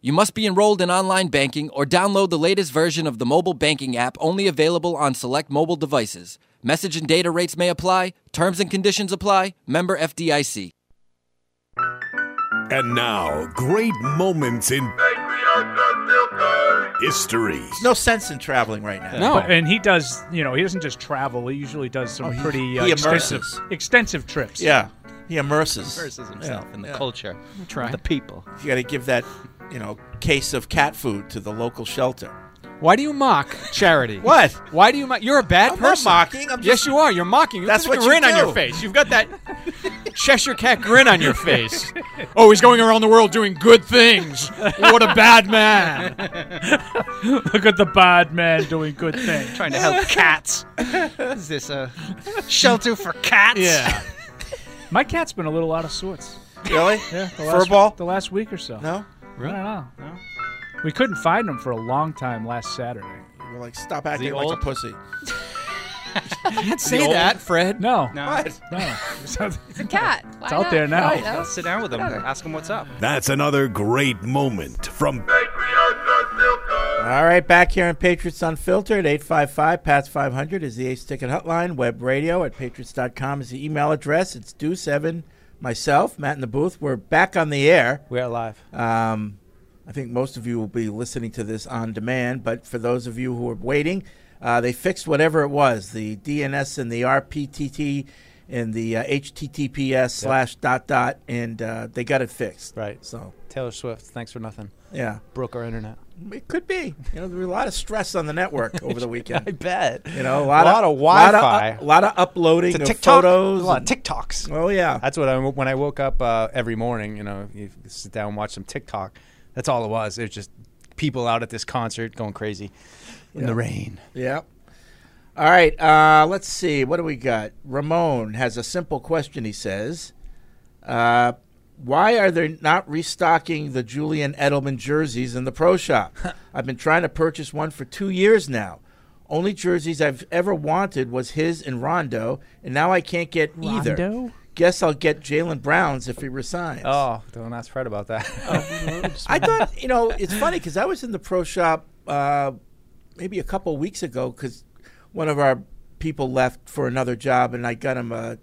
Speaker 12: You must be enrolled in online banking or download the latest version of the mobile banking app only available on select mobile devices. Message and data rates may apply. Terms and conditions apply. Member FDIC.
Speaker 1: And now, great moments in history.
Speaker 3: There's no sense in traveling right now.
Speaker 5: But- and he does. You know, he doesn't just travel. He usually does some
Speaker 3: Oh, he-
Speaker 5: pretty uh,
Speaker 3: he
Speaker 5: extensive,
Speaker 3: immerses.
Speaker 5: extensive trips.
Speaker 3: Yeah. He immerses.
Speaker 5: Immerses
Speaker 4: himself in the
Speaker 3: yeah.
Speaker 4: culture, Try. the people.
Speaker 3: You got to give that, you know, case of cat food to the local shelter.
Speaker 13: Why do you mock charity?
Speaker 3: What?
Speaker 13: Why do you mock? You're a bad
Speaker 3: I'm not
Speaker 13: person.
Speaker 3: mocking, I'm
Speaker 13: yes,
Speaker 3: just-
Speaker 13: you are. You're mocking. You
Speaker 3: That's
Speaker 13: got a
Speaker 3: what you
Speaker 13: grin on
Speaker 3: do.
Speaker 13: your face. You've got that Cheshire cat grin on your face. oh, he's going around the world doing good things. What a bad man.
Speaker 5: Look at the bad man doing good things.
Speaker 13: Trying to help
Speaker 5: cats.
Speaker 13: Is this a
Speaker 14: shelter for cats?
Speaker 13: Yeah.
Speaker 5: My cat's been a little out of sorts.
Speaker 3: Really?
Speaker 5: Yeah. the
Speaker 3: Fur
Speaker 5: last-
Speaker 3: ball?
Speaker 5: The last week or so.
Speaker 3: No? Really?
Speaker 5: I don't know. No. We couldn't find him for a long time last Saturday.
Speaker 3: You were like, stop acting like
Speaker 5: old?
Speaker 3: a pussy.
Speaker 5: Can't
Speaker 3: say old? that,
Speaker 5: Fred. No.
Speaker 4: No.
Speaker 3: What?
Speaker 5: No.
Speaker 14: It's a cat. Why
Speaker 5: out
Speaker 14: not?
Speaker 5: there now.
Speaker 14: I don't know.
Speaker 4: Sit down with him. Ask him what's up.
Speaker 1: That's another great moment from
Speaker 3: All right, back here on Patriots Unfiltered, 855 PATS 500 is the Ace Ticket Hotline. Web radio at patriots.com is the email address. It's Deuce7, myself, Matt in the booth. We're back on the air.
Speaker 4: We are live.
Speaker 3: Um, I think most of you will be listening to this on demand, but for those of you who are waiting, uh, they fixed whatever it was the DNS and the RPTT and the uh, HTTPS slash dot dot, and uh, they got it fixed. Right. So.
Speaker 4: Taylor Swift, thanks for nothing.
Speaker 3: Yeah.
Speaker 4: Broke our internet.
Speaker 3: It could be. You know, there were a lot of stress on the network over the weekend.
Speaker 4: I bet.
Speaker 3: You know, a lot, of,
Speaker 4: Wi-Fi,
Speaker 3: lot of, lot of uploading
Speaker 4: To
Speaker 3: of
Speaker 4: TikTok,
Speaker 3: photos,
Speaker 4: a lot
Speaker 3: and-
Speaker 4: of TikToks.
Speaker 3: Oh yeah,
Speaker 4: that's what I when I woke up uh, every morning. You know, you sit down and watch some TikTok. That's all it was. It was just people out at this concert going crazy in
Speaker 3: Yeah.
Speaker 4: the rain.
Speaker 3: Yep. All right. Uh, let's see. What do we got? Ramon has a simple question. He says, uh, "Why are they not restocking the Julian Edelman jerseys in the pro shop? I've been trying to purchase one for two years now. Only jerseys I've ever wanted was his and Rondo, and now I can't get either.
Speaker 4: Rondo?
Speaker 3: Guess I'll get Jalen Brown's if he resigns." Oh,
Speaker 4: Oh, don't ask Fred about that.
Speaker 3: I thought, you know, it's funny because I was in the pro shop uh, maybe a couple weeks ago because one of our people left for another job, and I got him a,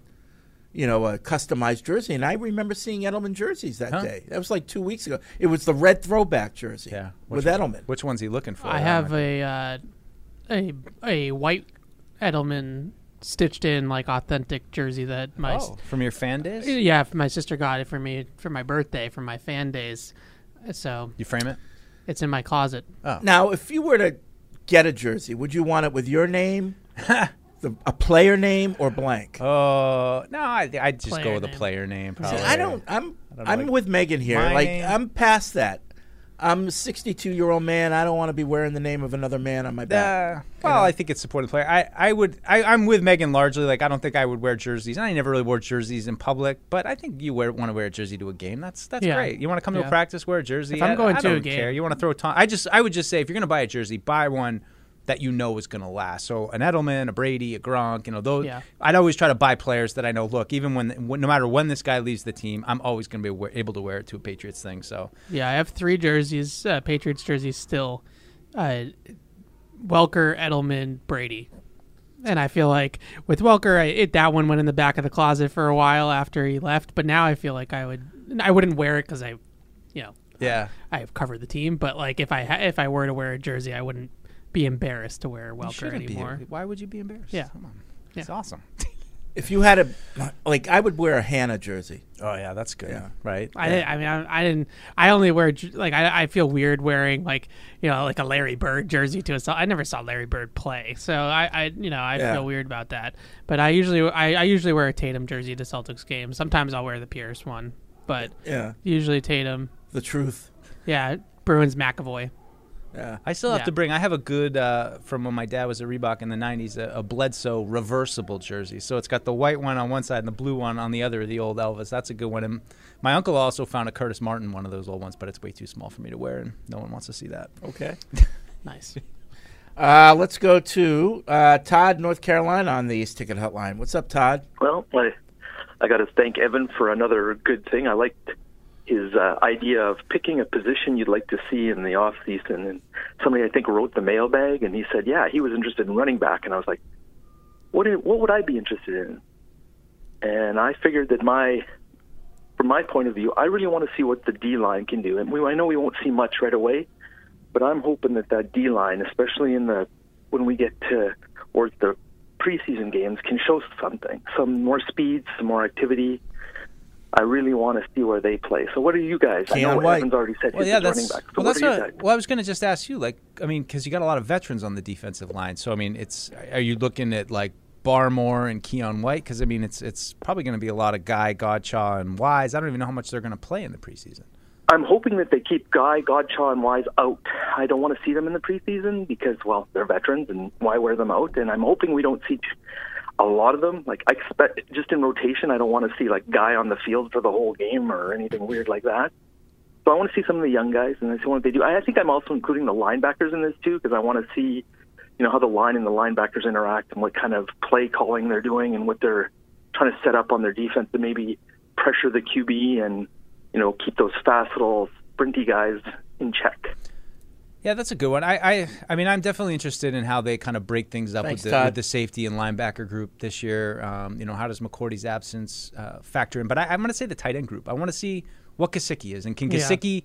Speaker 3: you know, a customized jersey, and I remember seeing Edelman jerseys that
Speaker 4: Huh?
Speaker 3: day. That was like two weeks ago. It was the red throwback jersey.
Speaker 4: Yeah,
Speaker 3: with
Speaker 4: Which-
Speaker 3: Edelman.
Speaker 4: Which one's he looking for?
Speaker 7: I have a uh, a a white Edelman stitched in like authentic jersey that my s-
Speaker 4: Oh, from your fan days.
Speaker 7: yeah my sister got it for me for my birthday from my fan days, so
Speaker 4: You frame it. Oh,
Speaker 7: it's in my closet.
Speaker 3: Now, if you were to get a jersey, would you want it with your name, the, a player name, or blank?
Speaker 4: Oh no, I I just go
Speaker 3: Player
Speaker 4: with
Speaker 3: name.
Speaker 4: a player name.
Speaker 3: See,
Speaker 4: Probably.
Speaker 3: I don't. I'm.
Speaker 4: I don't
Speaker 3: I'm
Speaker 4: like-
Speaker 3: with Megan here.
Speaker 4: My
Speaker 3: Like
Speaker 4: name-
Speaker 3: I'm past that. I'm a 62 year old man. I don't want to be wearing the name of another man on my back.
Speaker 4: Well, I think it's supporting the player. I, I would I, I'm with Megan largely. Like I don't think I would wear jerseys. I never really wore jerseys in public, but I think you wear want to wear a jersey to a game. That's that's
Speaker 7: Yeah.
Speaker 4: great. You want to come to
Speaker 7: Yeah.
Speaker 4: a practice, wear a jersey.
Speaker 7: If I'm
Speaker 4: I-
Speaker 7: going
Speaker 4: I
Speaker 7: to a
Speaker 4: don't
Speaker 7: game.
Speaker 4: care. You want to throw time. I just I would just say if you're going to buy a jersey, buy one that you know is going to last. So an Edelman, a Brady, a Gronk, you know those.
Speaker 7: Yeah.
Speaker 4: I'd always try to buy players that I know. Look, even when when- no matter when this guy leaves the team, I'm always going to be wa- able to wear it to a Patriots thing. So
Speaker 7: Yeah, I have three jerseys, uh, Patriots jerseys still. Uh, Welker, Edelman, Brady. And I feel like with Welker, I, it, that one went in the back of the closet for a while after he left. But now I feel like I would, I wouldn't wear it because I, you know,
Speaker 4: Yeah.
Speaker 7: I have covered the team. But like if I ha- if I were to wear a jersey, I wouldn't be embarrassed to wear Welker
Speaker 4: shouldn't be.
Speaker 7: anymore.
Speaker 4: Why would you be embarrassed?
Speaker 7: Yeah,
Speaker 4: Come on.
Speaker 7: Yeah.
Speaker 4: It's awesome.
Speaker 3: If you had a, like, I would wear a Hannah jersey.
Speaker 4: Oh yeah, that's good. Right.
Speaker 7: I, didn't- I mean, I, I didn't. I only wear jer- like I, I feel weird wearing like you know like a Larry Bird jersey to a. so- I never saw Larry Bird play, so I, I you know I
Speaker 4: Yeah.
Speaker 7: feel weird about that. But I usually I, I usually wear a Tatum jersey to Celtics games. Sometimes I'll wear the Pierce one, but
Speaker 3: Yeah.
Speaker 7: usually Tatum.
Speaker 3: The truth.
Speaker 7: Yeah, Bruins McAvoy.
Speaker 3: Yeah.
Speaker 4: I still have
Speaker 7: Yeah.
Speaker 4: to bring. I have a good uh, from when my dad was at Reebok in the '90s, a, a Bledsoe reversible jersey. So it's got the white one on one side and the blue one on the other. The old Elvis. That's a good one. And my uncle also found a Curtis Martin one of those old ones, but it's way too small for me to wear, and no one wants to see that.
Speaker 3: Okay.
Speaker 7: nice.
Speaker 3: Uh, let's go to uh, Todd, North Carolina, on the East Ticket Hotline. What's up, Todd?
Speaker 15: Well, I, I got to thank Evan for another good thing. I liked his uh, idea of picking a position you'd like to see in the off season, and somebody I think wrote the mailbag, and he said, yeah, he was interested in running back, and I was like, what i- what would I be interested in? And I figured that my from my point of view, I really want to see what the D line can do, and we I know we won't see much right away, but I'm hoping that that D line, especially in the when we get to towards the preseason games can show something, some more speed, some more activity. I really want to see where they play. So, what are you guys? I know Evan's already said
Speaker 4: Well,
Speaker 15: his
Speaker 4: yeah,
Speaker 15: is
Speaker 4: that's
Speaker 15: running back. So,
Speaker 4: well,
Speaker 15: what
Speaker 4: that's
Speaker 15: are you
Speaker 4: what-
Speaker 15: guys?
Speaker 4: well, I was going to just ask you, like, I mean, because you got a lot of veterans on the defensive line. So, I mean, it's are you looking at like Barmore and Keon White? Because I mean, it's it's probably going to be a lot of Guy Godshaw and Wise. I don't even know how much they're going to play in the preseason.
Speaker 15: I'm hoping that they keep Guy, Godshaw, and Wise out. I don't want to see them in the preseason because, well, they're veterans, and why wear them out? And I'm hoping we don't see. a lot of them, like I expect, just in rotation, I don't want to see like guy on the field for the whole game or anything weird like that. So I want to see some of the young guys and I see what they do. I, I think I'm also including the linebackers in this too because I want to see, you know, how the line and the linebackers interact and what kind of play calling they're doing and what they're trying to set up on their defense to maybe pressure the QB and you know keep those fast little sprinty guys in check.
Speaker 4: Yeah, that's a good one. I, I, I mean, I'm definitely interested in how they kind of break things up
Speaker 3: Thanks,
Speaker 4: with, the,
Speaker 3: Todd.
Speaker 4: with the safety and linebacker group this year. Um, you know, how does McCourty's absence uh, factor in? But I, I'm going to say the tight end group. I want to see what Kasicki is, and can
Speaker 2: Yeah.
Speaker 4: Kasicki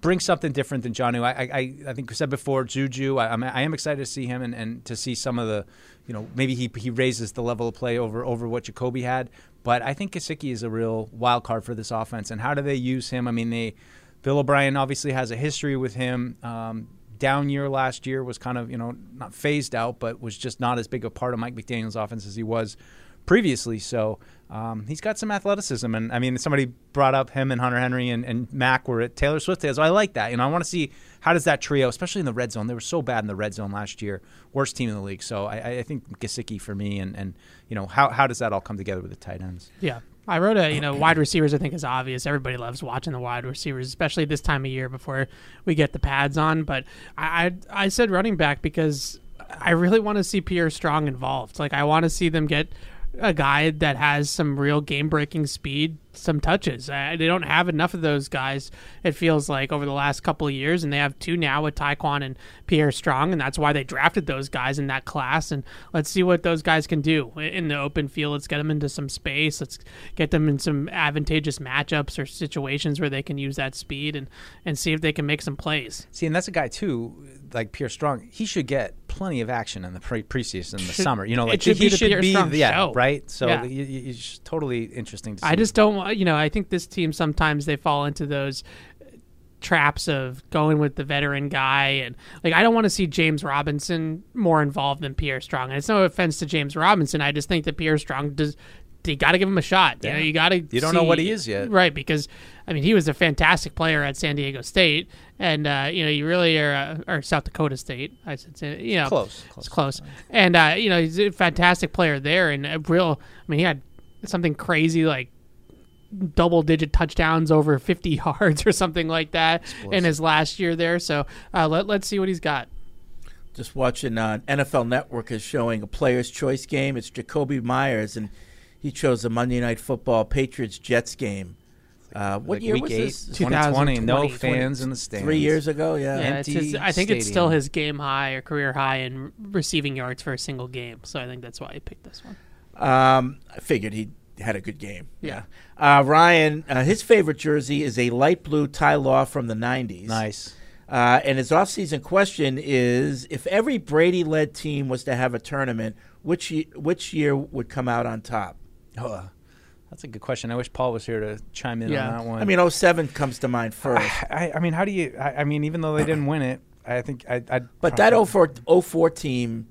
Speaker 4: bring something different than Johnu? I, I- I, I think we said before Juju. I, I'm, I am excited to see him and, and to see some of the, you know, maybe he he raises the level of play over over what Jacoby had. But I think Kasicki is a real wild card for this offense. And how do they use him? I mean, they. Bill O'Brien obviously has a history with him. Um, down year last year was kind of you know not phased out, but was just not as big a part of Mike McDaniel's offense as he was previously. So um, he's got some athleticism, and I mean somebody brought up him and Hunter Henry and, and Mack were at Taylor Swift. So I like that. You know, I want to see how does that trio, especially in the red zone. They were so bad in the red zone last year, worst team in the league. So I- I, I think Gasicki for me, and and you know how how does that all come together with the tight ends.
Speaker 7: Yeah. I wrote a, you know, wide receivers I think is obvious. Everybody loves watching the wide receivers, especially this time of year before we get the pads on. But I I, I said running back because I really want to see Pierre Strong involved. Like I want to see them get a guy that has some real game breaking speed, some touches. I, they don't have enough of those guys. It feels like over the last couple of years, and they have two now with Taekwon and Pierre Strong, and that's why they drafted those guys in that class. And let's see what those guys can do i- in the open field. Let's get them into some space. Let's get them in some advantageous matchups or situations where they can use that speed and and see if they can make some plays.
Speaker 4: See, and that's a guy too, like Pierre Strong. He should get plenty of action in the pre- preseason, in the
Speaker 7: Should-
Speaker 4: summer. You know,
Speaker 7: it
Speaker 4: like
Speaker 7: should
Speaker 4: he
Speaker 7: be the
Speaker 4: should
Speaker 7: Pierre
Speaker 4: be,
Speaker 7: Strong
Speaker 4: yeah,
Speaker 7: show.
Speaker 4: right. So
Speaker 7: Yeah.
Speaker 4: you- you- it's totally interesting to see.
Speaker 7: I just don't want, you know, I think this team sometimes they fall into those traps of going with the veteran guy and like I don't want to see James Robinson more involved than Pierre Strong. And it's no offense to James Robinson. I just think that Pierre Strong does you got to give him a shot. You
Speaker 4: Yeah.
Speaker 7: know, you got to
Speaker 4: You don't know what he is yet.
Speaker 7: Right, because I mean, he was a fantastic player at San Diego State and uh, you know, you really are uh, or South Dakota State. I should say, you know.
Speaker 4: Close,
Speaker 7: It's close. And uh, you know, he's a fantastic player there and a real I mean, he had something crazy like double digit touchdowns over 50 yards or something like that in his last year there. So uh, let, let's see what he's got.
Speaker 3: just watching uh, NFL Network is showing a Players' Choice game. It's Jacoby Myers, and he chose a Monday Night Football Patriots Jets game. Uh, what
Speaker 4: like
Speaker 3: year
Speaker 4: week
Speaker 3: was
Speaker 4: eight,
Speaker 3: this?
Speaker 4: 2020, no
Speaker 3: 2020,
Speaker 4: fans in the stands.
Speaker 3: Three years ago, yeah.
Speaker 7: it's his- I think it's still his game high or career high in receiving yards for a single game. So I think that's why I picked this one.
Speaker 3: Um, I figured he had a good game.
Speaker 7: Yeah.
Speaker 3: Uh, Ryan, uh, his favorite jersey is a light blue tie law from the 90s.
Speaker 4: Nice.
Speaker 3: Uh, and his offseason question is if every Brady led team was to have a tournament, which, ye- which year would come out on top?
Speaker 4: Oh, that's a good question. I wish Paul was here to chime in on that one.
Speaker 3: I mean, 07 comes to mind first.
Speaker 4: I, I mean, how do you? I, I mean, even though they didn't win it, I think I. i
Speaker 3: But that 04, 04 team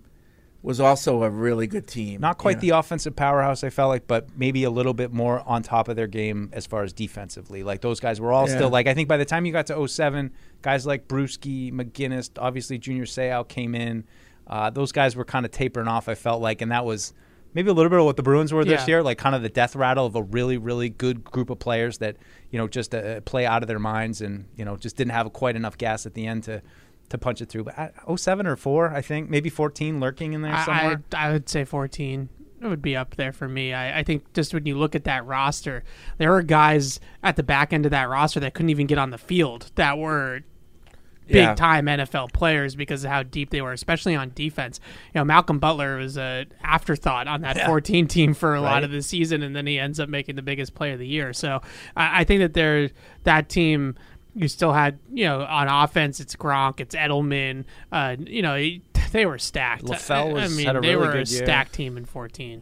Speaker 3: was also a really good team.
Speaker 4: Not quite
Speaker 3: you know?
Speaker 4: the offensive powerhouse I felt like, but maybe a little bit more on top of their game as far as defensively. Like those guys were all
Speaker 3: Yeah.
Speaker 4: still like I think by the time you got to 07, guys like Brewski, McGinnis, obviously Junior Seau came in. Uh, those guys were kind of tapering off. I felt like, and that was maybe a little bit of what the Bruins were this
Speaker 7: Yeah.
Speaker 4: year, like kind of the death rattle of a really, really good group of players that you know just uh, play out of their minds and you know just didn't have quite enough gas at the end to. To punch it through, but I, 07 or four, I think maybe 14 lurking in there somewhere.
Speaker 7: I, I, I would say 14 It would be up there for me. I, I think just when you look at that roster, there were guys at the back end of that roster that couldn't even get on the field that were big
Speaker 16: Yeah.
Speaker 7: time NFL players because of how deep they were, especially on defense. You know, Malcolm Butler was a afterthought on that
Speaker 16: Yeah.
Speaker 7: 14 team for a lot
Speaker 16: Right.
Speaker 7: of the season, and then he ends up making the biggest play of the year. So I, I think that there that team. You still had, you know, on offense, it's Gronk, it's Edelman. Uh, you know, they were stacked.
Speaker 4: LaFell
Speaker 7: I- I
Speaker 4: was-
Speaker 7: mean,
Speaker 4: had a
Speaker 7: they
Speaker 4: really
Speaker 7: were a
Speaker 4: good year.
Speaker 7: stacked team in 14.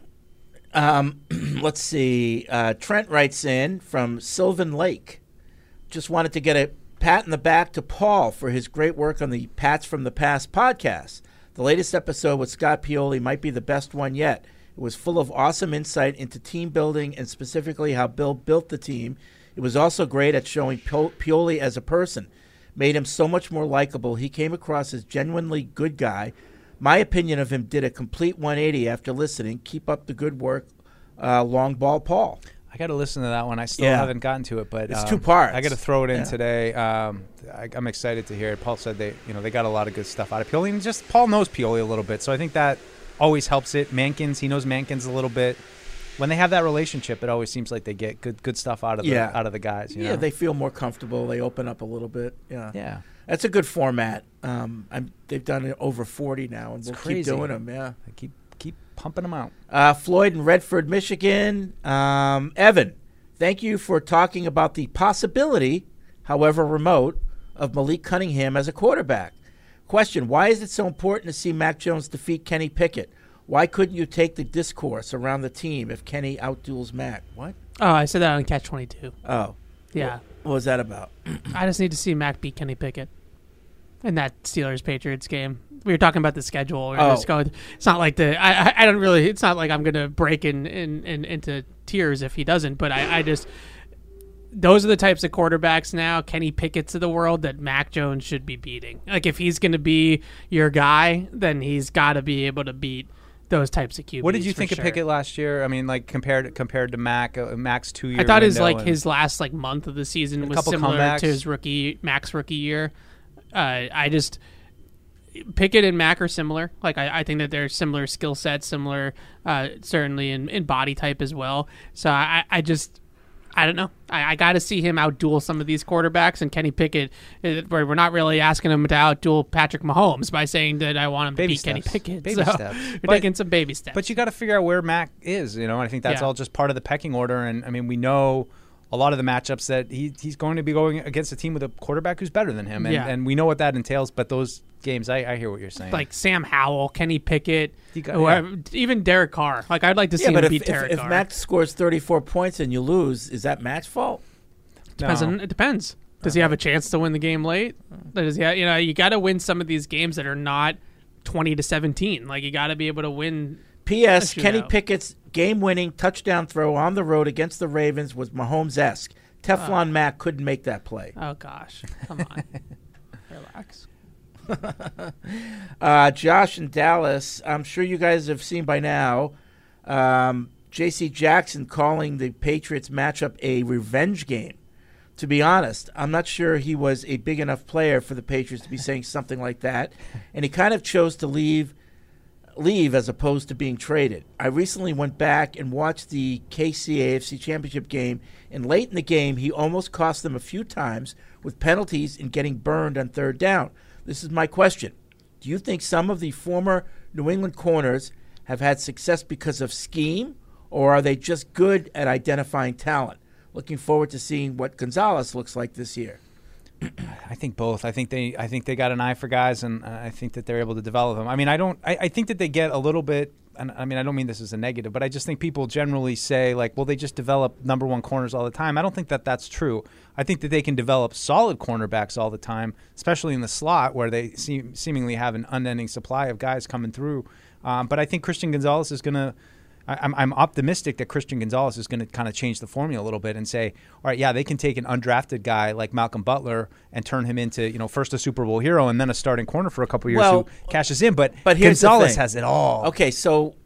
Speaker 3: Um, let's see. Uh, Trent writes in from Sylvan Lake. Just wanted to get a pat in the back to Paul for his great work on the Pats from the Past podcast. The latest episode with Scott Pioli might be the best one yet. It was full of awesome insight into team building and specifically how Bill built the team. It was also great at showing Pio- Pioli as a person. Made him so much more likable. He came across as genuinely good guy My opinion of him did a complete 180 after listening. Keep up the good work, uh, long ball Paul.
Speaker 4: I got to listen to that one. I still
Speaker 3: Yeah.
Speaker 4: haven't gotten to it, but
Speaker 3: It's
Speaker 4: um,
Speaker 3: two parts.
Speaker 4: I got to throw it in
Speaker 3: Yeah.
Speaker 4: today. Um, I, I'm excited to hear it. Paul said they, you know, they got a lot of good stuff out of Pioli, and just Paul knows Pioli a little bit, so I think that always helps it. Mankins, he knows Mankins a little bit. When they have that relationship, it always seems like they get good good stuff out of the
Speaker 3: Yeah.
Speaker 4: out of the guys. you
Speaker 3: yeah,
Speaker 4: know?
Speaker 3: they feel more comfortable. They open up a little bit. Yeah,
Speaker 4: Yeah.
Speaker 3: That's a good format. Um, I'm, they've done it over 40 now, and we'll keep
Speaker 4: crazy.
Speaker 3: doing them. Yeah,
Speaker 4: keep keep pumping them out.
Speaker 3: Uh, Floyd in Redford, Michigan. Um, Evan, thank you for talking about the possibility, however remote, of Malik Cunningham as a quarterback. Question: Why is it so important to see Mac Jones defeat Kenny Pickett? Why couldn't you take the discourse around the team if Kenny outduels Mac? What?
Speaker 7: Oh, I said that on Catch 22.
Speaker 4: Uh,
Speaker 3: Oh,
Speaker 7: Yeah.
Speaker 3: What was that about?
Speaker 7: I just need to see Mac beat Kenny Pickett in that Steelers Patriots game. We were talking about the schedule. We were
Speaker 2: Oh.
Speaker 7: just going- it's not like the I, I I don't really. It's not like I'm gonna break in, in, in into tears if he doesn't. But I, I just those are the types of quarterbacks now, Kenny Pickett's of the world that Mac Jones should be beating. Like if he's gonna be your guy, then he's got to be able to beat those types of QBs.
Speaker 4: What did you
Speaker 7: for
Speaker 4: think
Speaker 7: sure.
Speaker 4: of Pickett last year? I mean, like compared compared to Mac, uh, Mac's two year.
Speaker 7: I thought his
Speaker 4: window
Speaker 7: like
Speaker 4: and-
Speaker 7: his last like month of the season
Speaker 4: A
Speaker 7: was
Speaker 4: couple
Speaker 7: similar
Speaker 4: comebacks.
Speaker 7: to his rookie Mac's rookie year. Uh, I just Pickett and Mac are similar. Like I, I think that they're similar skill sets, similar uh, certainly in, in body type as well. So I, I just I don't know. I, I got to see him outduel some of these quarterbacks and Kenny Pickett. uh, Where we're not really asking him to outduel Patrick Mahomes by saying that I want him to beat Kenny
Speaker 4: steps.
Speaker 7: Pickett.
Speaker 4: Baby
Speaker 7: so
Speaker 4: steps.
Speaker 7: we're
Speaker 4: But-
Speaker 7: taking some baby steps.
Speaker 4: But you got to figure out where Mac is, you know. And I think that's
Speaker 7: Yeah.
Speaker 4: all just part of the pecking order. And I mean, we know a lot of the matchups that he he's going to be going against a team with a quarterback who's better than him, and,
Speaker 7: Yeah.
Speaker 4: and we know what that entails. But those games, I, I hear what you're saying.
Speaker 7: like Sam Howell, Kenny Pickett,
Speaker 4: got-
Speaker 7: whoever, even Derek Carr. Like I'd like to see
Speaker 3: yeah,
Speaker 7: him
Speaker 3: but if,
Speaker 7: beat
Speaker 3: if,
Speaker 7: Derek
Speaker 3: if
Speaker 7: Carr.
Speaker 3: Mac scores 34 points and you lose, is that Mac's fault?
Speaker 7: depends on, it depends. Does he have a chance to win the game late? Does he? Have, you know, you got to win some of these games that are not twenty to seventeen. Like you got to be able to win.
Speaker 3: P.S.
Speaker 7: a
Speaker 3: Kenny
Speaker 7: shootout.
Speaker 3: Pickett's game-winning touchdown throw on the road against the Ravens was Mahomes-esque. Teflon
Speaker 7: Ah.
Speaker 3: Mac couldn't make that play.
Speaker 7: Oh gosh, come on, relax.
Speaker 3: Uh, Josh in Dallas, I'm sure you guys have seen by now. Um, J.C. Jackson calling the Patriots matchup a revenge game. To be honest, I'm not sure he was a big enough player for the Patriots to be saying something like that, and he kind of chose to leave leave as opposed to being traded. I recently went back and watched the KCAFC Championship game, and late in the game, he almost cost them a few times with penalties and getting burned on third down. This is my question Do you think some of the former New England corners have had success because of scheme, or are they just good at identifying talent? Looking forward to seeing what Gonzalez looks like this year.
Speaker 4: I think both. I think they I think they got an eye for guys, and I think that they're able to develop them. I mean, I don't. I, I think that they get a little bit. And I mean, I don't mean this as a negative, but I just think people generally say like, well, they just develop number one corners all the time. I don't think that that's true. I think that they can develop solid cornerbacks all the time, especially in the slot where they seem, seemingly have an unending supply of guys coming through. Um, but I think Christian Gonzalez is going to. I- I'm, I'm optimistic that Christian Gonzalez is going to kind of change the formula a little bit and say, all right, yeah, they can take an undrafted guy like Malcolm Butler and turn him into, you know, first a Super Bowl hero and then a starting corner for a couple years
Speaker 3: Well,
Speaker 4: who cashes in. But,
Speaker 3: But here's the
Speaker 4: Gonzalez
Speaker 3: thing.
Speaker 4: has it all.
Speaker 3: Okay, so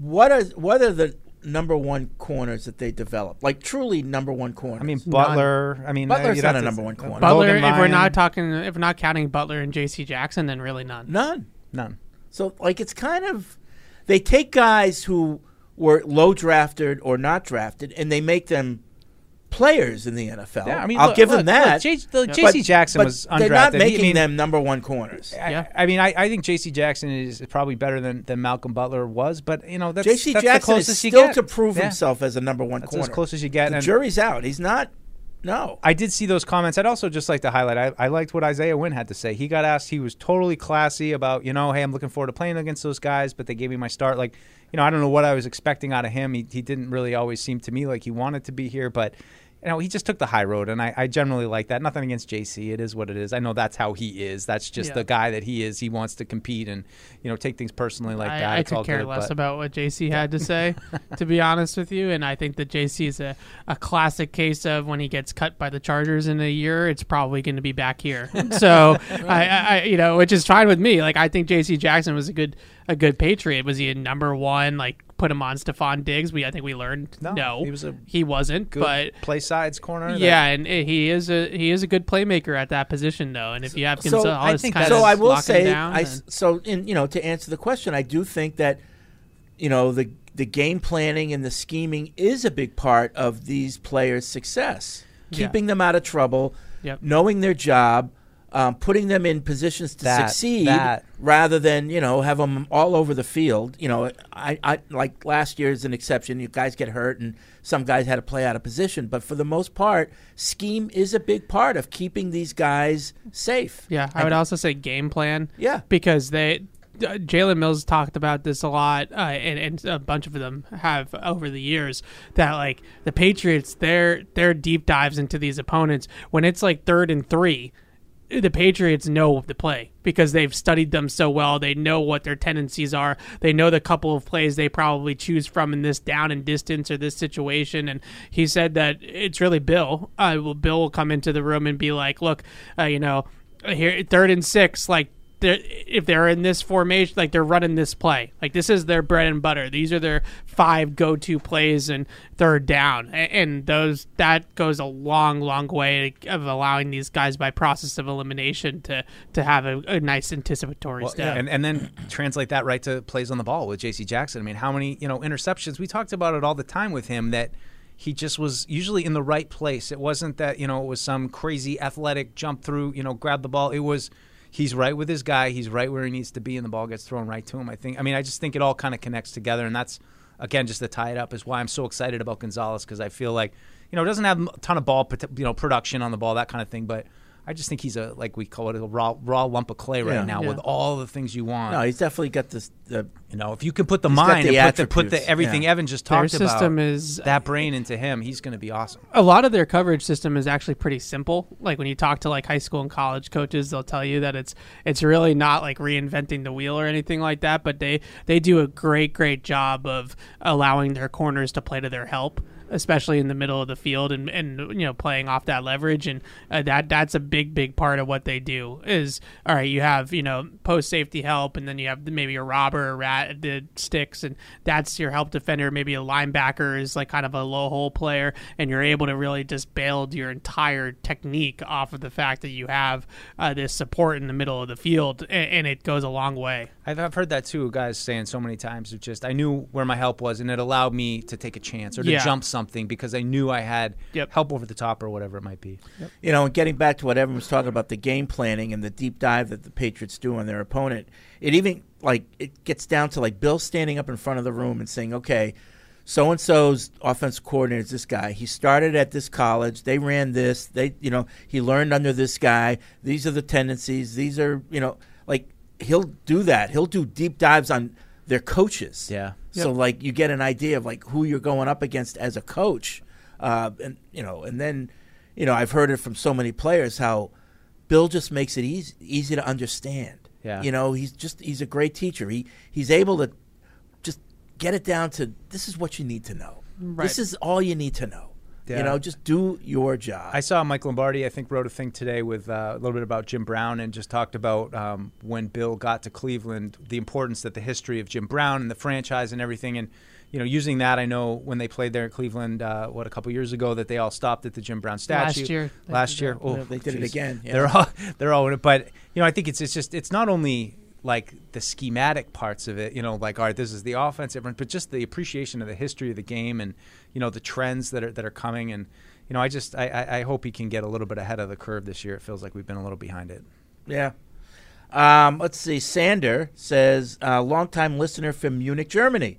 Speaker 3: what are what are the number one corners that they develop? Like truly number one corners. I mean
Speaker 4: Butler, I mean, uh,
Speaker 3: Butler's
Speaker 4: you'd
Speaker 3: not
Speaker 4: have
Speaker 3: a
Speaker 4: to-
Speaker 3: number one corner.
Speaker 7: Butler. If we're not talking, if we're not counting Butler and J.C. Jackson, then really none.
Speaker 3: None.
Speaker 4: None.
Speaker 3: So like it's kind of they take guys who were low drafted or not drafted and they make them players in the NFL.
Speaker 4: Yeah, I mean,
Speaker 3: I'll
Speaker 4: look-
Speaker 3: give them
Speaker 4: look,
Speaker 3: that.
Speaker 4: look, J- the
Speaker 3: But-
Speaker 4: J.C. Jackson
Speaker 3: but
Speaker 4: was
Speaker 3: They're not
Speaker 4: undrafted. He- I
Speaker 3: making
Speaker 4: mean-
Speaker 3: them number one corners.
Speaker 4: I, I mean, I, I think J.C. Jackson is probably better than, than Malcolm Butler was, but you know that's
Speaker 3: J.C.
Speaker 4: that's the
Speaker 3: Jackson
Speaker 4: closest
Speaker 3: is
Speaker 4: you
Speaker 3: still
Speaker 4: get.
Speaker 3: to prove
Speaker 4: Yeah.
Speaker 3: himself as a number one
Speaker 4: That's
Speaker 3: corner.
Speaker 4: as close as you get.
Speaker 3: The
Speaker 4: and-
Speaker 3: jury's out. He's not. No.
Speaker 4: I did see those comments. I'd also just like to highlight. I, I liked what Isaiah Wynn had to say. He got asked. He was totally classy about, you know, hey, I'm looking forward to playing against those guys, but they gave me my start. Like, you know, I don't know what I was expecting out of him. He, he didn't really always seem to me like he wanted to be here, but you know, he just took the high road, and I, I generally like that. Nothing against JC; it is what it is. I know that's how he is. That's just
Speaker 7: Yeah.
Speaker 4: the guy that he is. He wants to compete and you know take things personally like
Speaker 7: I,
Speaker 4: that.
Speaker 7: I
Speaker 4: it's
Speaker 7: could
Speaker 4: all
Speaker 7: care
Speaker 4: good,
Speaker 7: less
Speaker 4: but-
Speaker 7: about what JC had to say, to be honest with you. And I think that JC is a, a classic case of when he gets cut by the Chargers in a year, it's probably going to be back here. so I, I, I, you know, which is fine with me. Like I think JC Jackson was a good a good Patriot. Was he a number one? Like put him on Stephon Diggs. We I think we learned no,
Speaker 4: he was a
Speaker 7: he wasn't.
Speaker 4: good
Speaker 7: but
Speaker 4: play sides corner.
Speaker 7: Yeah, and
Speaker 4: that-
Speaker 7: uh, he is a he is a good playmaker at that position though. And if you have
Speaker 3: so
Speaker 7: Gonzalez
Speaker 3: I think
Speaker 7: kind
Speaker 3: so.
Speaker 7: of
Speaker 3: I will
Speaker 7: locking
Speaker 3: say,
Speaker 7: down,
Speaker 3: I
Speaker 7: then-
Speaker 3: s- so in you know to answer the question, I do think that you know the the game planning and the scheming is a big part of these players' success,
Speaker 7: Yeah.
Speaker 3: keeping them out of trouble,
Speaker 7: Yep.
Speaker 3: knowing their job. Um, putting them in positions to
Speaker 4: That-
Speaker 3: succeed
Speaker 4: that.
Speaker 3: rather than you know have them all over the field you know I, I like last year is an exception you guys get hurt and some guys had to play out of position but for the most part scheme is a big part of keeping these guys safe
Speaker 7: Yeah, I
Speaker 3: And-
Speaker 7: would also say game plan.
Speaker 3: Yeah,
Speaker 7: because they uh, Jalen Mills talked about this a lot, uh, and and a bunch of them have over the years that like the Patriots their their deep dives into these opponents when it's like third and three. The Patriots know the play because they've studied them so well. They know what their tendencies are. They know the couple of plays they probably choose from in this down and distance or this situation. And he said that it's really Bill. Uh, well, Bill will come into the room and be like, "Look, uh, you know, here third and six like they're, if they're in this formation like they're running this play like this is their bread and butter these are their five go-to plays and third down A- and those that goes a long long way of allowing these guys by process of elimination to to have a, a nice anticipatory
Speaker 4: Well,
Speaker 7: step
Speaker 4: And and then translate that right to plays on the ball with J.C. Jackson. I mean, how many you know interceptions? We talked about it all the time with him that he just was usually in the right place. It wasn't that you know it was some crazy athletic jump through you know grab the ball. It was he's right with his guy. He's right where he needs to be, and the ball gets thrown right to him. I think. I mean, I just think it all kind of connects together, and that's again just to tie it up is why I'm so excited about Gonzalez because I feel like you know doesn't have a ton of ball pot- you know production on the ball that kind of thing, but. I just think he's a like we call it a raw raw lump of clay right
Speaker 3: Yeah.
Speaker 4: now
Speaker 3: Yeah.
Speaker 4: with all the things you want.
Speaker 3: no he's definitely got this the
Speaker 4: you know if you can put the
Speaker 3: he's got
Speaker 4: mind and put the, put
Speaker 3: attributes.
Speaker 4: the everything
Speaker 3: Yeah.
Speaker 4: Evan just
Speaker 7: Their
Speaker 4: talked about.
Speaker 7: system is-
Speaker 4: that brain into him. He's going to be awesome.
Speaker 7: a lot of their coverage system is actually pretty simple. Like when you talk to like high school and college coaches, they'll tell you that it's it's really not like reinventing the wheel or anything like that, but they they do a great great job of allowing their corners to play to their help, especially in the middle of the field and and you know playing off that leverage and uh, that that's a big big part of what they do is all right, you have, you know, post safety help and then you have maybe a robber or rat at the sticks and that's your help defender, maybe a linebacker is like kind of a low hole player and you're able to really just build your entire technique off of the fact that you have uh, this support in the middle of the field and, and it goes a long way.
Speaker 4: I've, I've heard that too, guys saying so many times. It just I knew where my help was, and it allowed me to take a chance or to
Speaker 7: Yeah.
Speaker 4: jump something because I knew I had help over the top or whatever it might be.
Speaker 3: You know, and getting back to what Evan was talking about the game planning and the deep dive that the Patriots do on their opponent, it even like it gets down to like Bill standing up in front of the room and saying, "Okay, so and so's offense coordinator is this guy. He started at this college. They ran this. They, you know, he learned under this guy. These are the tendencies. These are, you know, like he'll do that. He'll do deep dives on their coaches.
Speaker 4: Yeah.
Speaker 3: So
Speaker 4: Yep.
Speaker 3: like you get an idea of like who you're going up against as a coach, uh, and you know, and then you know I've heard it from so many players how Bill just makes it easy easy to understand.
Speaker 4: Yeah.
Speaker 3: You know, he's just he's a great teacher. He he's able to just get it down to this is what you need to know.
Speaker 4: Right.
Speaker 3: This is all you need to know.
Speaker 4: Yeah.
Speaker 3: You know, just do your job.
Speaker 4: I saw Mike Lombardi, I think, wrote a thing today with uh, a little bit about Jim Brown and just talked about um, when Bill got to Cleveland, the importance that the history of Jim Brown and the franchise and everything. And, you know, using that, I know when they played there in Cleveland, uh, what, a couple years ago, that they all stopped at the Jim Brown statue.
Speaker 3: year. They
Speaker 4: Last
Speaker 3: did
Speaker 4: year.
Speaker 3: that.
Speaker 4: Oh,
Speaker 3: Yeah, they did it
Speaker 4: geez.
Speaker 3: again, yeah.
Speaker 4: They're all, they're all in it. But, you know, I think it's, it's just, it's not only like the schematic parts of it, you know, like all right, this is the offense, everyone, but just the appreciation of the history of the game and you know the trends that are that are coming, and you know, I just I, I, I hope he can get a little bit ahead of the curve this year. It feels like we've been a little behind it.
Speaker 3: Yeah. Um, let's see. Sander says, uh, longtime listener from Munich, Germany.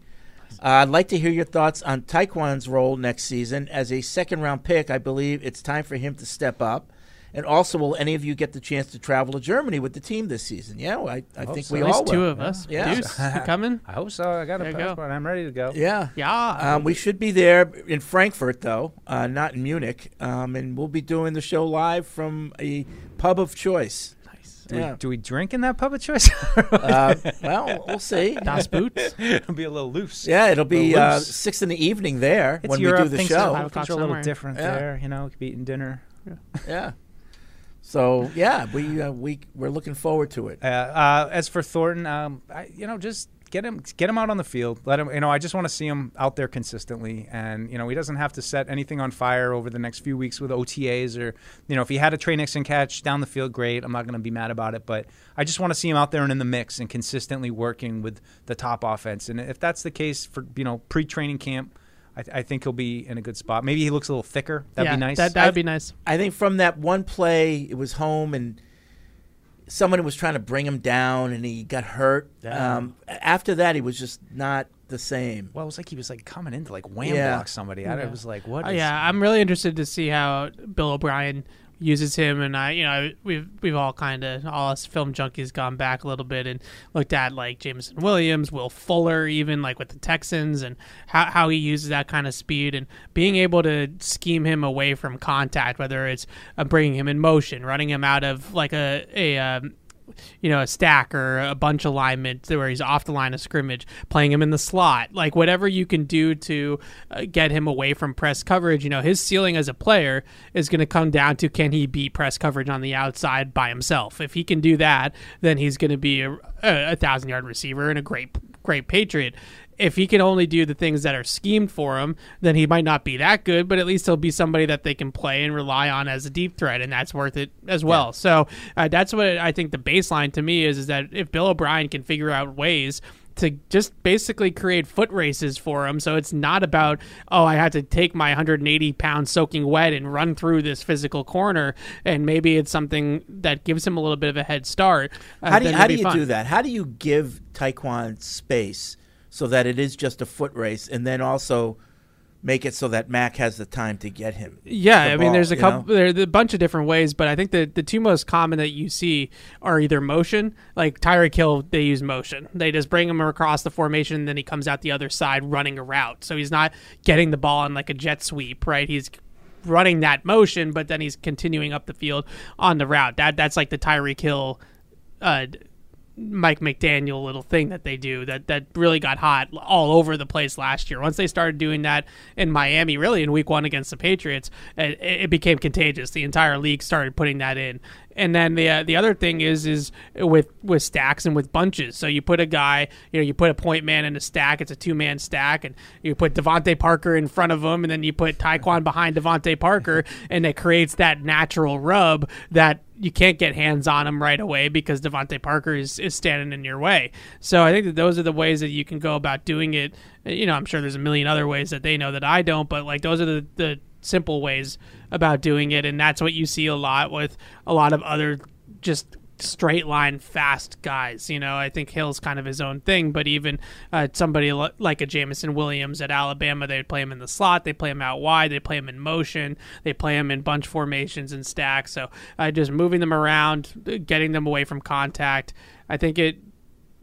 Speaker 3: Uh, I'd like to hear your thoughts on Taekwon's role next season. As a second round pick, I believe it's time for him to step up. And also, will any of you get the chance to travel to Germany with the team this season? Yeah, well, I, I
Speaker 7: Hope
Speaker 3: think
Speaker 7: Oh, so.
Speaker 3: we
Speaker 7: At least
Speaker 3: all will.
Speaker 7: two of us.
Speaker 3: Yeah.
Speaker 7: Deuce, you coming?
Speaker 4: I hope so. I got a
Speaker 7: There you go.
Speaker 4: passport. I'm ready to go.
Speaker 3: Yeah.
Speaker 7: Yeah.
Speaker 3: Um, we should be there in Frankfurt, though, uh, not in Munich. Um, and we'll be doing the show live from a pub of choice. Nice.
Speaker 4: Do,
Speaker 3: yeah.
Speaker 4: we, do we drink in that pub of choice?
Speaker 3: Uh, well, we'll see. Das Boot?
Speaker 4: It'll be a little loose.
Speaker 3: Yeah, it'll be
Speaker 4: A little
Speaker 3: uh,
Speaker 4: loose.
Speaker 3: six in the evening there
Speaker 4: It's
Speaker 3: when
Speaker 4: Europe,
Speaker 3: we do the
Speaker 4: things
Speaker 3: show.
Speaker 4: Are, things are a little different
Speaker 3: Yeah.
Speaker 4: there. You know, eating dinner.
Speaker 3: Yeah. So yeah, we uh, we we're looking forward to it.
Speaker 4: Uh, uh, as for Thornton, um, I, you know, just get him get him out on the field. Let him. You know, I just want to see him out there consistently. And you know, he doesn't have to set anything on fire over the next few weeks with OTAs or you know, if he had a Trey Nixon catch down the field, great. I'm not going to be mad about it. But I just want to see him out there and in the mix and consistently working with the top offense. And if that's the case for you know pre-training camp. I, I think he'll be in a good spot. Maybe he looks a little thicker. That'd be nice.
Speaker 3: I- I think from that one play, it was home and someone was trying to bring him down and he got hurt.
Speaker 4: Yeah.
Speaker 3: Um, after that, he was just not the same.
Speaker 4: Well, it was like he was like coming into like wham
Speaker 3: Yeah.
Speaker 4: block somebody. I
Speaker 7: Yeah.
Speaker 4: was like, what?
Speaker 7: Oh,
Speaker 4: is-
Speaker 7: yeah, I'm really interested to see how Bill O'Brien uses him, and I, you know, we've we've all kind of all us film junkies gone back a little bit and looked at like Jameson Williams, Will Fuller, even like with the Texans, and how how he uses that kind of speed and being able to scheme him away from contact, whether it's uh, bringing him in motion, running him out of like a a. Um, you know, a stack or a bunch alignment where he's off the line of scrimmage, playing him in the slot, like whatever you can do to uh, get him away from press coverage. You know, his ceiling as a player is going to come down to can he beat press coverage on the outside by himself? If he can do that, then he's going to be a, a, a thousand yard receiver and a great, great Patriot. If he can only do the things that are schemed for him, then he might not be that good, but at least he'll be somebody that they can play and rely on as a deep threat, and that's worth it as well. So uh, that's what I think the baseline to me is: is that if Bill O'Brien can figure out ways to just basically create foot races for him, so it's not about oh, I had to take my 180 pounds soaking wet and run through this physical corner, and maybe it's something that gives him a little bit of a head start. uh,
Speaker 3: how do you,
Speaker 7: then
Speaker 3: how
Speaker 7: it'll
Speaker 3: do
Speaker 7: be
Speaker 3: you
Speaker 7: fun.
Speaker 3: do that? How do you give Taekwon space so that it is just a foot race, and then also make it so that Mac has the time to get him?
Speaker 7: Yeah,
Speaker 3: the
Speaker 7: I mean,
Speaker 3: ball,
Speaker 7: there's a
Speaker 3: you know?
Speaker 7: couple, there's a bunch of different ways, but I think the the two most common that you see are either motion, like Tyreek Hill, they use motion. They just bring him across the formation, and then he comes out the other side running a route. So he's not getting the ball on like a jet sweep, right? He's running that motion, but then he's continuing up the field on the route. That that's like the Tyreek Hill. Uh, Mike McDaniel little thing that they do that that really got hot all over the place last year. Once they started doing that in Miami, really in Week One against the Patriots, it, it became contagious. The entire league started putting that in. And then the uh, the other thing is is with with stacks and with bunches. So you put a guy, you know, you put a point man in a stack. It's a two man stack, and you put Devonte Parker in front of him, and then you put Taekwon behind Devonte Parker, and it creates that natural rub that you can't get hands on him right away because Devontae Parker is, is standing in your way. So I think that those are the ways that you can go about doing it. You know, I'm sure there's a million other ways that they know that I don't, but like those are the, the simple ways about doing it. And that's what you see a lot with a lot of other just straight line fast guys. You know, I think Hill's kind of his own thing, but even uh, somebody li- like a Jamison Williams at Alabama, they play him in the slot, they play him out wide, they play him in motion, they play him in bunch formations and stacks. So uh, just moving them around, getting them away from contact. I think it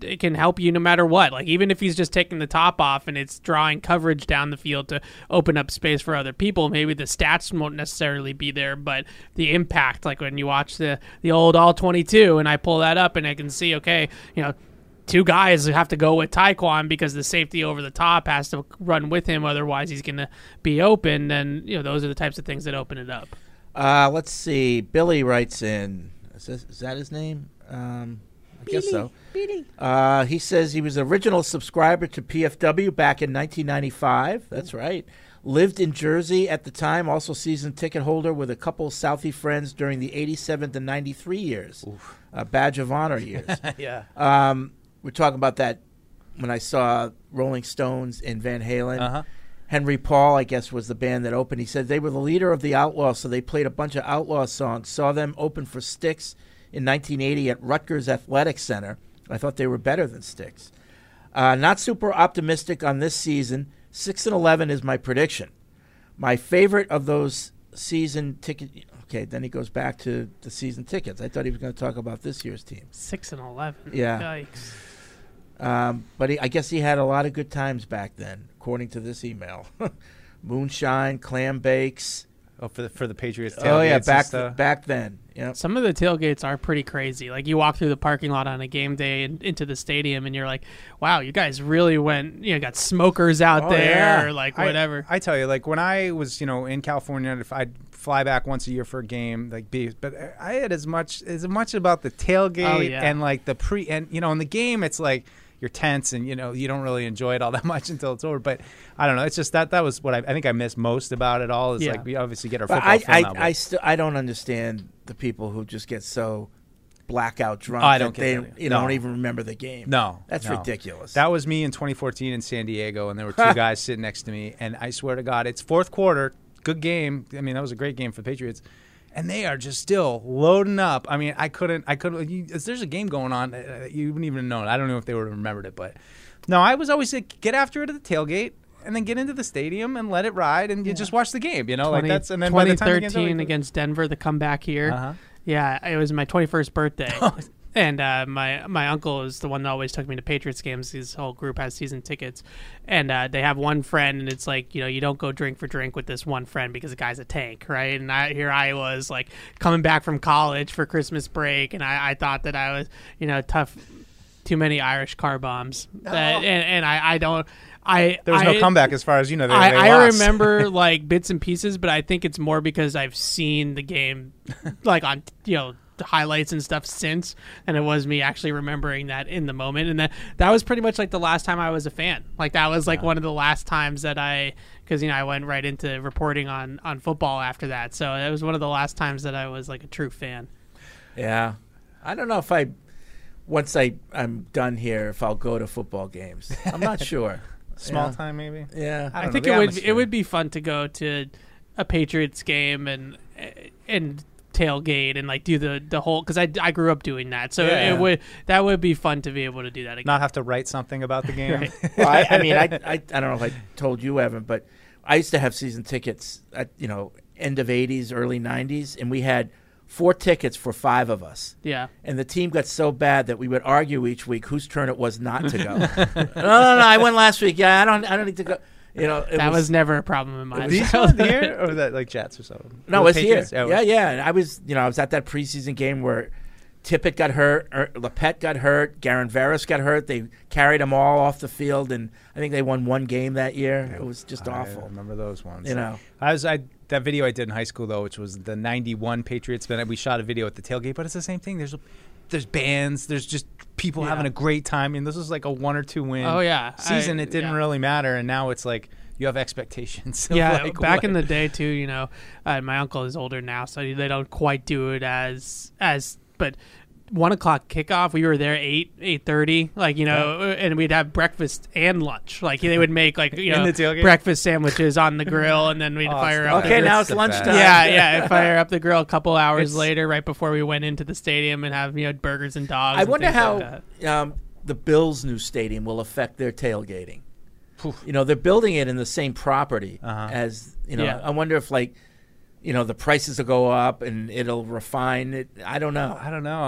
Speaker 7: it can help you no matter what. Like even if he's just taking the top off and it's drawing coverage down the field to open up space for other people, maybe the stats won't necessarily be there, but the impact, like when you watch the the old all twenty two and I pull that up and I can see, okay, you know, two guys have to go with Taekwon because the safety over the top has to run with him, otherwise he's gonna be open and you know, those are the types of things that open it up.
Speaker 3: Uh, let's see. Billy writes in. Is, this, is that his name? Um, I guess so.
Speaker 2: Billy.
Speaker 3: Uh, he says he was original subscriber to PFW back in
Speaker 2: Mm.
Speaker 3: 1995. That's right. Lived in Jersey at the time. Also season ticket holder with a couple Southie friends during the 87 to 93 years. Uh, badge of honor years.
Speaker 4: Yeah.
Speaker 3: Um, we're talking about that when I saw Rolling Stones and Van Halen.
Speaker 4: Uh-huh.
Speaker 3: Henry Paul, I guess, was the band that opened. He said they were the leader of the Outlaws, so they played a bunch of Outlaw songs. Saw them open for Styx in 1980 at Rutgers Athletic Center. I thought they were better than Styx. Uh, not super optimistic on this season. Six and eleven is my prediction. My favorite of those season ticket. Okay, then he goes back to the season tickets. I thought he was going to talk about this year's team.
Speaker 7: Six and eleven.
Speaker 3: Yeah.
Speaker 7: Yikes.
Speaker 3: Um, but he, I guess he had a lot of good times back then, according to this email. Moonshine, clam bakes.
Speaker 4: Oh, for the for the Patriots.
Speaker 3: Oh yeah,
Speaker 4: tailgates and
Speaker 3: back
Speaker 4: stuff.
Speaker 3: back then. Yep.
Speaker 7: Some of the tailgates are pretty crazy. Like you walk through the parking lot on a game day and into the stadium, and you're like, "Wow, you guys really went. You know, got smokers out
Speaker 4: Oh,
Speaker 7: there,
Speaker 4: yeah.
Speaker 7: or like
Speaker 4: I-
Speaker 7: whatever."
Speaker 4: I, tell you, like when I was, you know, in California, if I'd fly back once a year for a game, like be, but I had as much as much about the tailgate
Speaker 7: Oh, yeah.
Speaker 4: and like the pre and you know, in the game, it's like you're tense and you know you don't really enjoy it all that much until it's over. But I don't know, it's just that that was what I, I think I missed most about it all is
Speaker 3: Yeah.
Speaker 4: like we obviously get our
Speaker 3: But
Speaker 4: football.
Speaker 3: I
Speaker 4: film
Speaker 3: I,
Speaker 4: out, but-
Speaker 3: I still I don't understand the people who just get so blackout drunk.
Speaker 4: Oh, I don't
Speaker 3: that
Speaker 4: get
Speaker 3: they
Speaker 4: that either.
Speaker 3: you
Speaker 4: No.
Speaker 3: don't even remember the game.
Speaker 4: No,
Speaker 3: that's
Speaker 4: no.
Speaker 3: ridiculous.
Speaker 4: That was me in 2014 in San Diego, and there were two guys sitting next to me, and I swear to God, it's fourth quarter, good game. I mean, that was a great game for the Patriots, and they are just still loading up. I mean, I couldn't, I couldn't. You, if there's a game going on, uh, you wouldn't even have known. I don't know if they would have remembered it, but no, I was always like, get after it at the tailgate. And then get into the stadium and let it ride, and you just watch the game. You know, like
Speaker 7: 20
Speaker 4: that's and then by the time the game's over,
Speaker 7: 2013 against Denver, the comeback here.
Speaker 4: Uh-huh. Oh.
Speaker 7: Yeah, it was my 21st birthday, and uh, my my uncle is the one that always took me to Patriots games. His whole group has season tickets, and uh, they have one friend, and it's like you know you don't go drink for drink with this one friend because the guy's a tank, right? And I here I was like coming back from college for Christmas break, and I, I thought that I was you know tough. Too many Irish car bombs, That- and, and I, I don't. I
Speaker 4: Oh. There was no
Speaker 7: I-
Speaker 4: comeback as far as you know. They-
Speaker 7: I,
Speaker 4: they
Speaker 7: I
Speaker 4: lost.
Speaker 7: remember like bits and pieces, but I think it's more because I've seen the game, like on you know the highlights and stuff since, and it was me actually remembering that in the moment, and that that was pretty much like the last time I was a fan. Like that was like one of the last times that I, because you know I went right into reporting on on football after that, so that was one of the last times that I was like a true fan.
Speaker 3: Yeah, I don't know if I once I I'm done here if I'll go to football games. I'm not sure.
Speaker 4: Small
Speaker 3: Yeah.
Speaker 4: time, maybe.
Speaker 3: Yeah,
Speaker 7: I, think it would it would be fun to go to a Patriots game and and tailgate and like do the the whole because I, I grew up doing that, so
Speaker 4: Yeah.
Speaker 7: it would that would be fun to be able to do that again.
Speaker 4: not have to write something about the game.
Speaker 3: well, I, I mean, I, I I don't know if I told you Evan, but I used to have season tickets at you know end of '80s, early '90s, and we had four tickets for five of us.
Speaker 7: Yeah.
Speaker 3: And the team got so bad that we would argue each week whose turn it was not to go. no, no, no, I went last week. Yeah, I don't I don't need to go. You know, it
Speaker 7: that was, never a problem in my
Speaker 3: it was-
Speaker 7: childhood.
Speaker 4: here or that like Jets or something.
Speaker 3: No,
Speaker 4: The
Speaker 3: it's here.
Speaker 4: Patriots? Oh,
Speaker 3: yeah, yeah. And I was, you know, I was at that preseason game where Tippett got hurt, or Lepet got hurt, Garen Veris got hurt. They carried them all off the field, and I think they won one game that year. It was just awful.
Speaker 4: I remember those ones.
Speaker 3: You know.
Speaker 4: I was I that video I did in high school though, which was the '91 Patriots. Then we shot a video at the tailgate, but it's the same thing. There's there's bands. There's just people
Speaker 7: Yeah.
Speaker 4: having a great time. And this was like a one or two win.
Speaker 7: Oh, yeah.
Speaker 4: season.
Speaker 7: I-
Speaker 4: it didn't
Speaker 7: yeah.
Speaker 4: really matter, and now it's like you have expectations. of,
Speaker 7: yeah,
Speaker 4: like,
Speaker 7: back
Speaker 4: what-
Speaker 7: in the day too. You know, uh, my uncle is older now, so they don't quite do it as as. But one o'clock kickoff, we were there eight eight thirty. Like you know, and we'd have breakfast and lunch. Like they would make like you
Speaker 4: In
Speaker 7: know
Speaker 4: the tailgate?
Speaker 7: breakfast sandwiches on the grill, and then we'd
Speaker 4: Oh, it's
Speaker 7: fire
Speaker 4: the
Speaker 7: up.
Speaker 4: Okay,
Speaker 7: the-
Speaker 4: now it's It's the lunchtime. best.
Speaker 7: Yeah, yeah, fire up the grill a couple hours
Speaker 3: It's-
Speaker 7: later, right before we went into the stadium, and have you know burgers and dogs.
Speaker 3: I
Speaker 7: and
Speaker 3: wonder
Speaker 7: things like
Speaker 3: how
Speaker 7: that.
Speaker 3: um, the Bills' new stadium will affect their tailgating. You know, they're building it in the same property as you know.
Speaker 7: Uh-huh. Yeah.
Speaker 3: I wonder if like. You know the prices will go up, and it'll refine it. I don't know.
Speaker 4: I don't know.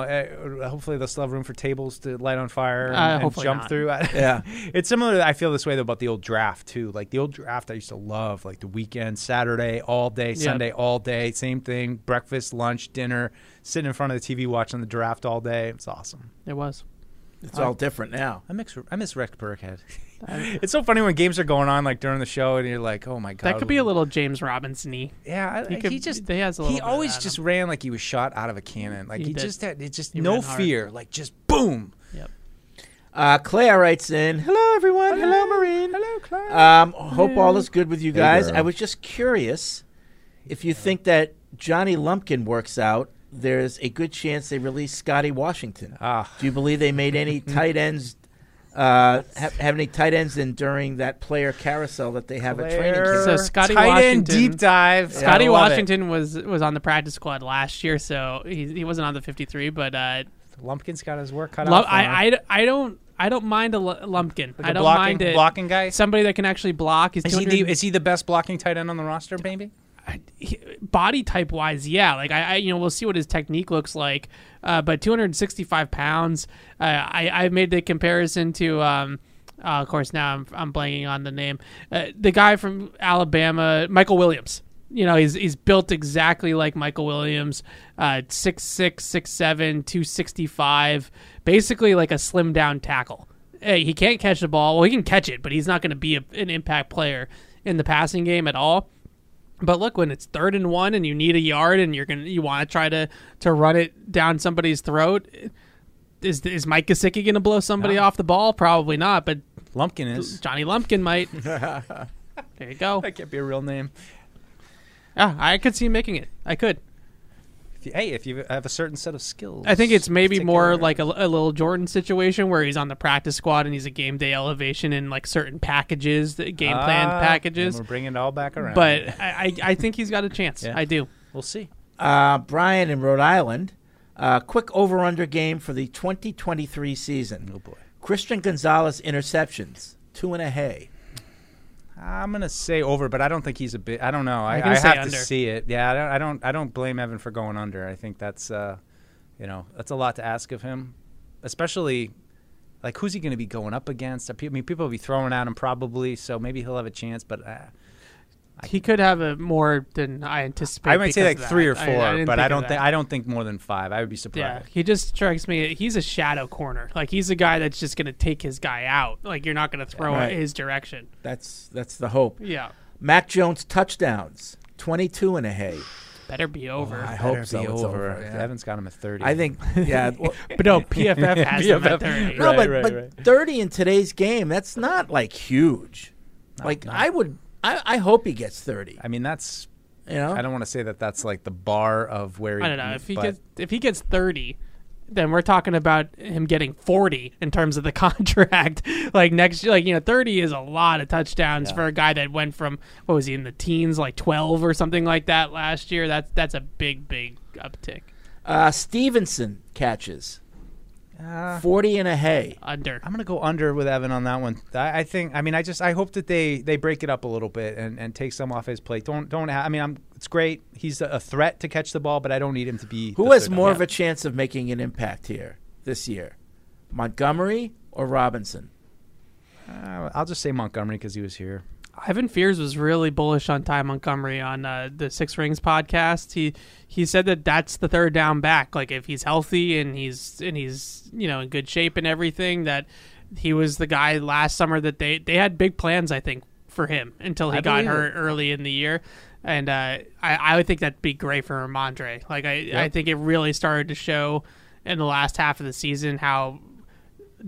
Speaker 4: Uh, hopefully, they'll still have room for tables to light on fire and,
Speaker 3: Uh,
Speaker 4: and
Speaker 3: hopefully
Speaker 4: jump
Speaker 3: not.
Speaker 4: through.
Speaker 3: Yeah.
Speaker 4: it's similar. To, I feel this way though about the old draft too. Like the old draft, I used to love like the weekend, Saturday all day,
Speaker 7: Yeah.
Speaker 4: Sunday all day, same thing: breakfast, lunch, dinner, sitting in front of the TV watching the draft all day. It's awesome.
Speaker 7: It was. Uh,
Speaker 3: It's all different now.
Speaker 4: I miss I miss Rex Burkhead. it's so funny when games are going on like during the show, and you're like, oh my god,
Speaker 7: That could be a little James Robinson-y.
Speaker 4: Yeah,
Speaker 7: he,
Speaker 4: I-
Speaker 7: could,
Speaker 4: he just
Speaker 7: he has a little.
Speaker 4: he
Speaker 7: bit of
Speaker 4: always
Speaker 7: that.
Speaker 4: just ran like he was shot out of a cannon. Like
Speaker 7: He
Speaker 4: he,
Speaker 7: did.
Speaker 4: just had it just
Speaker 7: He
Speaker 4: no
Speaker 7: ran hard.
Speaker 4: fear. Like just boom.
Speaker 7: Yep.
Speaker 3: Uh, Claire writes in, "Hello everyone, hello, Marine,
Speaker 4: hello Claire.
Speaker 3: Um, hope all is good with you
Speaker 2: Hey,
Speaker 3: guys.
Speaker 2: girl.
Speaker 3: I was just curious if you think that Johnny Lumpkin works out. There's a good chance they release Scotty Washington.
Speaker 7: Ah.
Speaker 3: Do you believe they made any tight ends? Uh, have, have any tight ends in during that player carousel that they have at training camp?
Speaker 7: So Scotty Washington Scotty Washington was was on the practice squad last year, so he, he wasn't on the 53. But uh,
Speaker 4: Lumpkin's got his work cut
Speaker 7: Lu-
Speaker 4: out. for him.
Speaker 7: I, I, I don't I don't mind a Lu- Lumpkin.
Speaker 4: Like a
Speaker 7: I don't
Speaker 4: blocking-
Speaker 7: mind it.
Speaker 4: blocking guy?
Speaker 7: Somebody that can actually block. He's
Speaker 4: Is he,
Speaker 7: 200
Speaker 4: the, is he the best blocking tight end on the roster, maybe?
Speaker 7: he- body type wise, yeah. Like I, I, you know, we'll see what his technique looks like. Uh, but 265 pounds. Uh, I, I made the comparison to. Um, uh, of course, now I'm, I'm blanking on the name. Uh, the guy from Alabama, Michael Williams. You know, he's he's built exactly like Michael Williams, uh, 6'6", 6'7", 265, basically like a slim down tackle. Uh, he can't catch the ball. Well, he can catch it, but he's not going to be a, an impact player in the passing game at all. But look, when it's third and one and you need a yard and you're gonna you want to try to to run it down somebody's throat, is is Mike Gesicki going to blow somebody off the ball? Probably not. But
Speaker 4: Lumpkin is.
Speaker 7: Johnny Lumpkin might.
Speaker 4: there
Speaker 7: you go.
Speaker 4: That can't be a real name.
Speaker 7: Yeah, I could see him making it. I could.
Speaker 4: If you, hey, if you have a certain set of skills,
Speaker 7: I think it's maybe more like a, a little Jordan situation where he's on the practice squad and he's a game day elevation in like certain packages, the game plan
Speaker 4: Ah,
Speaker 7: packages.
Speaker 4: and we're bringing it all back around.
Speaker 7: But I, I, I think he's got a chance.
Speaker 4: Yeah.
Speaker 7: I do.
Speaker 4: We'll see.
Speaker 3: Uh, Brian in Rhode Island. Uh, quick over under game for the 2023 season. Oh, boy. Christian Gonzalez interceptions, two and a hay.
Speaker 4: I'm gonna say over, but I don't think he's a bit. I don't know. I,
Speaker 3: I'm gonna
Speaker 4: I
Speaker 3: say
Speaker 4: have
Speaker 3: under.
Speaker 4: to see it. Yeah, I don't, I don't. I don't blame Evan for going under. I think that's, uh, you know, that's a lot to ask of him, especially like who's he going to be going up against? I pe- I mean, people will be throwing at him probably, so maybe he'll have a chance. But uh,
Speaker 7: He could have a more than I anticipate.
Speaker 4: I might say
Speaker 7: because
Speaker 4: like
Speaker 7: of that.
Speaker 4: three or
Speaker 7: I-
Speaker 4: four,
Speaker 7: didn't
Speaker 4: but I
Speaker 7: of
Speaker 4: don't
Speaker 7: that.
Speaker 4: think I don't think more than five. I would be
Speaker 7: Yeah,
Speaker 4: surprised.
Speaker 7: he just strikes me. He's a shadow corner. Like he's a guy that's just going to take his guy out. Like you're not going to throw
Speaker 3: Right.
Speaker 7: it his direction.
Speaker 3: That's that's the hope.
Speaker 7: Yeah.
Speaker 3: Mac Jones touchdowns, 22 and a hay. Oh,
Speaker 7: Better be over.
Speaker 3: I
Speaker 4: Better
Speaker 3: hope so.
Speaker 4: be
Speaker 3: It's
Speaker 4: over.
Speaker 3: over, yeah.
Speaker 4: Evan's got him at thirty.
Speaker 3: I think, yeah.
Speaker 7: But no, PFF has him at 30.
Speaker 3: No,
Speaker 4: Right,
Speaker 3: but,
Speaker 4: right,
Speaker 3: but
Speaker 4: right.
Speaker 3: 30 in today's game, that's not like huge. like, I would, I, I hope he gets 30.
Speaker 4: I mean, that's
Speaker 3: you know.
Speaker 4: I don't want to say that that's like the bar of where he,
Speaker 7: I don't know if he
Speaker 4: but-
Speaker 7: gets if he gets thirty, then we're talking about him getting forty in terms of the contract. like next, like you know, thirty is a lot of touchdowns
Speaker 4: Yeah.
Speaker 7: for a guy that went from what was he in the teens, like twelve or something like that last year. That's that's a big big uptick.
Speaker 3: Uh, Stevenson catches,
Speaker 4: Uh,
Speaker 3: 40 and a hay.
Speaker 7: Under.
Speaker 4: I'm gonna go under with Evan on that one. I, I think. I mean, I just I hope that they they break it up a little bit and and take some off his plate. Don't don't. ha- I mean, I'm. It's great. He's a, a threat to catch the ball, but I don't need him to be.
Speaker 3: Who
Speaker 4: the
Speaker 3: has
Speaker 4: third
Speaker 3: more
Speaker 4: down.
Speaker 3: of a chance of making an impact here this year, Montgomery or Robinson?
Speaker 4: Uh, I'll just say Montgomery because he was here.
Speaker 7: Ivan Fears was really bullish on Ty Montgomery on uh, the Six Rings podcast. He he said that that's the third down back. Like if he's healthy and he's and he's you know in good shape and everything, that he was the guy last summer that they they had big plans. I think for him until he
Speaker 4: I
Speaker 7: got
Speaker 4: believe
Speaker 7: hurt
Speaker 4: it.
Speaker 7: early in the year. And uh, I, I would think that'd be great for Ramondre. Like I,
Speaker 4: Yep.
Speaker 7: I think it really started to show in the last half of the season how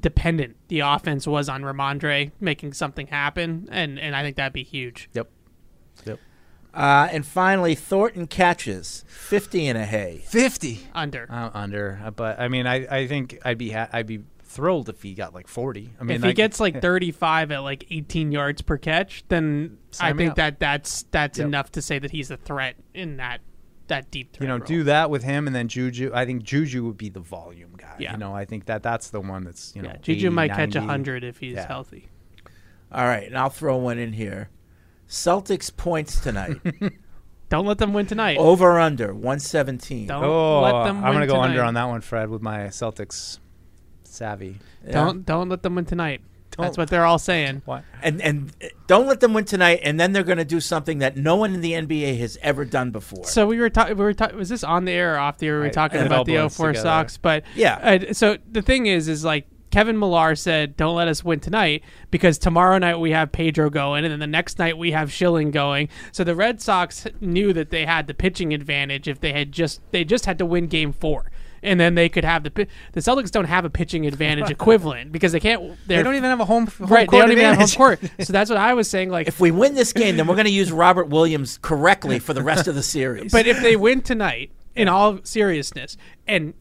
Speaker 7: dependent the offense was on Ramondre making something happen, and and I think that'd be huge.
Speaker 4: Yep. Yep.
Speaker 3: Uh, and finally, Thornton catches 50 and a hay.
Speaker 4: 50
Speaker 7: under
Speaker 4: i under, uh, but I mean, I I think I'd be ha- I'd be thrilled if he got like eh. 40. I mean,
Speaker 7: if he gets like 35 at like 18 yards per catch, then
Speaker 4: Sign
Speaker 7: I
Speaker 4: me
Speaker 7: think
Speaker 4: up.
Speaker 7: that that's that's
Speaker 4: Yep.
Speaker 7: enough to say that he's a threat in that that deep
Speaker 4: you
Speaker 7: threat.
Speaker 4: know,
Speaker 7: role.
Speaker 4: do that with him, and then Juju. I think Juju would be the volume guy.
Speaker 7: Yeah.
Speaker 4: You know, I think that that's the one that's you know.
Speaker 7: yeah, Juju might
Speaker 4: 80,
Speaker 7: catch
Speaker 4: 90.
Speaker 7: 100 if he's
Speaker 4: Yeah.
Speaker 7: healthy.
Speaker 3: All right, and I'll throw one in here. Celtics points tonight.
Speaker 7: Don't let them win tonight.
Speaker 3: Over under 117.
Speaker 7: Don't
Speaker 4: Oh,
Speaker 7: let them.
Speaker 4: I'm
Speaker 7: win
Speaker 4: gonna go under
Speaker 7: tonight.
Speaker 4: on that one, Fred, with my Celtics savvy.
Speaker 7: Don't don't let them win tonight.
Speaker 4: Don't.
Speaker 7: That's what they're all saying.
Speaker 3: And and uh, don't let them win tonight and then they're going to do something that no one in the NBA has ever done before.
Speaker 7: So we were talking. We were ta- was this on the air or off the air? We were
Speaker 3: Right.
Speaker 7: talking
Speaker 3: It all
Speaker 7: about the
Speaker 3: blends
Speaker 7: 04
Speaker 3: together.
Speaker 7: Sox, but
Speaker 3: Yeah.
Speaker 7: uh, so the thing is, is like Kevin Millar said, "Don't let us win tonight because tomorrow night we have Pedro going, and then the next night we have Schilling going." So the Red Sox knew that they had the pitching advantage if they had just they just had to win Game Four. And then they could have the pi- the Celtics don't have a pitching advantage equivalent because they can't.
Speaker 4: They
Speaker 7: they're-
Speaker 4: don't even have a home- home
Speaker 7: right. They
Speaker 4: court
Speaker 7: don't even have home
Speaker 4: advantage.
Speaker 7: court. So that's what I was saying. Like
Speaker 3: if we win this game, then we're going to use Robert Williams correctly for the rest of the series.
Speaker 7: But if they win tonight, in all seriousness, and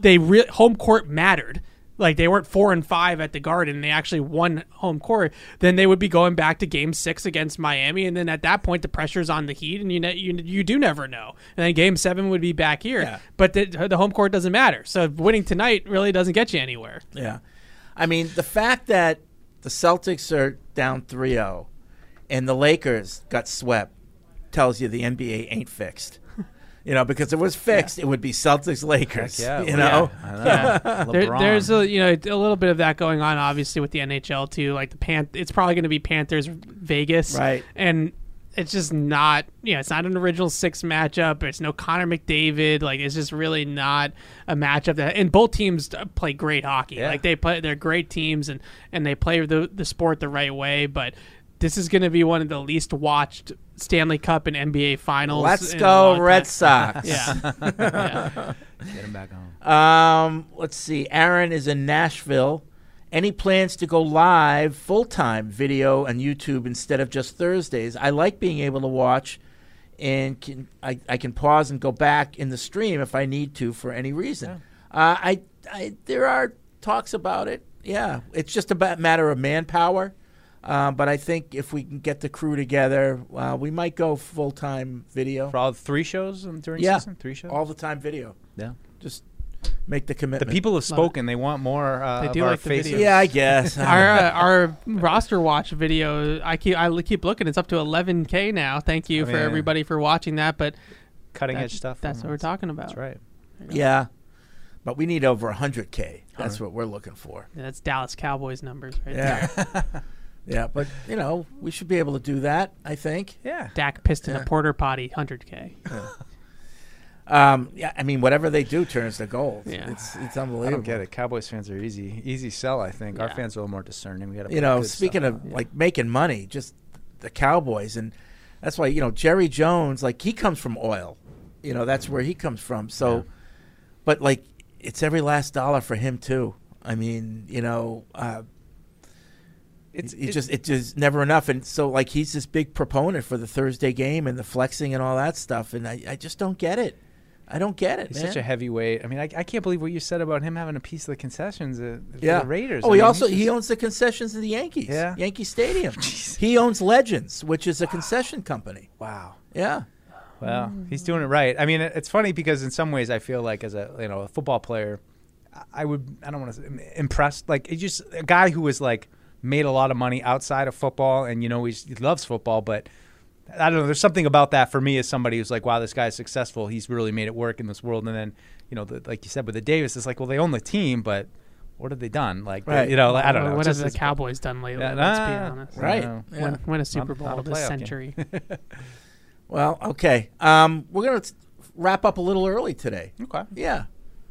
Speaker 7: they re- home court mattered, like they weren't four and five at the Garden, they actually won home court, then they would be going back to Game Six against Miami, and then at that point the pressure's on the Heat, and you ne- you you do never know, and then Game Seven would be back here, but the, the home court doesn't matter, so winning tonight really doesn't get you anywhere.
Speaker 3: Yeah. I mean, the fact that oh the Celtics are down 3 0 and the Lakers got swept tells you the NBA ain't fixed. You know, because if it was fixed, it would be Celtics Lakers.
Speaker 4: Heck yeah,
Speaker 3: you
Speaker 4: yeah.
Speaker 3: know,
Speaker 4: I know.
Speaker 7: Yeah. There, there's a you know a little bit of that going on obviously with the NHL too. Like the pan, it's probably going to be Panthers Vegas,
Speaker 3: Right.
Speaker 7: And it's just not you know it's not an original six matchup. It's no Connor McDavid. Like it's just really not a matchup that. And both teams play great hockey.
Speaker 4: Yeah.
Speaker 7: Like they play, they're great teams and and they play the the sport the right way, but. This is going to be one of the least watched Stanley Cup and NBA finals.
Speaker 3: Let's
Speaker 7: in a
Speaker 3: go
Speaker 7: long time.
Speaker 3: Red Sox.
Speaker 7: yeah. yeah.
Speaker 4: Get him back home.
Speaker 3: Um, let's see. Aaron is in Nashville. Any plans to go live full time video and YouTube instead of just Thursdays? I like being able to watch, and can I, I can pause and go back in the stream if I need to for any reason. Uh, I, I there are talks about it. Yeah, it's just a ba- matter of manpower. Uh, but I think if we can get the crew together, uh, we might go full time video
Speaker 4: for all three shows um, during
Speaker 3: yeah.
Speaker 4: season three shows.
Speaker 3: all the time video.
Speaker 4: Yeah.
Speaker 3: just make the commitment.
Speaker 4: The people have spoken. They want more. Uh,
Speaker 7: They
Speaker 4: of
Speaker 7: do
Speaker 4: our
Speaker 7: like the
Speaker 4: faces.
Speaker 7: videos.
Speaker 3: Yeah, I guess.
Speaker 7: our uh, our roster watch video. I keep I keep looking. It's up to 11k now. Thank you
Speaker 4: I
Speaker 7: for
Speaker 4: mean,
Speaker 7: everybody for watching that. But
Speaker 4: Cutting
Speaker 7: that-
Speaker 4: edge Oh, stuff.
Speaker 7: That's what we're talking about.
Speaker 4: That's right.
Speaker 3: Yeah, but we need over 100k. That's
Speaker 7: Alright.
Speaker 3: what we're looking for.
Speaker 7: Yeah, that's Dallas Cowboys numbers right
Speaker 3: Yeah,
Speaker 7: there.
Speaker 3: yeah, but you know we should be able to do that. I think.
Speaker 4: Yeah.
Speaker 7: Dak pissed in
Speaker 3: Yeah.
Speaker 7: a porter potty 100k.
Speaker 3: Um, yeah, I mean whatever they do turns to gold. It's it's unbelievable.
Speaker 4: I don't get it. Cowboys fans are easy, easy sell. I think our fans are a little more discerning. We got
Speaker 3: you know, speaking of like making money, just the Cowboys, and that's why you know Jerry Jones, like he comes from oil, you know that's where he comes from. So, but like it's every last dollar for him too. I mean, you know, uh, it's
Speaker 4: It's-
Speaker 3: it,
Speaker 4: it-
Speaker 3: just it just never enough, and so like he's this big proponent for the Thursday game and the flexing and all that stuff, and I, I just don't get it. I don't get it.
Speaker 4: he's
Speaker 3: man.
Speaker 4: such a heavyweight. I mean, I, I can't believe what you said about him having a piece of the concessions uh, for
Speaker 3: yeah.
Speaker 4: the Raiders.
Speaker 3: Oh,
Speaker 4: I
Speaker 3: he
Speaker 4: mean,
Speaker 3: also
Speaker 4: he's
Speaker 3: he
Speaker 4: just-
Speaker 3: owns the concessions of the Yankees. Yeah. Yankee Stadium. he owns Legends, which is a concession company.
Speaker 4: Wow.
Speaker 3: Yeah.
Speaker 4: Well, he's
Speaker 7: Mm.
Speaker 4: doing it right. I mean, it- it's funny because in some ways I feel like as a you know a football player, I- I would I don't want to impressed like it's just a guy who was like made a lot of money outside of football and you know he's, he loves football, but I don't know. There's something about that for me as somebody who's like, wow, this guy's successful. He's really made it work in this world. And then you know, the, like you said with the Davis, it's like, well, they own the team, but what have they done? Like,
Speaker 7: Right.
Speaker 4: you know, like, I don't
Speaker 7: Well,
Speaker 4: know.
Speaker 7: what
Speaker 4: Just
Speaker 7: have the
Speaker 4: as-
Speaker 7: Cowboys done lately?
Speaker 4: Yeah,
Speaker 7: Let's be
Speaker 4: nah,
Speaker 7: honest.
Speaker 4: I
Speaker 3: Right.
Speaker 4: don't know.
Speaker 7: Ah, Win, win a Super
Speaker 4: Not-
Speaker 7: Bowl
Speaker 4: not a
Speaker 7: this
Speaker 4: playoff game.
Speaker 7: century.
Speaker 3: Well, okay. Um, we're gonna s- wrap up a little early today.
Speaker 4: Okay.
Speaker 3: Yeah.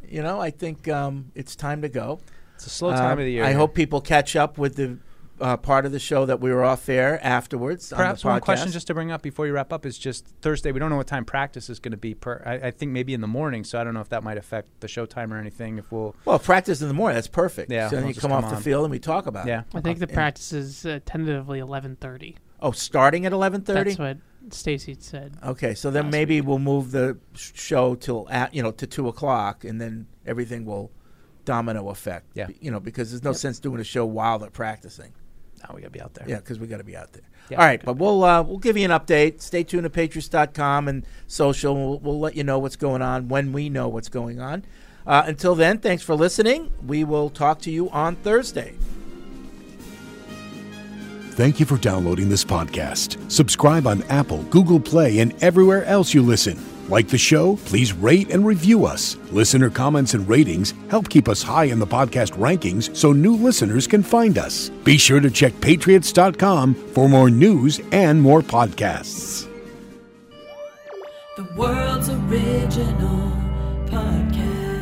Speaker 3: You know, I think um, it's time to go. Uh,
Speaker 4: It's a slow time of the year
Speaker 3: I
Speaker 4: here.
Speaker 3: hope people catch up with the uh, part of the show that we were off air afterwards. on the
Speaker 4: Perhaps one question
Speaker 3: podcast.
Speaker 4: just to bring up before you wrap up is just Thursday. We don't know what time practice is going to be. Per, I, I think maybe in the morning, so I don't know if that might affect the show time or anything. If we'll
Speaker 3: Well, practice in the morning. That's perfect.
Speaker 4: Yeah,
Speaker 3: So then
Speaker 4: we'll
Speaker 3: you
Speaker 4: just
Speaker 3: come,
Speaker 4: come
Speaker 3: off the
Speaker 4: on.
Speaker 3: field and we talk about. it.
Speaker 4: Yeah.
Speaker 7: I think the practice is uh, tentatively 11:30.
Speaker 3: Oh, starting at eleven thirty.
Speaker 7: That's what Stacy said.
Speaker 3: Okay, so then
Speaker 7: last
Speaker 3: maybe we'll move the sh- show till at, you know to two o'clock, and then everything will domino effect.
Speaker 4: Yeah.
Speaker 3: you know because there's no sense doing a show while they're practicing.
Speaker 4: now we got to be out there.
Speaker 3: Yeah, because we got to be out there.
Speaker 4: Yeah.
Speaker 3: All right, but we'll uh, we'll give you an update. Stay tuned to Patriots.com and social. and We'll, we'll let you know what's going on when we know what's going on. Uh, until then, thanks for listening. We will talk to you on Thursday.
Speaker 1: Thank you for downloading this podcast. Subscribe on Apple, Google Play, and everywhere else you listen. Like the show, please rate and review us. Listener comments and ratings help keep us high in the podcast rankings so new listeners can find us. Be sure to check patriots.com for more news and more podcasts.
Speaker 2: The world's original podcast.